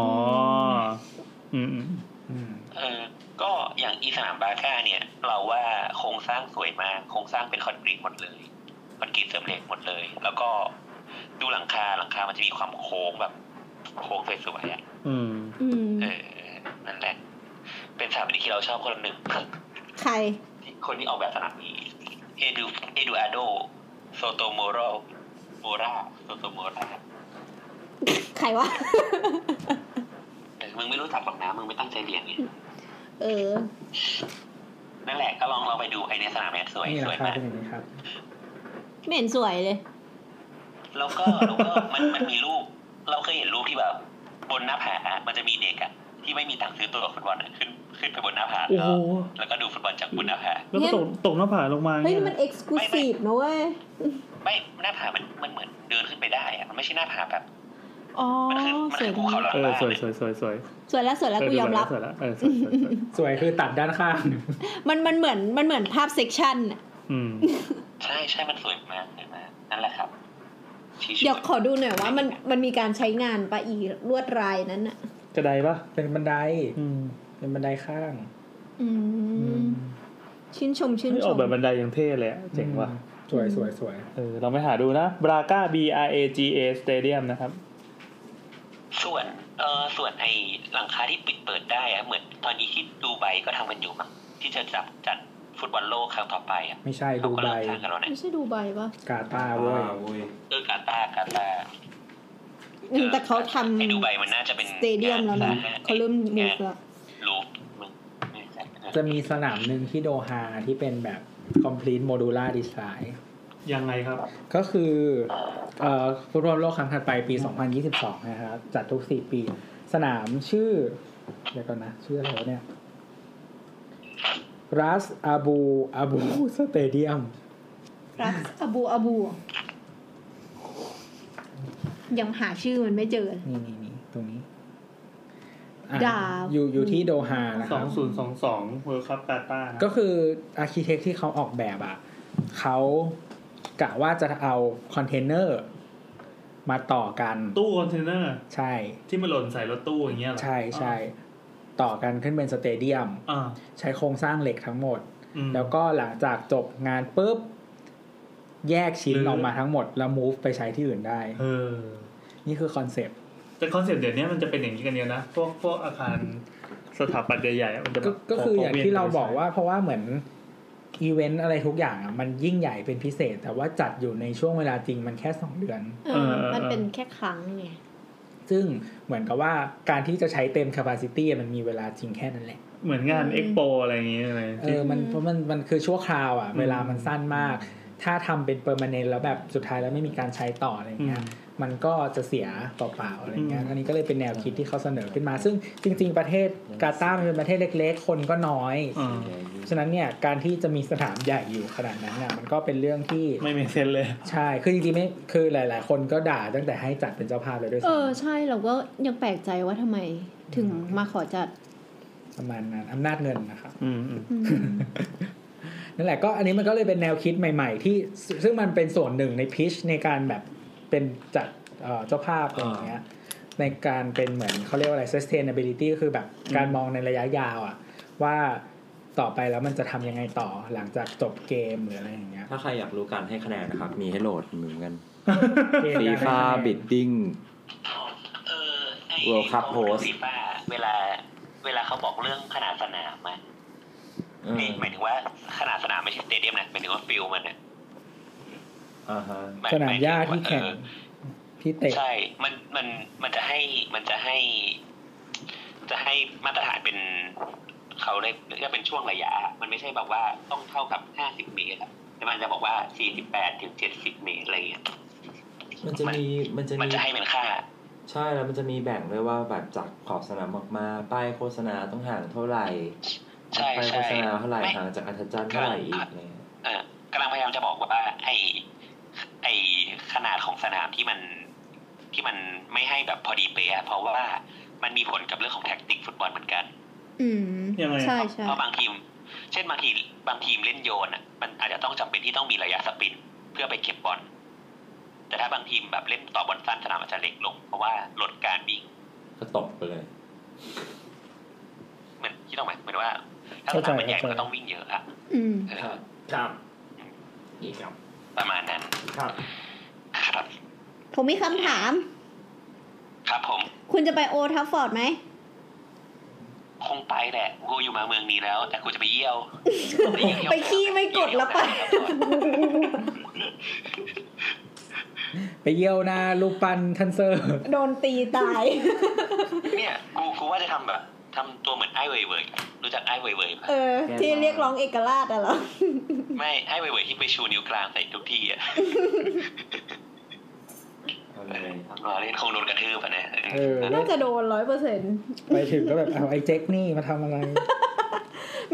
อืมอืม อืม เออก็อย่างอีสนามบาก้าเนี่ย เราว่าโครงสร้างสวยมาก โครงสร้างเป็นคอนกรีตหมดเลยคอนกรีตเสริมเหล็กหมดเลย แล้วก็ดูหลังคาหลังคามันจะมีความโค้งแบบโค้งสวยๆอ่ะ อืม อืม เออนั่นแหละ เป็นสถาปนิกที่เราชอบคนหนึ่ง ใคร คนที่ออกแบบสนามนี้เอดูเอดูอาโดโซโตโมโรโมราโซโตโมรา ใครวะ เออมึงไม่รู้จักหรอกนะมึงไม่ตั้งใจเรียนเนี่ย เออ นั่นแหละก็ลองลองไปดูไอเนี้ยสนามเนี้ยสวย นี่ ส รา วคามยาก เป็นอย่างนี้ครับ ไม่เห็นสวยเลย แล้วก็แล้วก็มันมันมีรูป เราเคยเห็นรูปที่แบบ บนหน้าผามันจะมีเด็กอะที่ไม่มีตังค์ซื้อตัวฟุตบอลอะขึ้นขึ้นไปบนหน้าผา โอ้ แล้วก็โหแล้วก็ดูฟุตบอลจากบนหน้าผา แล้วก็ตกตกหน้าผาลงมา เฮ้ย เงี้ย มันเอกซ์คลูซีฟนะเว้ย ไม่หน้าผามันมันเหมือนเดินขึ้นไปได้อะมันไม่ใช่หน้าผาแบบ อ๋อ มันคือมัน สว คื ย อภู ดี เขาหลัง เออ บ้าน สวยสวยสวยสวย สวยแล้วสวยแล้วกูยอมรับ สวยแล้วเออสวยสวยสวย สวยคือตัดด้านข้าง มันมันเหมือนมันเหมือนภาพเซ็กชัน อืม ใช่ใช่มันสวยมากสวยมากนั่นแหละครับชี้ชวน เดี๋ยวขอดูหน่อยว่ามันมันมีการใช้งานปะอีลวดลายนั้นอะ กระไดปะ เป็นบันได อืม เป็นบันไดข้าง อืม ชื่นชมชื่น เฮ้ย ช ออก ม แบบบันไดยังเท่เลยอะเจ๋งว่ะ สวยสวยสวย เออลองไปหาดูนะ Braga B R A G A Stadium นะครับ ส่วนเออส่วนไอหลังคาที่ปิดเปิดได้อะเหมือนตอนนี้ที่ดูไบก็ทำกันอยู่มั้งที่จะจับจัดฟุตบอลโลกครั้งต่อไปอะ ไม่ใช่ เขา ดู ก็ ไบ เริ่มสร้างกันแล้วนะ ไม่ใช่ดูใบปะ กาตาร์ อ่า เว้ย เว้ย เออกาตาร์กาตาร์ อืมแต่เขาท ไอ้ดูไบ ำ มันน่าจะเป็น สเตเดียมแล้วนะเขาเริ่มมูฟแล้ว รูปมึง จะมีสนามหนึ่งที่โดฮาที่เป็นแบบ complete modular design ยังไงครับ ก็คือเอ่อฟุตบอลโลกครั้งถัดไปปี 2022 นะครับ จัดทุก 4 ปี สนามชื่อ เดี๋ยวก่อนนะ ชื่ออะไรวะเนี่ยรัสอาบูอา บูสเตเดียม รักอบูอบู ยังหาชื่อมันไม่เจอ นี่นี่นี่ตรงนี้อ่ะ ดาว อยู่อยู่ที่โดฮานะค สอ รั ง บ ศูนย์สองสองเวิร์คับกาตา ก็คืออาร์เคเต็กที่เขาออกแบบอ่ะเขากะว่าจะเอาคอนเทนเนอร์ มาต่อกัน ตู้คอนเทนเนอร์ ใช่ ที่มันหล่นใส่รถตู้อย่างเงี้ยเหรอ ใช่ใช่ต่อกันขึ้นเป็นสเตเดียม อ่า ใช้โครงสร้างเหล็กทั้งหมด อืม แล้วก็หลังจากจบงานปุ๊บ แยกชิ้น หรือ ออกมาทั้งหมด แล้ว move ไปใช้ที่อื่นได้ เออ นี่คือคอนเซปต์ แต่คอนเซ็ปต์เดี๋ยวนี้มันจะเป็นอย่างนี้กันเยอะนะ พวกพวกอาคารสถาปัตย์ใหญ่ๆอะมันจะ ก็ แบบ ก็คืออย่างที่เรา ขวียน บอกว่า เพราะว่าเหมือนอีเวนต์อะไรทุกอย่างอ่ะมันยิ่งใหญ่เป็นพิเศษ แต่ว่าจัดอยู่ในช่วงเวลาจริงมันแค่สองเดือน เออ มันเป็นแค่ครั้งไง ซึ่งเหมือนกับว่าการที่จะใช้เต็ม capacity มันมีเวลาจริงแค่นั้นแหละ เหมือนงานเอ็กโปอะไรอย่างเงี้ยเลย เออ มันเพราะมันมันคือชั่วคราวอ่ะ เวลามันสั้นมาก ถ้าทำเป็นเปอร์มานนแล้วแบบสุดท้ายแล้วไม่มีการใช้ต่ออะไรเงี้ย อืม มันก็จะเสียเปล่าๆอะไรเงี้ย อืม อันนี้ก็เลยเป็นแนวคิดที่เขาเสนอขึ้นมา ซึ่งจริง ๆ ประเทศกาตาร์มันเป็นประเทศเล็ก ๆ คนก็น้อย อ่า ฉะนั้นเนี่ยการที่จะมีสนามใหญ่อยู่ขนาดนั้นน่ะมันก็เป็นเรื่องที่ ไม่มีเซนเลย ใช่ คือจริงๆไม่ คือหลาย ๆ คนก็ด่าตั้งแต่ให้จัดเป็นเจ้าภาพเลยด้วย เอ ซ้ อ ใช่เราก็ยังแปลกใจว่าทำไมถึงมาขอจัด ำประมาณนั้นอำนาจเงินนะครับ อืมอื ม อืม นั่นแหละก็อันนี้มันก็เลยเป็นแนวคิดใหม่ ๆ ที่ซึ่งซึ่งมันเป็นส่วนหนึ่งในพิชในการแบบเป็นจัดเอ่อเจ้าภาพอะไรอย่างเงี้ยในการเป็นเหมือนเขาเรียกว่าอะไร sustainability ก็คือแบบการมองในระยะยาวอะว่าต่อไปแล้วมันจะทำยังไงต่อหลังจากจบเกมหรืออะไรอย่างเงี้ย ถ้าใครอยากรู้การให้คะแนนนะครับ มีให้โหลดเหมือนกัน เกม ฟี กรให้คะแนน ฟ่าบิดดิ้ง เออไอ World Cup ของ host ฟีฟ่าเวลา เวลาเขาบอกเรื่องขนาดสนามอะหมายถึงว่าขนาดสนามไม่ใช่สเตเดียมนะหมายถึงว่าฟิลมันอะ อ่าฮะ หย สนามหญ้า หยถึ ที่ ว่ แข่ง เออ ที่เตะ ใช่ มัน มัน มันจะให้ มันจะให้ จะให้มาตรฐานเป็นเขาเรียกเรียกเป็นช่วงระยะ มันไม่ใช่แบบว่าต้องเท่ากับ 50 เมตรอะแต่มันจะบอกว่า 48 ถึง 70 เมตรอะไรอย่างเงี้ย มันจะมีมันจะ มัน มี จะให้เป็นค่า ใช่แล้วมันจะมีแบ่งด้วยว่าแบบจากขอบสนามออกมา ป้ายโฆษณาต้องห่างเท่าไหร่ ใช่ ป้ายโฆใช่ษณาเท่าไหร่ ไม่ ห่างจากอัธจันทร์เท่าไหร่อีกอะไรเงี้ย เออกำลังพยายามจะบอกว่าไอไอขนาดของสนามที่มันที่มันไม่ให้แบบพอดีเป๊ะอะเพราะว่ามันมีผลกับเรื่องของแท็กติกฟุตบอลเหมือนกัน อืม ยังไงอะ ใช่ใช่ เพราะบางทีม เช่นบางทีบางทีมเล่นโยนอ่ะ มันอาจจะต้องจำเป็นที่ต้องมีระยะสปรินต์เพื่อไปเก็บบอล แต่ถ้าบางทีมแบบเล่นต่อบอลสั้นสนามอาจจะเล็กลง เพราะว่าลดการวิ่ง ก็ตกไปเลย เหมือนที่ต้องหมายเหมือนว่า ถ้าส เข้าใจ นามมันใหญ่ เข้าใจ มันก็ต้องวิ่งเยอะอะ อืม เออ ครับ ครับนี่ครับ ประมาณนั้น ครับ ครับ ผมมีคำถาม ครับผม คุณจะไปโอทัฟฟอร์ดไหม คงไปแหละกูอยู่มาเมืองนี้แล้ว แต่กูจะไปเยี่ยว ไปขี้ไม่กดแล้วไป ไปเยี่ยวหน้ารูปปั้นทันเซอร์ โดนตีตาย เนี่ยกูกูว่าจะทำแบบทำตัวเหมือนไอ้เว่ยเว่ยรู้จักไอ้เว่ยเว่ยปะ เออ ที่เรียกร้องเอกราชอะเหรอ ไม่ไอ้เว่ยเว่ยที่ไปชูนิ้วกลางใส่ทุกที่อ่ะ เอาเลย เราเล่นคงโดนกระทืบอ่ะนะ เออ น่าจะโดนร้อยเปอร์เซ็น ไปถึงก็แบบเอาไอ้เจ๊กนี่มาทำอะไร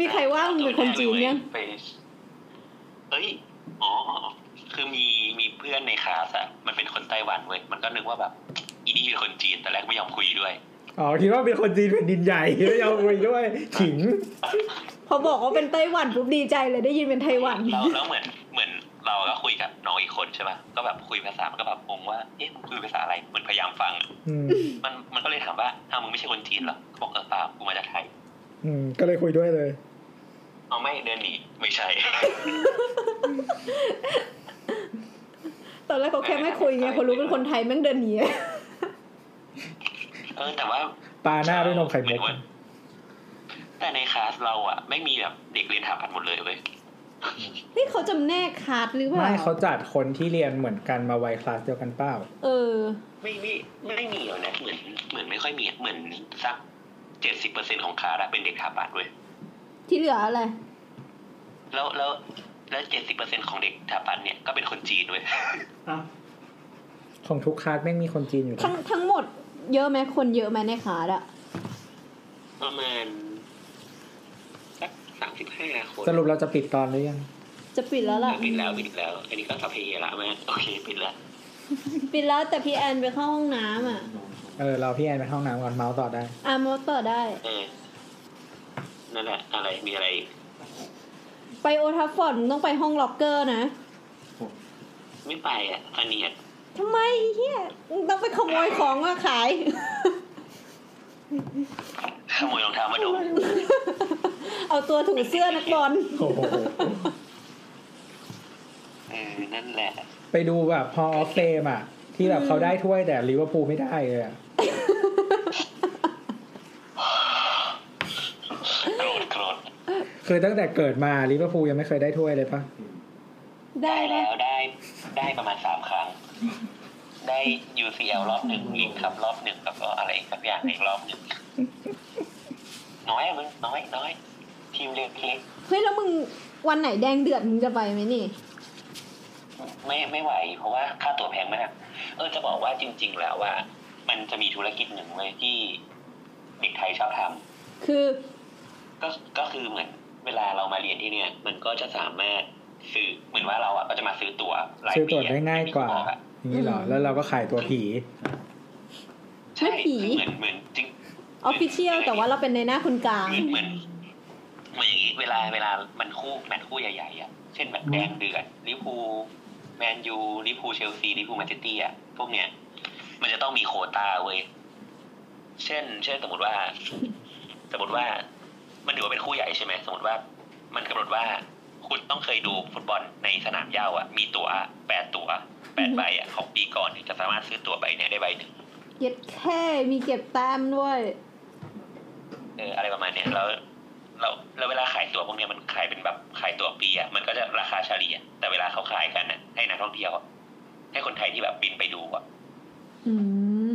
มีใครว่ามึงเป็นคนจีนยัง ไปเอ้ย อ๋อ คือมีมีเพื่อนในคลาสอะมันเป็นคนไต้หวันเว้ย มันก็นึกว่าแบบอีนี่เป็นคนจีนแต่แรกไม่ยอมคุยด้วย อ๋อคิดว่าเป็นคนจีนเป็นดินใหญ่ แล้วยังคุยด้วยขิง พอบอกว่าเป็นไต้หวันปุ๊บดีใจเลยได้ยินเป็นไต้หวัน เราแล้วเหมือนเหมือนเราก็คุยกับน้องอีกคนใช่ป่ะ ก็แบบคุยภาษา มันก็แบบงงว่า เอ๊ะมึงคุยภาษาอะไร เหมือนพยายามฟังอะ อืม มันมันก็เลยถามว่าอ้าวมึงไม่ใช่คนจีนเหรอก็บอกเออเปล่ากูมาจากไทย อืม ก็เลยคุยด้วยเลย เอาไม่เดินหนีไม่ใช่ ตอนแรกเขาแค่ไม่คุยไงพอรู้เป็นคนไทยแม่งเดินหนี เออแต่ว่า ปาหน้าด้วยนมไข่มุก แต่ในคลาสเราอะไม่มีแบบเด็กเรียนถาปัดหมดเลยเว้ย นี่เขาจำแนกคาร์ดหรือเปล่า ไม่เขาจัดคนที่เรียนเหมือนกันมาไว้คลาสเดียวกันเปล่า เออ ไม่ไม่ไม่มีเลยนะ เหมือนเหมือนไม่ค่อยมีอะเหมือนสักเจ็ดสิบเปอร์เซ็นของคลาสอะเป็นเด็กถาปัดเว้ย ที่เหลืออะไร แล้วแล้วแล้วเจ็ดสิบเปอร์เซ็นของเด็กถาปัดเนี่ยก็เป็นคนจีนเว้ย อ่ะ ของทุกคลาสแม่งมีคนจีนอยู่ ทั้งทั้งหมดเยอะไหมคนเยอะไหมในคาร์ดอะ ประมาณสักสามสิบห้าคน สรุปเราจะปิดตอนหรือยัง จะปิดแล้วล่ะ ปิดแล้วปิดแล้ว อันนี้ก็สัพเพเหระมากโอเคปิดแล้ว ปิดแล้วแต่พี่แอนไปเข้าห้องน้ำอ่ะ เออ เราพี่แอนไปเข้าห้องน้ำก่อนเมาส์ต่อได้ อามดต่อได้ เออนั่นแหละอะไรมีอะไรอีก ไปโอทัฟฟอร์ดมึงต้องไปห้องล็อกเกอร์นะ ไม่ไปอะอันนี้อะ ทำไมเฮียมึงต้องไปขโมยของมาขาย ขโมยรองเท้ามาดม เอาตัวถูเสื้อนักบอล โอ้โห เออนั่นแหละ ไปดูแบบพอออฟเฟมอ่ะ ที่แบบเขาได้ถ้วยแต่ลิเวอร์พูลไม่ได้เลยอะ โกรธโกรธ คือตั้งแต่เกิดมาลิเวอร์พูลยังไม่เคยได้ถ้วยเลยปะ ได้ ได้ นะ แล้วได้ ได้ประมาณสามครั้ง ได้ UCL รอบหนึ่งลีกครับรอบหนึ่งแล้วก็อะไรสักอย่างในรอบหนึ่งน้อยอะมึงน้อยน้อยทีมเล็กเล็ก เฮ้ยแล้วมึงวันไหนแดงเดือดมึงจะไปไหมนี่ ไม่ไม่ไหว เพราะว่าค่าตั๋วแพงมาก เออจะบอกว่าจริง ๆ แล้วว่า มันจะมีธุรกิจหนึ่งเว้ยที่เด็กไทยชอบทำ คือ ก็ก็คือเหมือนเวลาเรามาเรียนที่เนี่ย มันก็จะสามารถซื้อเหมือนว่าเราอ่ะก็จะมาซื้อตั๋วราย ซื้อ ปีะ ตั๋วได้ง่ายกว่า ที่บอกอะ อย่างนี้เหรอ แล้วเราก็ขายตัวผี ใช่ ไม่ผี คือเหมือนเหมือนจริง ออฟฟิเชียลแต่ว่าเราเป็นในหน้าคนกลาง เหมือนเหมือนเหมือนอย่างนี้เวลาเวลามันคู่แมตช์คู่ใหญ่ๆอ่ะเช่นแมตช์แดงเดือดลิเวอร์พูลแมนยูลิเวอร์พูลเชลซีลิเวอร์พูลแมนเชสเตียร์พวกเนี้ยมันจะต้องมีโควตาเว้ยเช่น เช่น สมมติว่า สมมติว่ามันถือว่าเป็นคู่ใหญ่ใช่ไหมสมมติว่า มันกำหนดว่าคุณต้องเคยดูฟุตบอลในสนามหญ้าอ่ะ มีตั๋วแปดตั๋วแปดใบอ่ะของปีก่อนถึงจะสามารถซื้อตั๋วใบเนี้ยได้ใบหนึ่ง เย็ดแค่มีเก็บแต้มด้วย เอออะไรประมาณเนี้ยแล้วเราแล้วเวลาขายตั๋วพวกเนี้ยมันขายเป็นแบบขายตั๋วปีอ่ะมันก็จะราคาเฉลี่ย แต่เวลาเขาขายกันอ่ะ ให้นักท่องเที่ยวอะให้คนไทยที่แบบบินไปดูอะ อื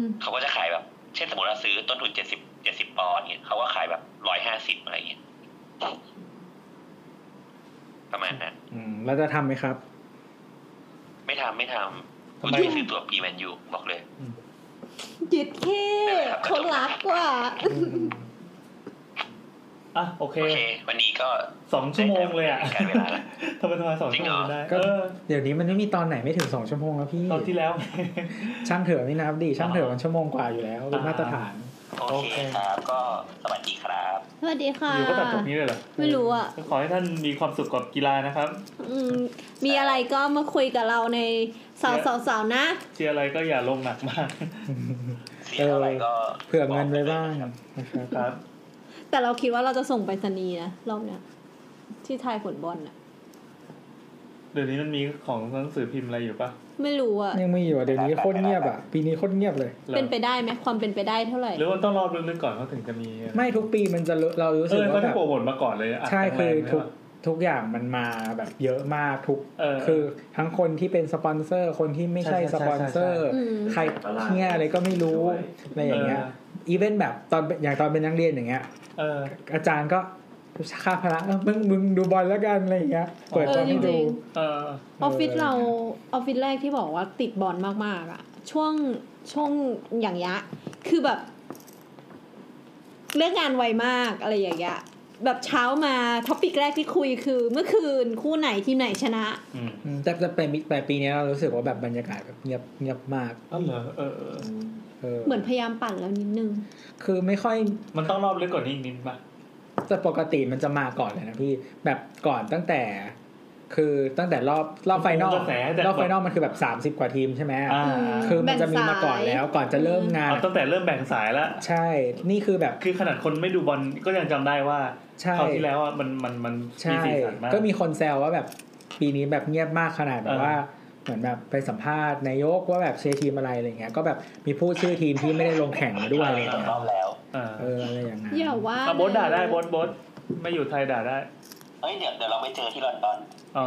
ม เขาก็จะขายแบบ เช่นสมมติเราซื้อต้นทุนเจ็ดสิบเจ็ดสิบปอนด์เนี่ยเขาก็ขายแบบร้อยห้าสิบอะไรอย่างเงี้ยประมาณนั้น อืมแล้วจะทำไหมครับ ไม่ทำไม่ทำกูจะไปซื้อตั๋วปีแมนยูบอกเลย จิตเท่เขารักกว่า อ่ะโอเค โอเค วันนี้ก็ สองชั่วโมงเลยอ่ะ ได้เวลาแล้ว ทำไมทำไมสอง จริ ชั่ ง ว เหรอโมงได้ ก็ เออ เดี๋ยวนี้มันไม่มีตอนไหนไม่ถึงสองชั่วโมงแล้วพี่ ตอนที่แล้ว ช่างเถอะไม่นับดิช่างเถอะมันชั่วโมงกว่าอยู่แล้วเป็นมาตรฐาน โอเคครับก็สวัสดีครับ สวัสดีค่ะ อยู่ก็ตัดจบนี้เลยเหรอ ไม่รู้อ่ะ ขอให้ท่านมีความสุขกับกีฬานะครับ อืมมีอะไรก็มาคุยกับเราในสาวสาวสาวๆๆนะ เชียร์อะไรก็อย่าลงหนัก มาก เสียอะไรก็ เผื่อเงินไว้บ้าง นะครับ ครับ แต่เราคิดว่าเราจะส่งไปสนีย์นะรอบเนี้ยที่ไทายผลบอลน่ะ เดี๋ยวนี้มันมีของหนังสือพิมพ์อะไรอยู่ปะ ไม่รู้อ่ะ ยังไม่อยู่อะเดี๋ยวนี้โคตรเงียบอ่ะ ปีนี้โคตรเงียบเลย หรอ เป็นไปได้ไหมความเป็นไปได้เท่าไหร่ หรือว่าต้องรอบลึกๆก่อนเขาถึงจะมีอะไร ไม่ทุกปีมันจะเลอะเรารู้ เอ สึก อเขา ว่า ได้ แบบ โปรโมทมาก่อนเลยอัด ใช่คืแรองๆเลย ทุก ว่ะ ทุกอย่างมันมาแบบเยอะมากทุก เออ คือทั้งคนที่เป็นสปอนเซอร์ คนที่ไม่ใช่ ใช่ใช่ สปอนเซอร์ ใช่ใช่ใช่ ใครเงี้ยอะไรก็ไม่รู้อะไรอย่างเงี้ย เออ อีเวนแบบตอนอย่างตอนเป็นนักเรียนอย่างเงี้ย เออ อาจารย์ก็ค่าพละเออมึงมึงดูบอลแล้วกันอะไรอย่างเงี้ยเปิด เอ ตออน จ ให้ดู ริง เออ ๆออฟฟิศเราออฟฟิศแรกที่บอกว่าติดบอลมากๆอ่ะ ช่วงช่วงอย่างเงี้ยคือแบบเลิกงานไวมากอะไรอย่างเงี้ยแบบเช้ามาท็อปิกแรกที่คุยคือ เมื่อคืนคู่ไหนทีมไหนชนะ อืม อืมแต่แต่แต่ปีแต่ปีเนี้ยเรารู้สึกว่าแบบบรรยากาศแบบเงียบเงียบมาก อ๋อเหรอเออเออ เออ เหมือนพยายามปั่นแล้วนิดนึง คือไม่ค่อย มันต้องรอบลึกกว่านี้อีกนิดป่ะ แต่ปกติมันจะมาก่อนเลยนะพี่แบบก่อนตั้งแต่ คือตั้งแต่รอบรอบไฟนอล กระแสแต่ รอบไฟนอลมันคือแบบ 30 กว่าทีมใช่ไหม อ่า คือมันจะมีมาก่อนแล้วก่อนจะเริ่มงาน เอาตั้งแต่เริ่มแบ่งสายละ ใช่ นี่คือแบบ คือขนาดคนไม่ดูบอลก็ยังจำได้ว่า ใช่ คราวที่แล้วอ่ะมันมันมันมี ใช่ สีสันมาก ก็มีคนแซวว่าแบบปีนี้แบบเงียบมากขนาดแบบ เออ ว่าเหมือนแบบไปสัมภาษณ์นายกว่าแบบเชียร์ทีมอะไรอะไรเงี้ยก็แบบมีพูดชื่อทีมที่ไม่ได้ลงแข่งมาด้วยอะไร เรียน เงี้ย รอบแล้ว เอ่า เอออะไรอย่างนั้น อย่าว่า อ่ะบดด่าได้บดบดไม่อยู่ไทยด่าได้ เฮ้ยเดี๋ยวเดี๋ยวเราไปเจอที่ลอนดอน อ๋อ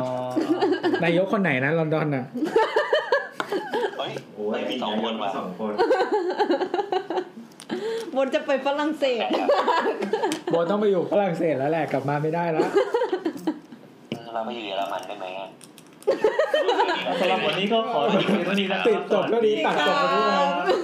น ายกคนไหนนะลอนดอนน่ะ เฮ้ยเฮ้ยมีสองคนว่ะ สองคน บนจะไปฝรั่งเศส โบต้องไปอยู่ฝรั่งเศสแล้วแหละกลับมาไม่ได้แล้ว เราไปอยู่เยอรมันได้ไหมอะ สำหรับวันนี้ก็ขอจบเพียงเท่านี้นะครับ ติดจบก็ดีตัดจบไปด้วยสวันะสดีครับ